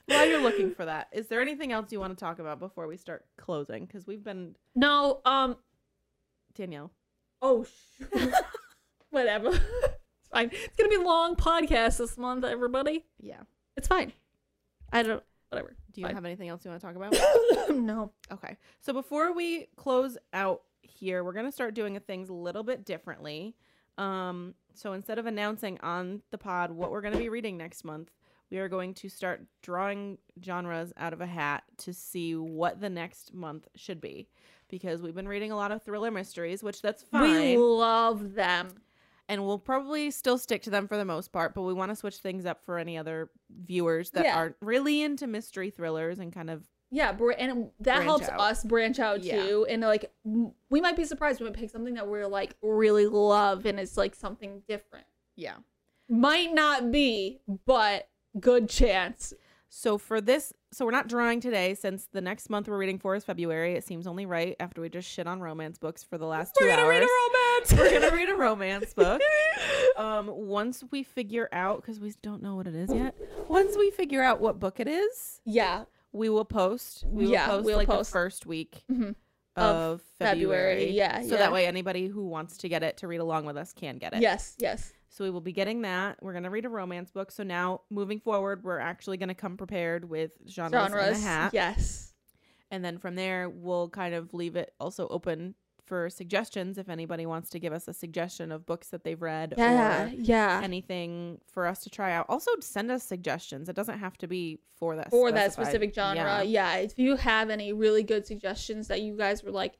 While you're looking for that, is there anything else you want to talk about before we start closing? Because we've been
No, um,
Danielle.
Oh,
*laughs*
shoot. whatever. it's fine. It's gonna be a long podcast this month, everybody.
Yeah.
It's fine. I don't.
*coughs*
Whatever.
Do you
Fine.
have anything else you want to talk about? *coughs*
no.
Okay. So before we close out here, we're going to start doing things a little bit differently. Um, so instead of announcing on the pod what we're going to be reading next month, we are going to start drawing genres out of a hat to see what the next month should be. Because we've been reading a lot of thriller mysteries, which that's
We
fine.
love them.
and we'll probably still stick to them for the most part, but we want to switch things up for any other viewers that
Yeah.
aren't really into mystery thrillers and kind of
Yeah, br- and that
Branch
helps
out.
us branch out
Yeah.
too. And like, m- we might be surprised when we pick something that we're like really love and it's like something different.
yeah.
Might not be, but good chance.
So for this, so we're not drawing today since the next month we're reading for is February. It seems only right after we just shit on romance books for the last 2 hours.
romance.
we're gonna read a romance *laughs* book. Um, once we figure out, because we don't know what it is yet. Once we figure out what book it is,
*laughs* yeah,
we will post. We will
Yeah,
post
we'll
like
post.
the first week
Mhm.
of,
Of
February.
February, yeah,
So
yeah.
that way, anybody who wants to get it to read along with us can get it.
yes, yes.
So we will be getting that. We're gonna read a romance book. So now, moving forward, we're actually gonna come prepared with genres, and a
Genres.
hat.
Yes.
And then from there, we'll kind of leave it also open for suggestions if anybody wants to give us a suggestion of books that they've read
Yeah,
or
yeah.
anything for us to try out. Also, send us suggestions. It doesn't have to be for that
Or that
specified-
specific genre. Yeah.
Yeah.
If you have any really good suggestions that you guys were like,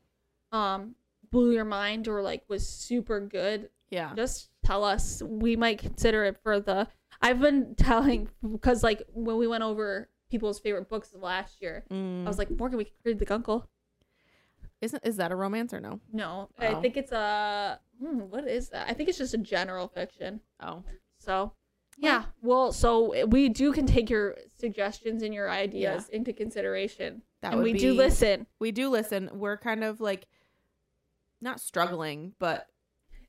um, blew your mind or like was super good,
Yeah.
just tell us. We might consider it for the. I've been telling because like when we went over people's favorite books last year,
Mm.
I was like, Morgan, we could read The Gunkle.
Isn't is that a romance or no?
No,
Oh.
I think it's a. Hmm, what is that? I think it's just a general fiction.
Oh,
So, yeah. Well, so eh, we do can take your suggestions and your ideas into consideration,
that
and
would
we
be,
do listen.
We do listen. We're kind of like not struggling, but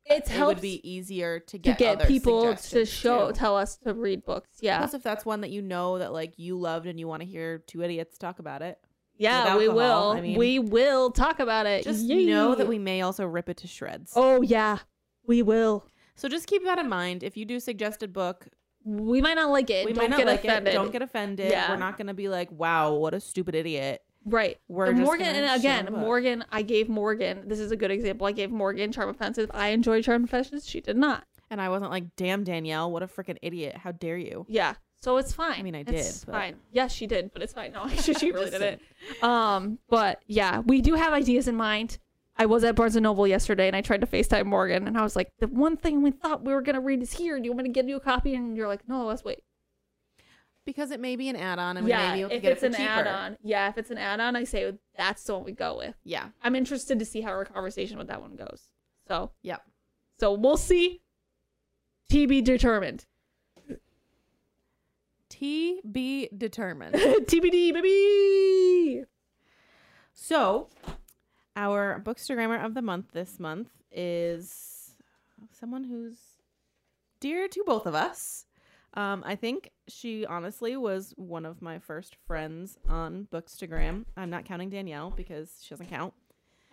It's
it
helped
would be easier to
to
get,
get
other
people to
suggestions,
show
too.
tell us to read books. Yeah,
Plus, if that's one that you know that like you loved and you want to hear two idiots talk about it,
yeah.
with
We
alcohol,
will.
I mean-
we will talk about it.
just
Yay.
know that we may also rip it to shreds.
Oh yeah, we will.
So just keep that in mind. If you do suggested book,
We might not like it.
we
don't
might not
get
like
offended.
it. Don't get offended.
Yeah.
We're not gonna be like, "Wow, what a stupid idiot."
Right.
We're
And
just
Morgan,
gonna
and
shut
again,
up.
Morgan, I gave Morgan, this is a good example. I gave Morgan Charm Offensive. I enjoyed Charm Offensive. She did not.
And I wasn't like, "Damn, Danielle, what a freaking idiot! How dare you?"
Yeah. So it's fine.
I mean, I
It's
did, but-
fine. Yes, *laughs* she
*laughs*
did, but it's fine. No, actually, she really
Just
did it. Um, but yeah, we do have ideas in mind. I was at Barnes and Noble yesterday and I tried to FaceTime Morgan and I was like, the one thing we thought we were gonna read is here. Do you want me to get you a copy? And you're like, no, let's wait.
Because it may be an add-on, and we may
yeah,
be able to
if
get
it's
it
an
for cheaper.
add-on, yeah, if it's an add-on, I say that's the one we go with.
Yeah,
I'm interested to see how our conversation with that one goes. So
Yep.
so we'll see. To be determined. *laughs*
T be
*laughs*
determined.
TBD, baby.
So, our bookstagrammer of the month this month is someone who's dear to both of us. Um, I think she honestly was one of my first friends on Bookstagram. I'm not counting Danielle because she doesn't count.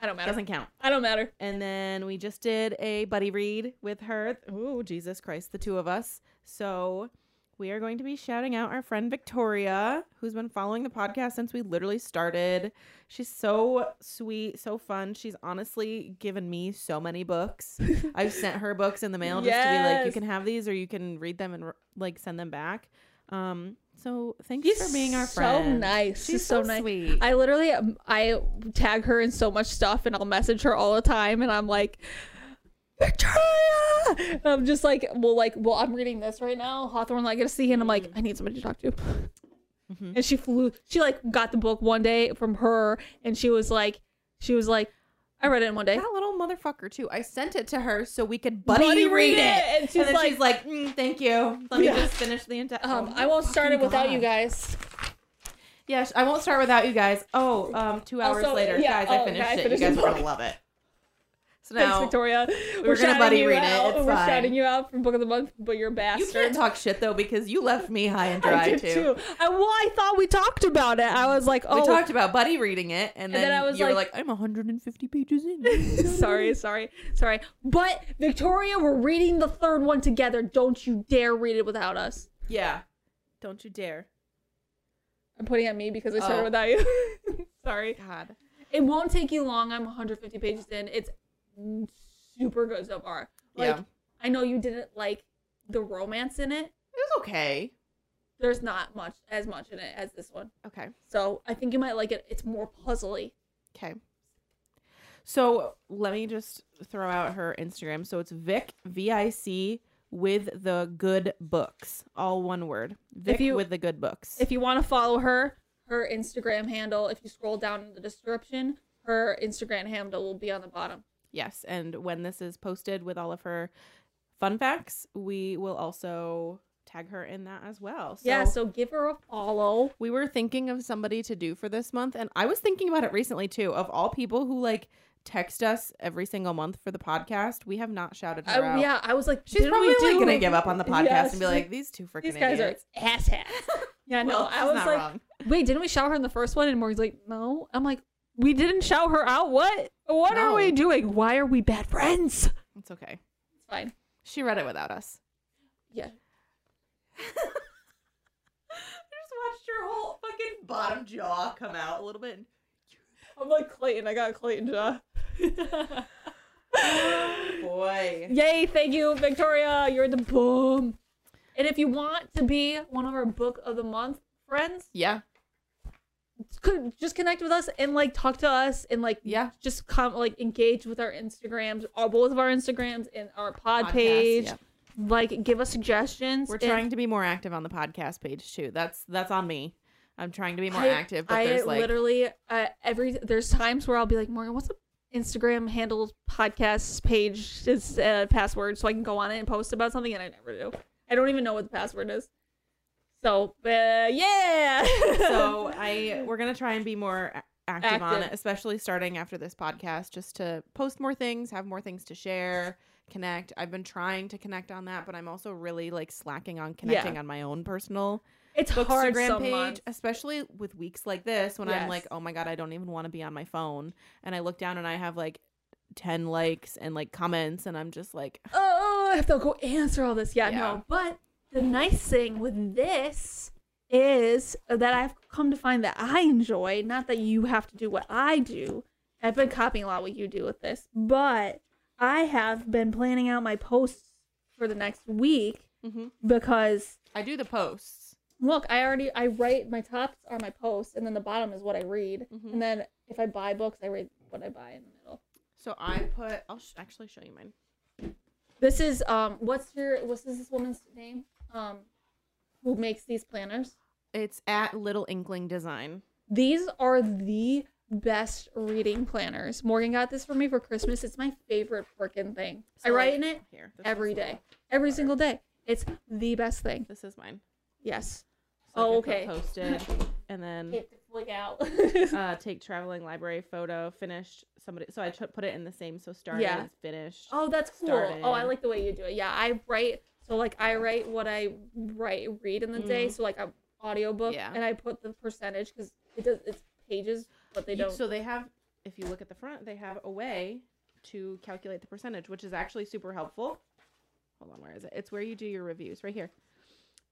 I don't matter.
Doesn't count.
I don't matter.
And then we just did a buddy read with her. Oh, Jesus Christ, the two of us. So we are going to be shouting out our friend Victoria, who's been following the podcast since we literally started. She's so sweet, so fun. She's honestly given me so
*laughs*
many books. I've sent her books in the mail just to be like, you
Yes.
can have these or you can read them and like send them back. Um, so thanks
She's
for being our
so
friend.
nice.
She's
She's so nice.
sweet.
I literally um, I tag her in so much stuff and I'll message her all the time and I'm like Victoria And I'm just like well like well I'm reading this right now Hawthorne Legacy and I'm
Mm.
like I need somebody to talk to
Mm-hmm.
and she flew she like got the book one day from her and she was like she was like I read it in one day
that little motherfucker too. I sent it to her so we could buddy,
Buddy
read
read
it.
it. And she's
then
like-
she's like, "Mm, "Thank you. Let me
Yeah.
just finish the entire." Oh,
um I won't start it without you guys
Yes, I won't start without you guys. Oh, um, two hours
Also,
later,
yeah,
guys, I
oh,
finished
guys,
it.
finished
you guys
the
are
book.
gonna love it. So
Thanks
now
Victoria we're,
gonna
shouting
buddy
you
read it.
out
It's
we're
fine.
shouting you out from book of the month but you're a bastard
you can't talk shit though because you left me high and dry
*laughs* I did too. I, well, I thought we talked about it. I was like,
We
oh,
talked about buddy reading it, and then,
then I was
you were like,
like-
"I'm 150 pages
*laughs* *laughs*
in."
sorry, sorry, sorry. But Victoria, we're reading the third one together. Don't you dare read it without us.
yeah, don't you dare.
I'm putting it at me because I started
Oh.
without you. *laughs* sorry.
God,
It won't take you long. I'm 150 pages in. It's super good so far. Like,
Yeah.
I know you didn't like the romance in it.
it was okay.
There's not much as much in it as this one.
Okay.
So I think you might like it. It's more puzzly.
Okay. So let me just throw out her Instagram. So it's Vic V I C with the good books, all one word. Vic
you-
with the good books.
If you want to follow her, her Instagram handle, if you scroll down in the description, her Instagram handle will be on the bottom.
yes, and when this is posted with all of her fun facts, we will also tag her in that as well. So
yeah, so give her a follow.
we were thinking of somebody to do for this month and i was thinking about it recently too of all people who like text us every single month for the podcast we have not shouted her
I,
out
yeah, I was like,
She's
didn't
probably
we do?
like, gonna give up on the
*laughs*
podcast
Yeah,
and
she's
be like, "These two freaking
these guys
idiots."
are asshats. *laughs* yeah, no,
Well,
I
she's
was
not
like,
wrong.
wait, didn't we shout her in the first one? And Morgan's like, no. I'm like, we didn't shout her out. What? What
No.
are we doing? Why are we bad friends? It's
"It's okay."
fine.
She read it without us.
Yeah.
I just watched your whole fucking bottom jaw come out a little *sighs* bit.
I'm like Clayton. I got Clayton jaw.
*laughs* Boy,
Yay, thank you, Victoria. You're the boom. And if you want to be one of our book of the month friends,
yeah,
could just connect with us and like talk to us and like
Yeah.
just come like engage with our Instagrams, our both of our Instagrams and our pod
Podcast,
page.
yep.
Like give us suggestions.
we're
and
trying to be more active on the podcast page too. That's that's on me. I'm trying to be more
I-
active, but
I
there's like
literally uh, every there's times where I'll be like, Morgan, what's the Instagram handle podcast page is uh, password so I can go on it and post about something, and I never do. I don't even know what the password is. So, uh, yeah. *laughs*
so I we're gonna try and be more a- active, on it,
Active.
especially starting after this podcast, just to post more things, have more things to share, connect. I've been trying to connect on that, but I'm also really like slacking on connecting on my own personal
it's hard
Instagram
some
page,
months.
especially with weeks like this when I'm like,
Yes.
oh my god, I don't even want to be on my phone, and I look down and I have like ten likes and like comments, and I'm just like,
Oh, I have to go answer all this. Yeah,
Yeah.
no. But the nice thing with this is that I've come to find that I enjoy, not that you have to do what I do. I've been copying a lot what you do with this, but I have been planning out my posts for the next week
Mhm.
because
I do the posts.
look, I already I write my tops are my posts and then the bottom is what I read.
Mhm.
And then if I buy books, I read what I buy in the middle.
So I put. I'll sh- actually show you mine.
This is um what's your what's this woman's name? Um who makes these planners?
It's at Little Inkling Design.
These are the best reading planners. Morgan got this for me for Christmas. It's my favorite freaking thing. I
So,
write
like,
in it
here this
every
is the-
day. Every single day. It's the best thing.
This is mine.
Yes.
So I
Oh,
can put
okay.
Posted,
*laughs*
and then
Get the flick out.
uh, take traveling library photo finished. Somebody. So I took put it in the same. So started
Yeah.
is finished.
*laughs* oh, that's cool.
started.
Oh, I like the way you do it. Yeah, I write so like I write what I write read in the
Mm-hmm.
day. So like a audiobook
Yeah.
and I put the percentage because it does it's pages, but they
You-
don't
So they have, if you look at the front, they have a way to calculate the percentage, which is actually super helpful. Hold on, where is it? It's where you do your reviews, right here.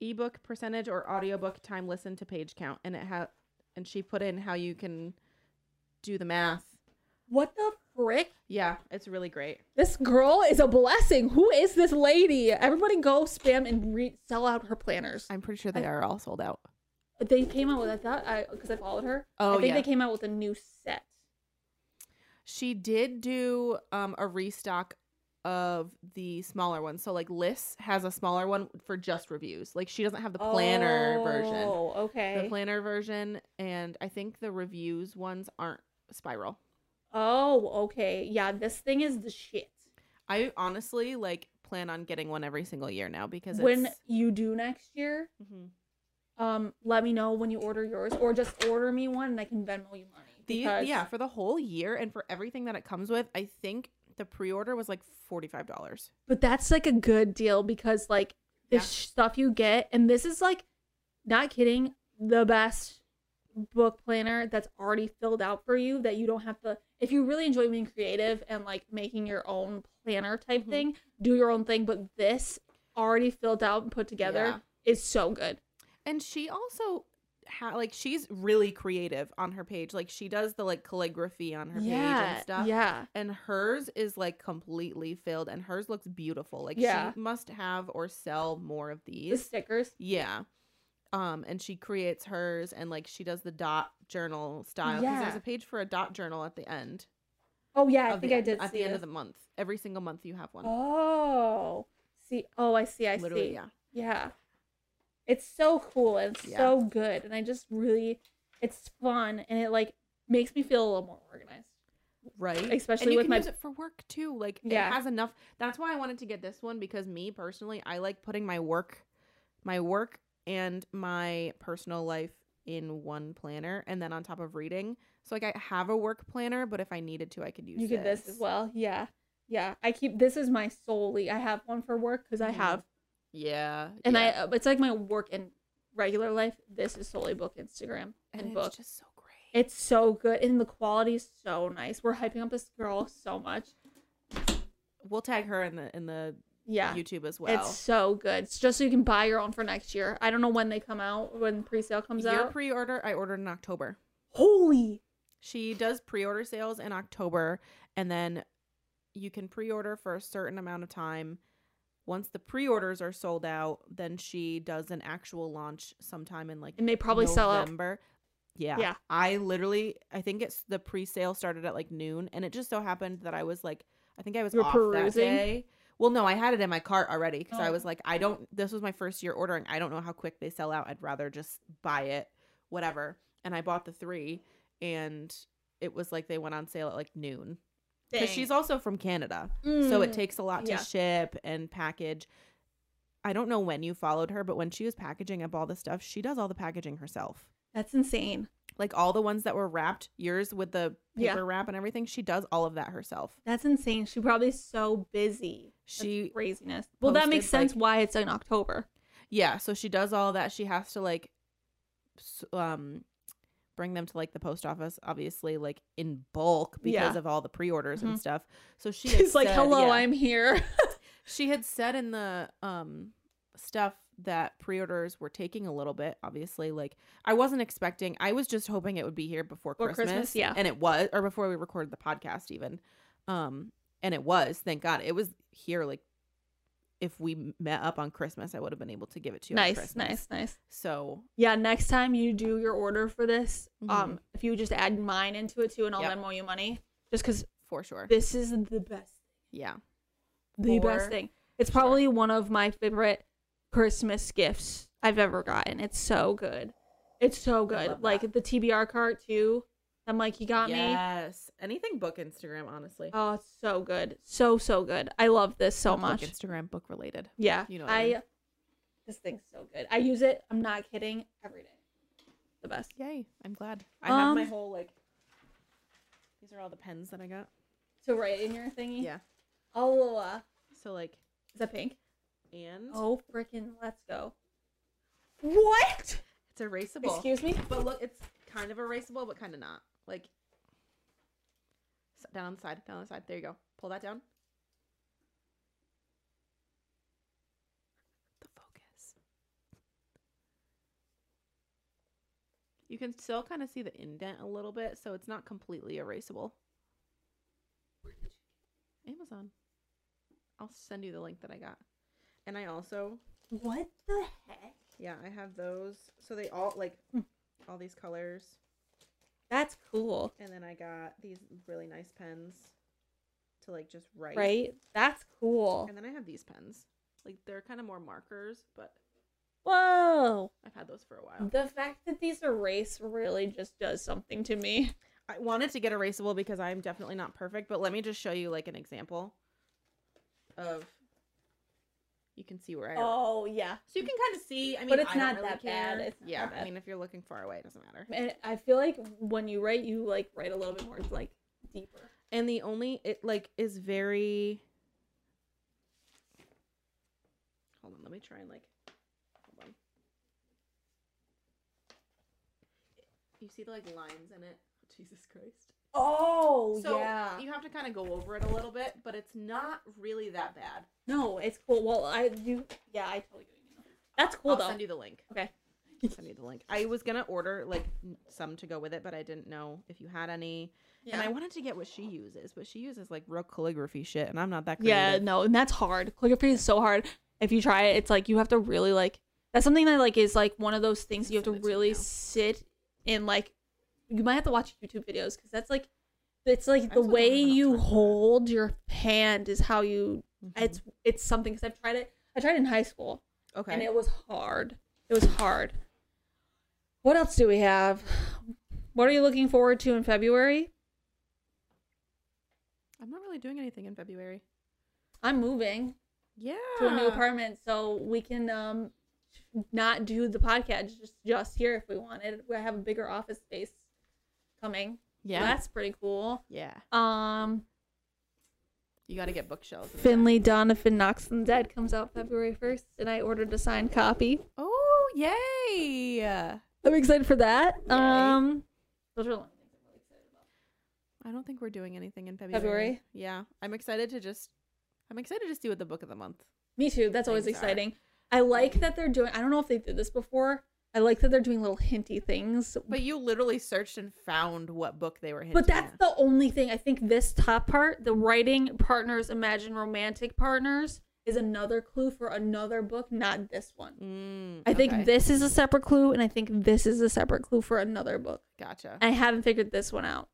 Ebook percentage or audiobook time listen to page count, and it ha- and she put in how you can do the math.
What the frick?
Yeah, it's really great.
This girl is a blessing. Who is this lady? Everybody go spam and re- sell out her planners.
I'm pretty sure they are all sold out.
They came out with I thought I because I followed her. I
Oh,
think
yeah.
they came out with a new set.
She did do um, a restock of the smaller ones. So like Liss has a smaller one for just reviews. Like she doesn't have the planner version.
Oh, okay.
the planner version and i think the reviews ones aren't spiral
oh, okay. Yeah, this thing is the shit.
i honestly like plan on getting one every single year now because
When Mm-hmm.
it's,
you do next year,
Mhm.
um, let me know when you order yours, or just order me one and I can Venmo you money.
the
because-
yeah for the whole year and for everything that it comes with i think the pre-order was like $45
But that's like a good deal because like the
Yeah.
sh- stuff you get, and this is like, not kidding, the best book planner that's already filled out for you that you don't have to. If you really enjoy being creative and like making your own planner type
Mhm.
thing, do your own thing. But this already filled out and put
Yeah.
together is so good.
and she also ha- like she's really creative on her page like she does the like calligraphy on her page and stuff
yeah.
and hers is like completely filled and hers looks beautiful like
Yeah.
she must have or sell more of these
The stickers.
Yeah. Um, and she creates hers and like she does the dot journal style. Because there's
Yeah.
a page for a dot journal at the end.
Oh yeah, I
of the
think I
end-
did
at
see
the end of
this.
the month. Every single month you have one.
Oh, see. Oh, I see. I
Literally,
see.
yeah.
Yeah. It's so cool and it's
Yeah.
so good. And I just really it's fun and it like makes me feel a little more organized.
Right. and
Especially
you
with
can
my
use it for work too. Like
Yeah.
it has enough that's why I wanted to get this one because me personally, I like putting my work my work and my personal life in one planner and then on top of reading. So like I have a work planner, but if I needed to I could use
you get this as well. Yeah. Yeah. I keep this is my solely. I have one for work cuz I
Mhm.
have
Yeah.
and
yeah.
I uh, it's like my work and regular life. This is solely book Instagram and,
and
book.
it's just so great.
It's so good and the quality is so nice. We're hyping up this girl so much.
We'll tag her in the in the
Yeah.
YouTube as well.
It's so good. It's just so you can buy your own for next year. I don't know when they come out, when pre-sale comes
Your
out.
pre-order I ordered in October.
Holy.
She does pre-order sales in October and then you can pre-order for a certain amount of time. Once the pre-orders are sold out, then she does an actual launch sometime in like
And they probably sell out.
November. Yeah.
Yeah.
I literally I think it's the pre-sale started at like noon and it just so happened that I was like I think I was
You were
off
perusing?
that day. Well, no, I had it in my cart already because I
Oh.
was like, I don't. This was my first year ordering. I don't know how quick they sell out. I'd rather just buy it, whatever. And I bought the three, and it was like they went on sale at like noon because she's also from Canada, so it
Mm.
takes a lot to
yeah.
ship and package. I don't know when you followed her, but when she was packaging up all the stuff, she does all the packaging herself.
That's insane.
Like all the ones that were wrapped, yours with the
Yeah.
paper wrap and everything, she does all of that herself.
That's insane. She probably is so busy. That's
She
craziness. Well, that makes
posted, like-
sense why it's in October.
Yeah, so she does all that. She has to like s- um bring them to like the post office obviously like in bulk because
Yeah.
of all the pre-orders and
Mhm.
stuff. So she had
*laughs* She's like,
said-
"Hello,
yeah.
I'm *laughs* here."
She had said in the um stuff that pre-orders were taking a little bit obviously like I wasn't expecting. I was just hoping it would be here before
Before
Christmas,
Christmas, yeah.
And it was or before we recorded the podcast even. Um and it was, thank God. It was here like if we met up on Christmas, I would have been able to give it to you. on
nice,
Christmas.
nice, nice.
So
Yeah, next time you do your order for this,
Mhm.
um, if you just add mine into it too, and I'll
Yep.
Venmo you money, just because
for sure.
This is the best,
Yeah.
the best
For
thing. It's probably one of my favorite Christmas gifts I've ever gotten. It's so good. It's so good.
love
Like
that.
the TBR cart too. I'm like, you got me.
yes. Anything book Instagram, honestly.
Oh, it's so good. So so good. I love this so
Not book
much.
Instagram book related.
Yeah.
You know what
I,
I mean.
this thing's so good. I use it, I'm not kidding, every day. The best.
Yay. I'm glad. I have my
Um,
whole like these are all the pens that I got.
So right in your thingy?
Yeah.
Oh uh,
So like
is that pink?
and
Oh freaking let's go. What?
it's erasable.
Excuse me?
But look, it's kind of erasable, but kind of not. Like s- down on the side, down on the side. There you go. Pull that down. The focus. You can still kind of see the indent a little bit, so it's not completely erasable. Amazon. I'll send you the link that I got. And I also
What the heck?
yeah, I have those. So they all like
Hmm.
all these colors.
That's cool.
And then I got these really nice pens to like just write.
Right? That's cool.
And then I have these pens. Like they're kind of more markers, but
Whoa.
I've had those for a while.
The fact that these erase really just does something to me.
I wanted to get erasable because I'm definitely not perfect, but let me just show you like an example of you can see where I
Oh yeah.
So you can kind of see, I mean,
But it's
I don't
not
really
that bad.
care.
It's not
yeah,
that bad.
I mean, if you're looking far away, it doesn't matter.
And I feel like when you write, you like write a little bit more like deeper.
and the only it like is very hold on let me try and like hold on you see the like lines in it *laughs* jesus christ
Oh
so you have to kind of go over it a little bit but it's not really that bad
No, it's cool. Well, I do. Yeah, I totally get what you mean. That's cool
i'll
though.
send you the link
okay.
I'll send you the link i was gonna order like n- some to go with it but i didn't know if you had any and i wanted to get what she uses but she uses like real calligraphy shit and i'm not that creative.
yeah. No, and that's hard. Calligraphy is so hard. If you try it, it's like you have to really like. That's something that like is like one of those things you have to
Send it to me
really
now.
sit and like. You might have to watch YouTube videos because that's like, it's like the
also don't
way
have enough
you
time for that.
hold your hand is how you.
Mhm.
It's it's something because I've tried it. I tried it in high school.
okay
and it was hard. It was hard. What else do we have? What are you looking forward to in February?
i'm not really doing anything in february
I'm moving
Yeah.
to a new apartment, so we can um not do the podcast just just here if we wanted. We have a bigger office space coming.
Yeah.
that's pretty cool.
yeah.
Um,
You got to get bookshelves. in the back.
Finley Donovan Knox and Dead comes out February first, and I ordered a signed copy.
Oh, yay. I
I'm excited for that.
Yay.
Um, those are the only things I'm really excited about.
don't think we're doing anything in February.
February?
Yeah. I'm excited to just I'm excited to see what the book of the month.
Me too. That's always
Things are.
exciting. I like that they're doing. I don't know if they did this before. I like that they're doing little hinty things. But,
But you literally searched and found what book they were hinting
that's
at.
the only thing. I think this top part, the writing partners, imagine romantic partners, is another clue for another book, not this one.
Mm,
I think
okay.
this is a separate clue, and I think this is a separate clue for another book.
Gotcha.
I haven't figured this one out.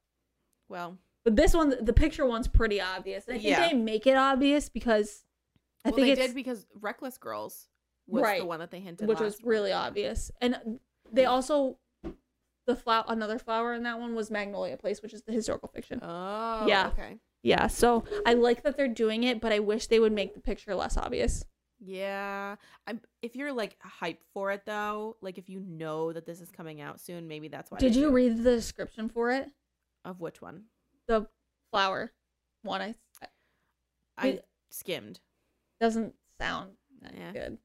Well,
But this one, the picture one's pretty obvious. And I think
Yeah.
they make it obvious because I
well,
think
they
it's
did because Reckless Girls was
Right.
the one that they hinted
which was
last month.
really obvious. And they also the flower another flower in that one was Magnolia Place, which is the historical fiction.
Oh,
Yeah.
Okay.
Yeah, so I like that they're doing it, but I wish they would make the picture less obvious.
Yeah. I'm, if you're like hyped for it though, like if you know that this is coming out soon, maybe that's why.
Did
they
you
do it.
read the description for it?
of which one?
The flower one I
I
Wait.
skimmed.
doesn't sound that
Yeah.
good.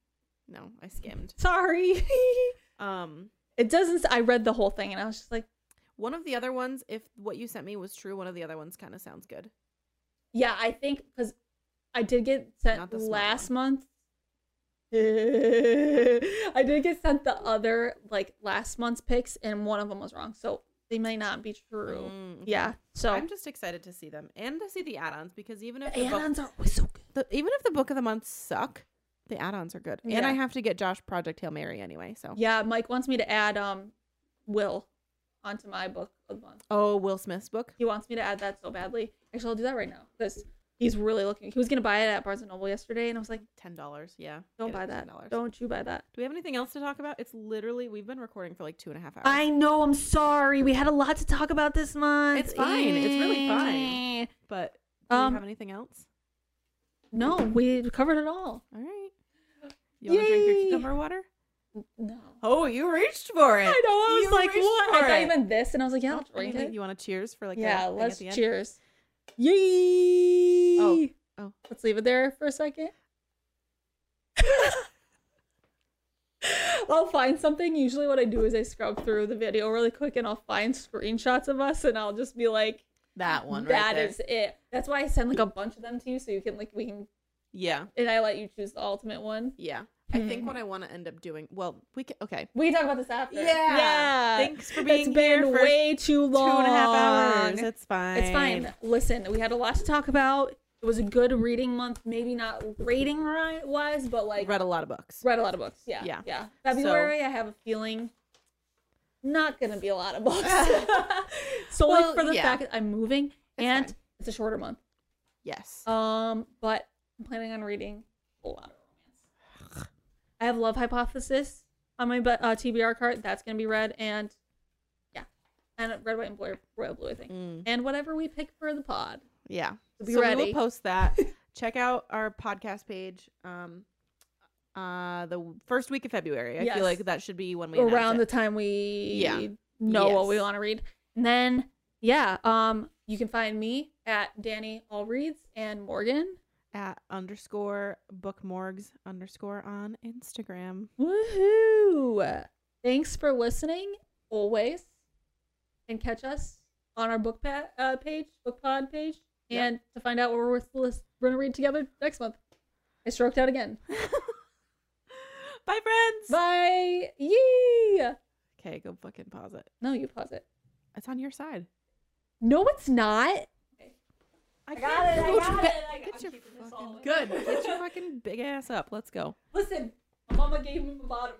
No, I skimmed.
Sorry. *laughs*
Um,
it doesn't I read the whole thing and I was just like,
one of the other ones, if what you sent me was true, one of the other ones kind of sounds good.
yeah, I think cuz I did get
Not
sent
the small
last month. *laughs* I did get sent the other like last month's picks, and one of them was wrong, so they may not be true.
Mm, okay.
Yeah, so
I'm just excited to see them and to see the add-ons because even if
The
the book,
add-ons are always so good.
the, even if the book of the month suck, the add-ons are good. And I
Yeah.
have to get Josh Project Hail Mary anyway, so
Yeah, Mike wants me to add um Will onto my book of the month.
oh Will Smith's book.
He wants me to add that so badly. Actually, I'll do that right now. This he's really looking. He was gonna buy it at Barnes and Noble yesterday, and I was like,
Ten dollars. Yeah.
"Don't
Get it
buy
for
that.
$10.
Don't you buy that."
Do we have anything else to talk about? It's literally we've been recording for like two and a half hours.
I know. I'm sorry. We had a lot to talk about this month. Eh.
It's fine. It's really fine. but do
Um,
we have anything else?
No, we covered it all.
All right. You want to drink your
Yay.
cucumber water?
No.
Oh, you reached for it.
I know. I was
You
like,
reached
"What?"
for
I thought
it.
you meant this, and I was like, "Yeah, I'll
Well, I mean,
drink
like,
it."
You want to cheers for like
yeah,
the thing
let's
at the end?
cheers.
Yay!
Oh, oh.
Let's leave it there for a second. *laughs* I'll find something. Usually, what I do is I scrub through the video really quick and I'll find screenshots of us and I'll just be like,
That one. right
"That
there.
is it. That's why I send like a bunch of them to you so you can, like, we can,
Yeah.
and I let you choose the ultimate one.
Yeah. I
Mm-hmm.
think what I want to end up doing. Well, we can. Okay.
We can talk about this after.
Yeah.
Yeah.
Thanks for being
it's
here
been
for
way too long.
Two and a half hours. It's fine.
It's fine. Listen, we had a lot to talk about. It was a good reading month, maybe not rating ri- wise, but like
Read a lot of books.
read a lot of books. Yeah.
Yeah.
Yeah. February, I have a feeling not going to be a lot of
*laughs*
books. *laughs* Solely
Well,
for the
yeah.
fact that I'm moving and
fine.
it's a shorter month.
Yes.
Um, but I'm planning on reading a lot of romance. I have Love Hypothesis on my bu- uh, TBR card. That's going to be read and yeah. And Red, White, and Blue, Royal Blue, I think.
Mm,
And whatever we pick for the pod.
yeah.
So be
so we
ready.
will post
*laughs*
that. Check out our podcast page. Um, uh, the w- first week of February. I
Yes.
feel like that should be when we announce
around
it.
the time we
Yeah.
know what we
Yes.
want to read. And then yeah, um you can find me at Danny All Reads and Morgan.
at underscore bookmorgs underscore on Instagram.
*gasps* Woohoo! Thanks for listening always. And catch us on our book pa- uh, page, book pod page,
Yep.
and to find out what we're, lis- we're going to read together next month. I stroked out again.
*laughs* Bye, friends.
Bye! Yee!
Okay, go fucking pause it.
No, you pause it.
It's on your side.
No, it's not.
I,
got it, I got it, I-
Get
I'm
your
keeping this all
fucking
in. *laughs*
good. Get your fucking big ass up. Let's go.
*laughs* Listen, my mama gave him a bottom.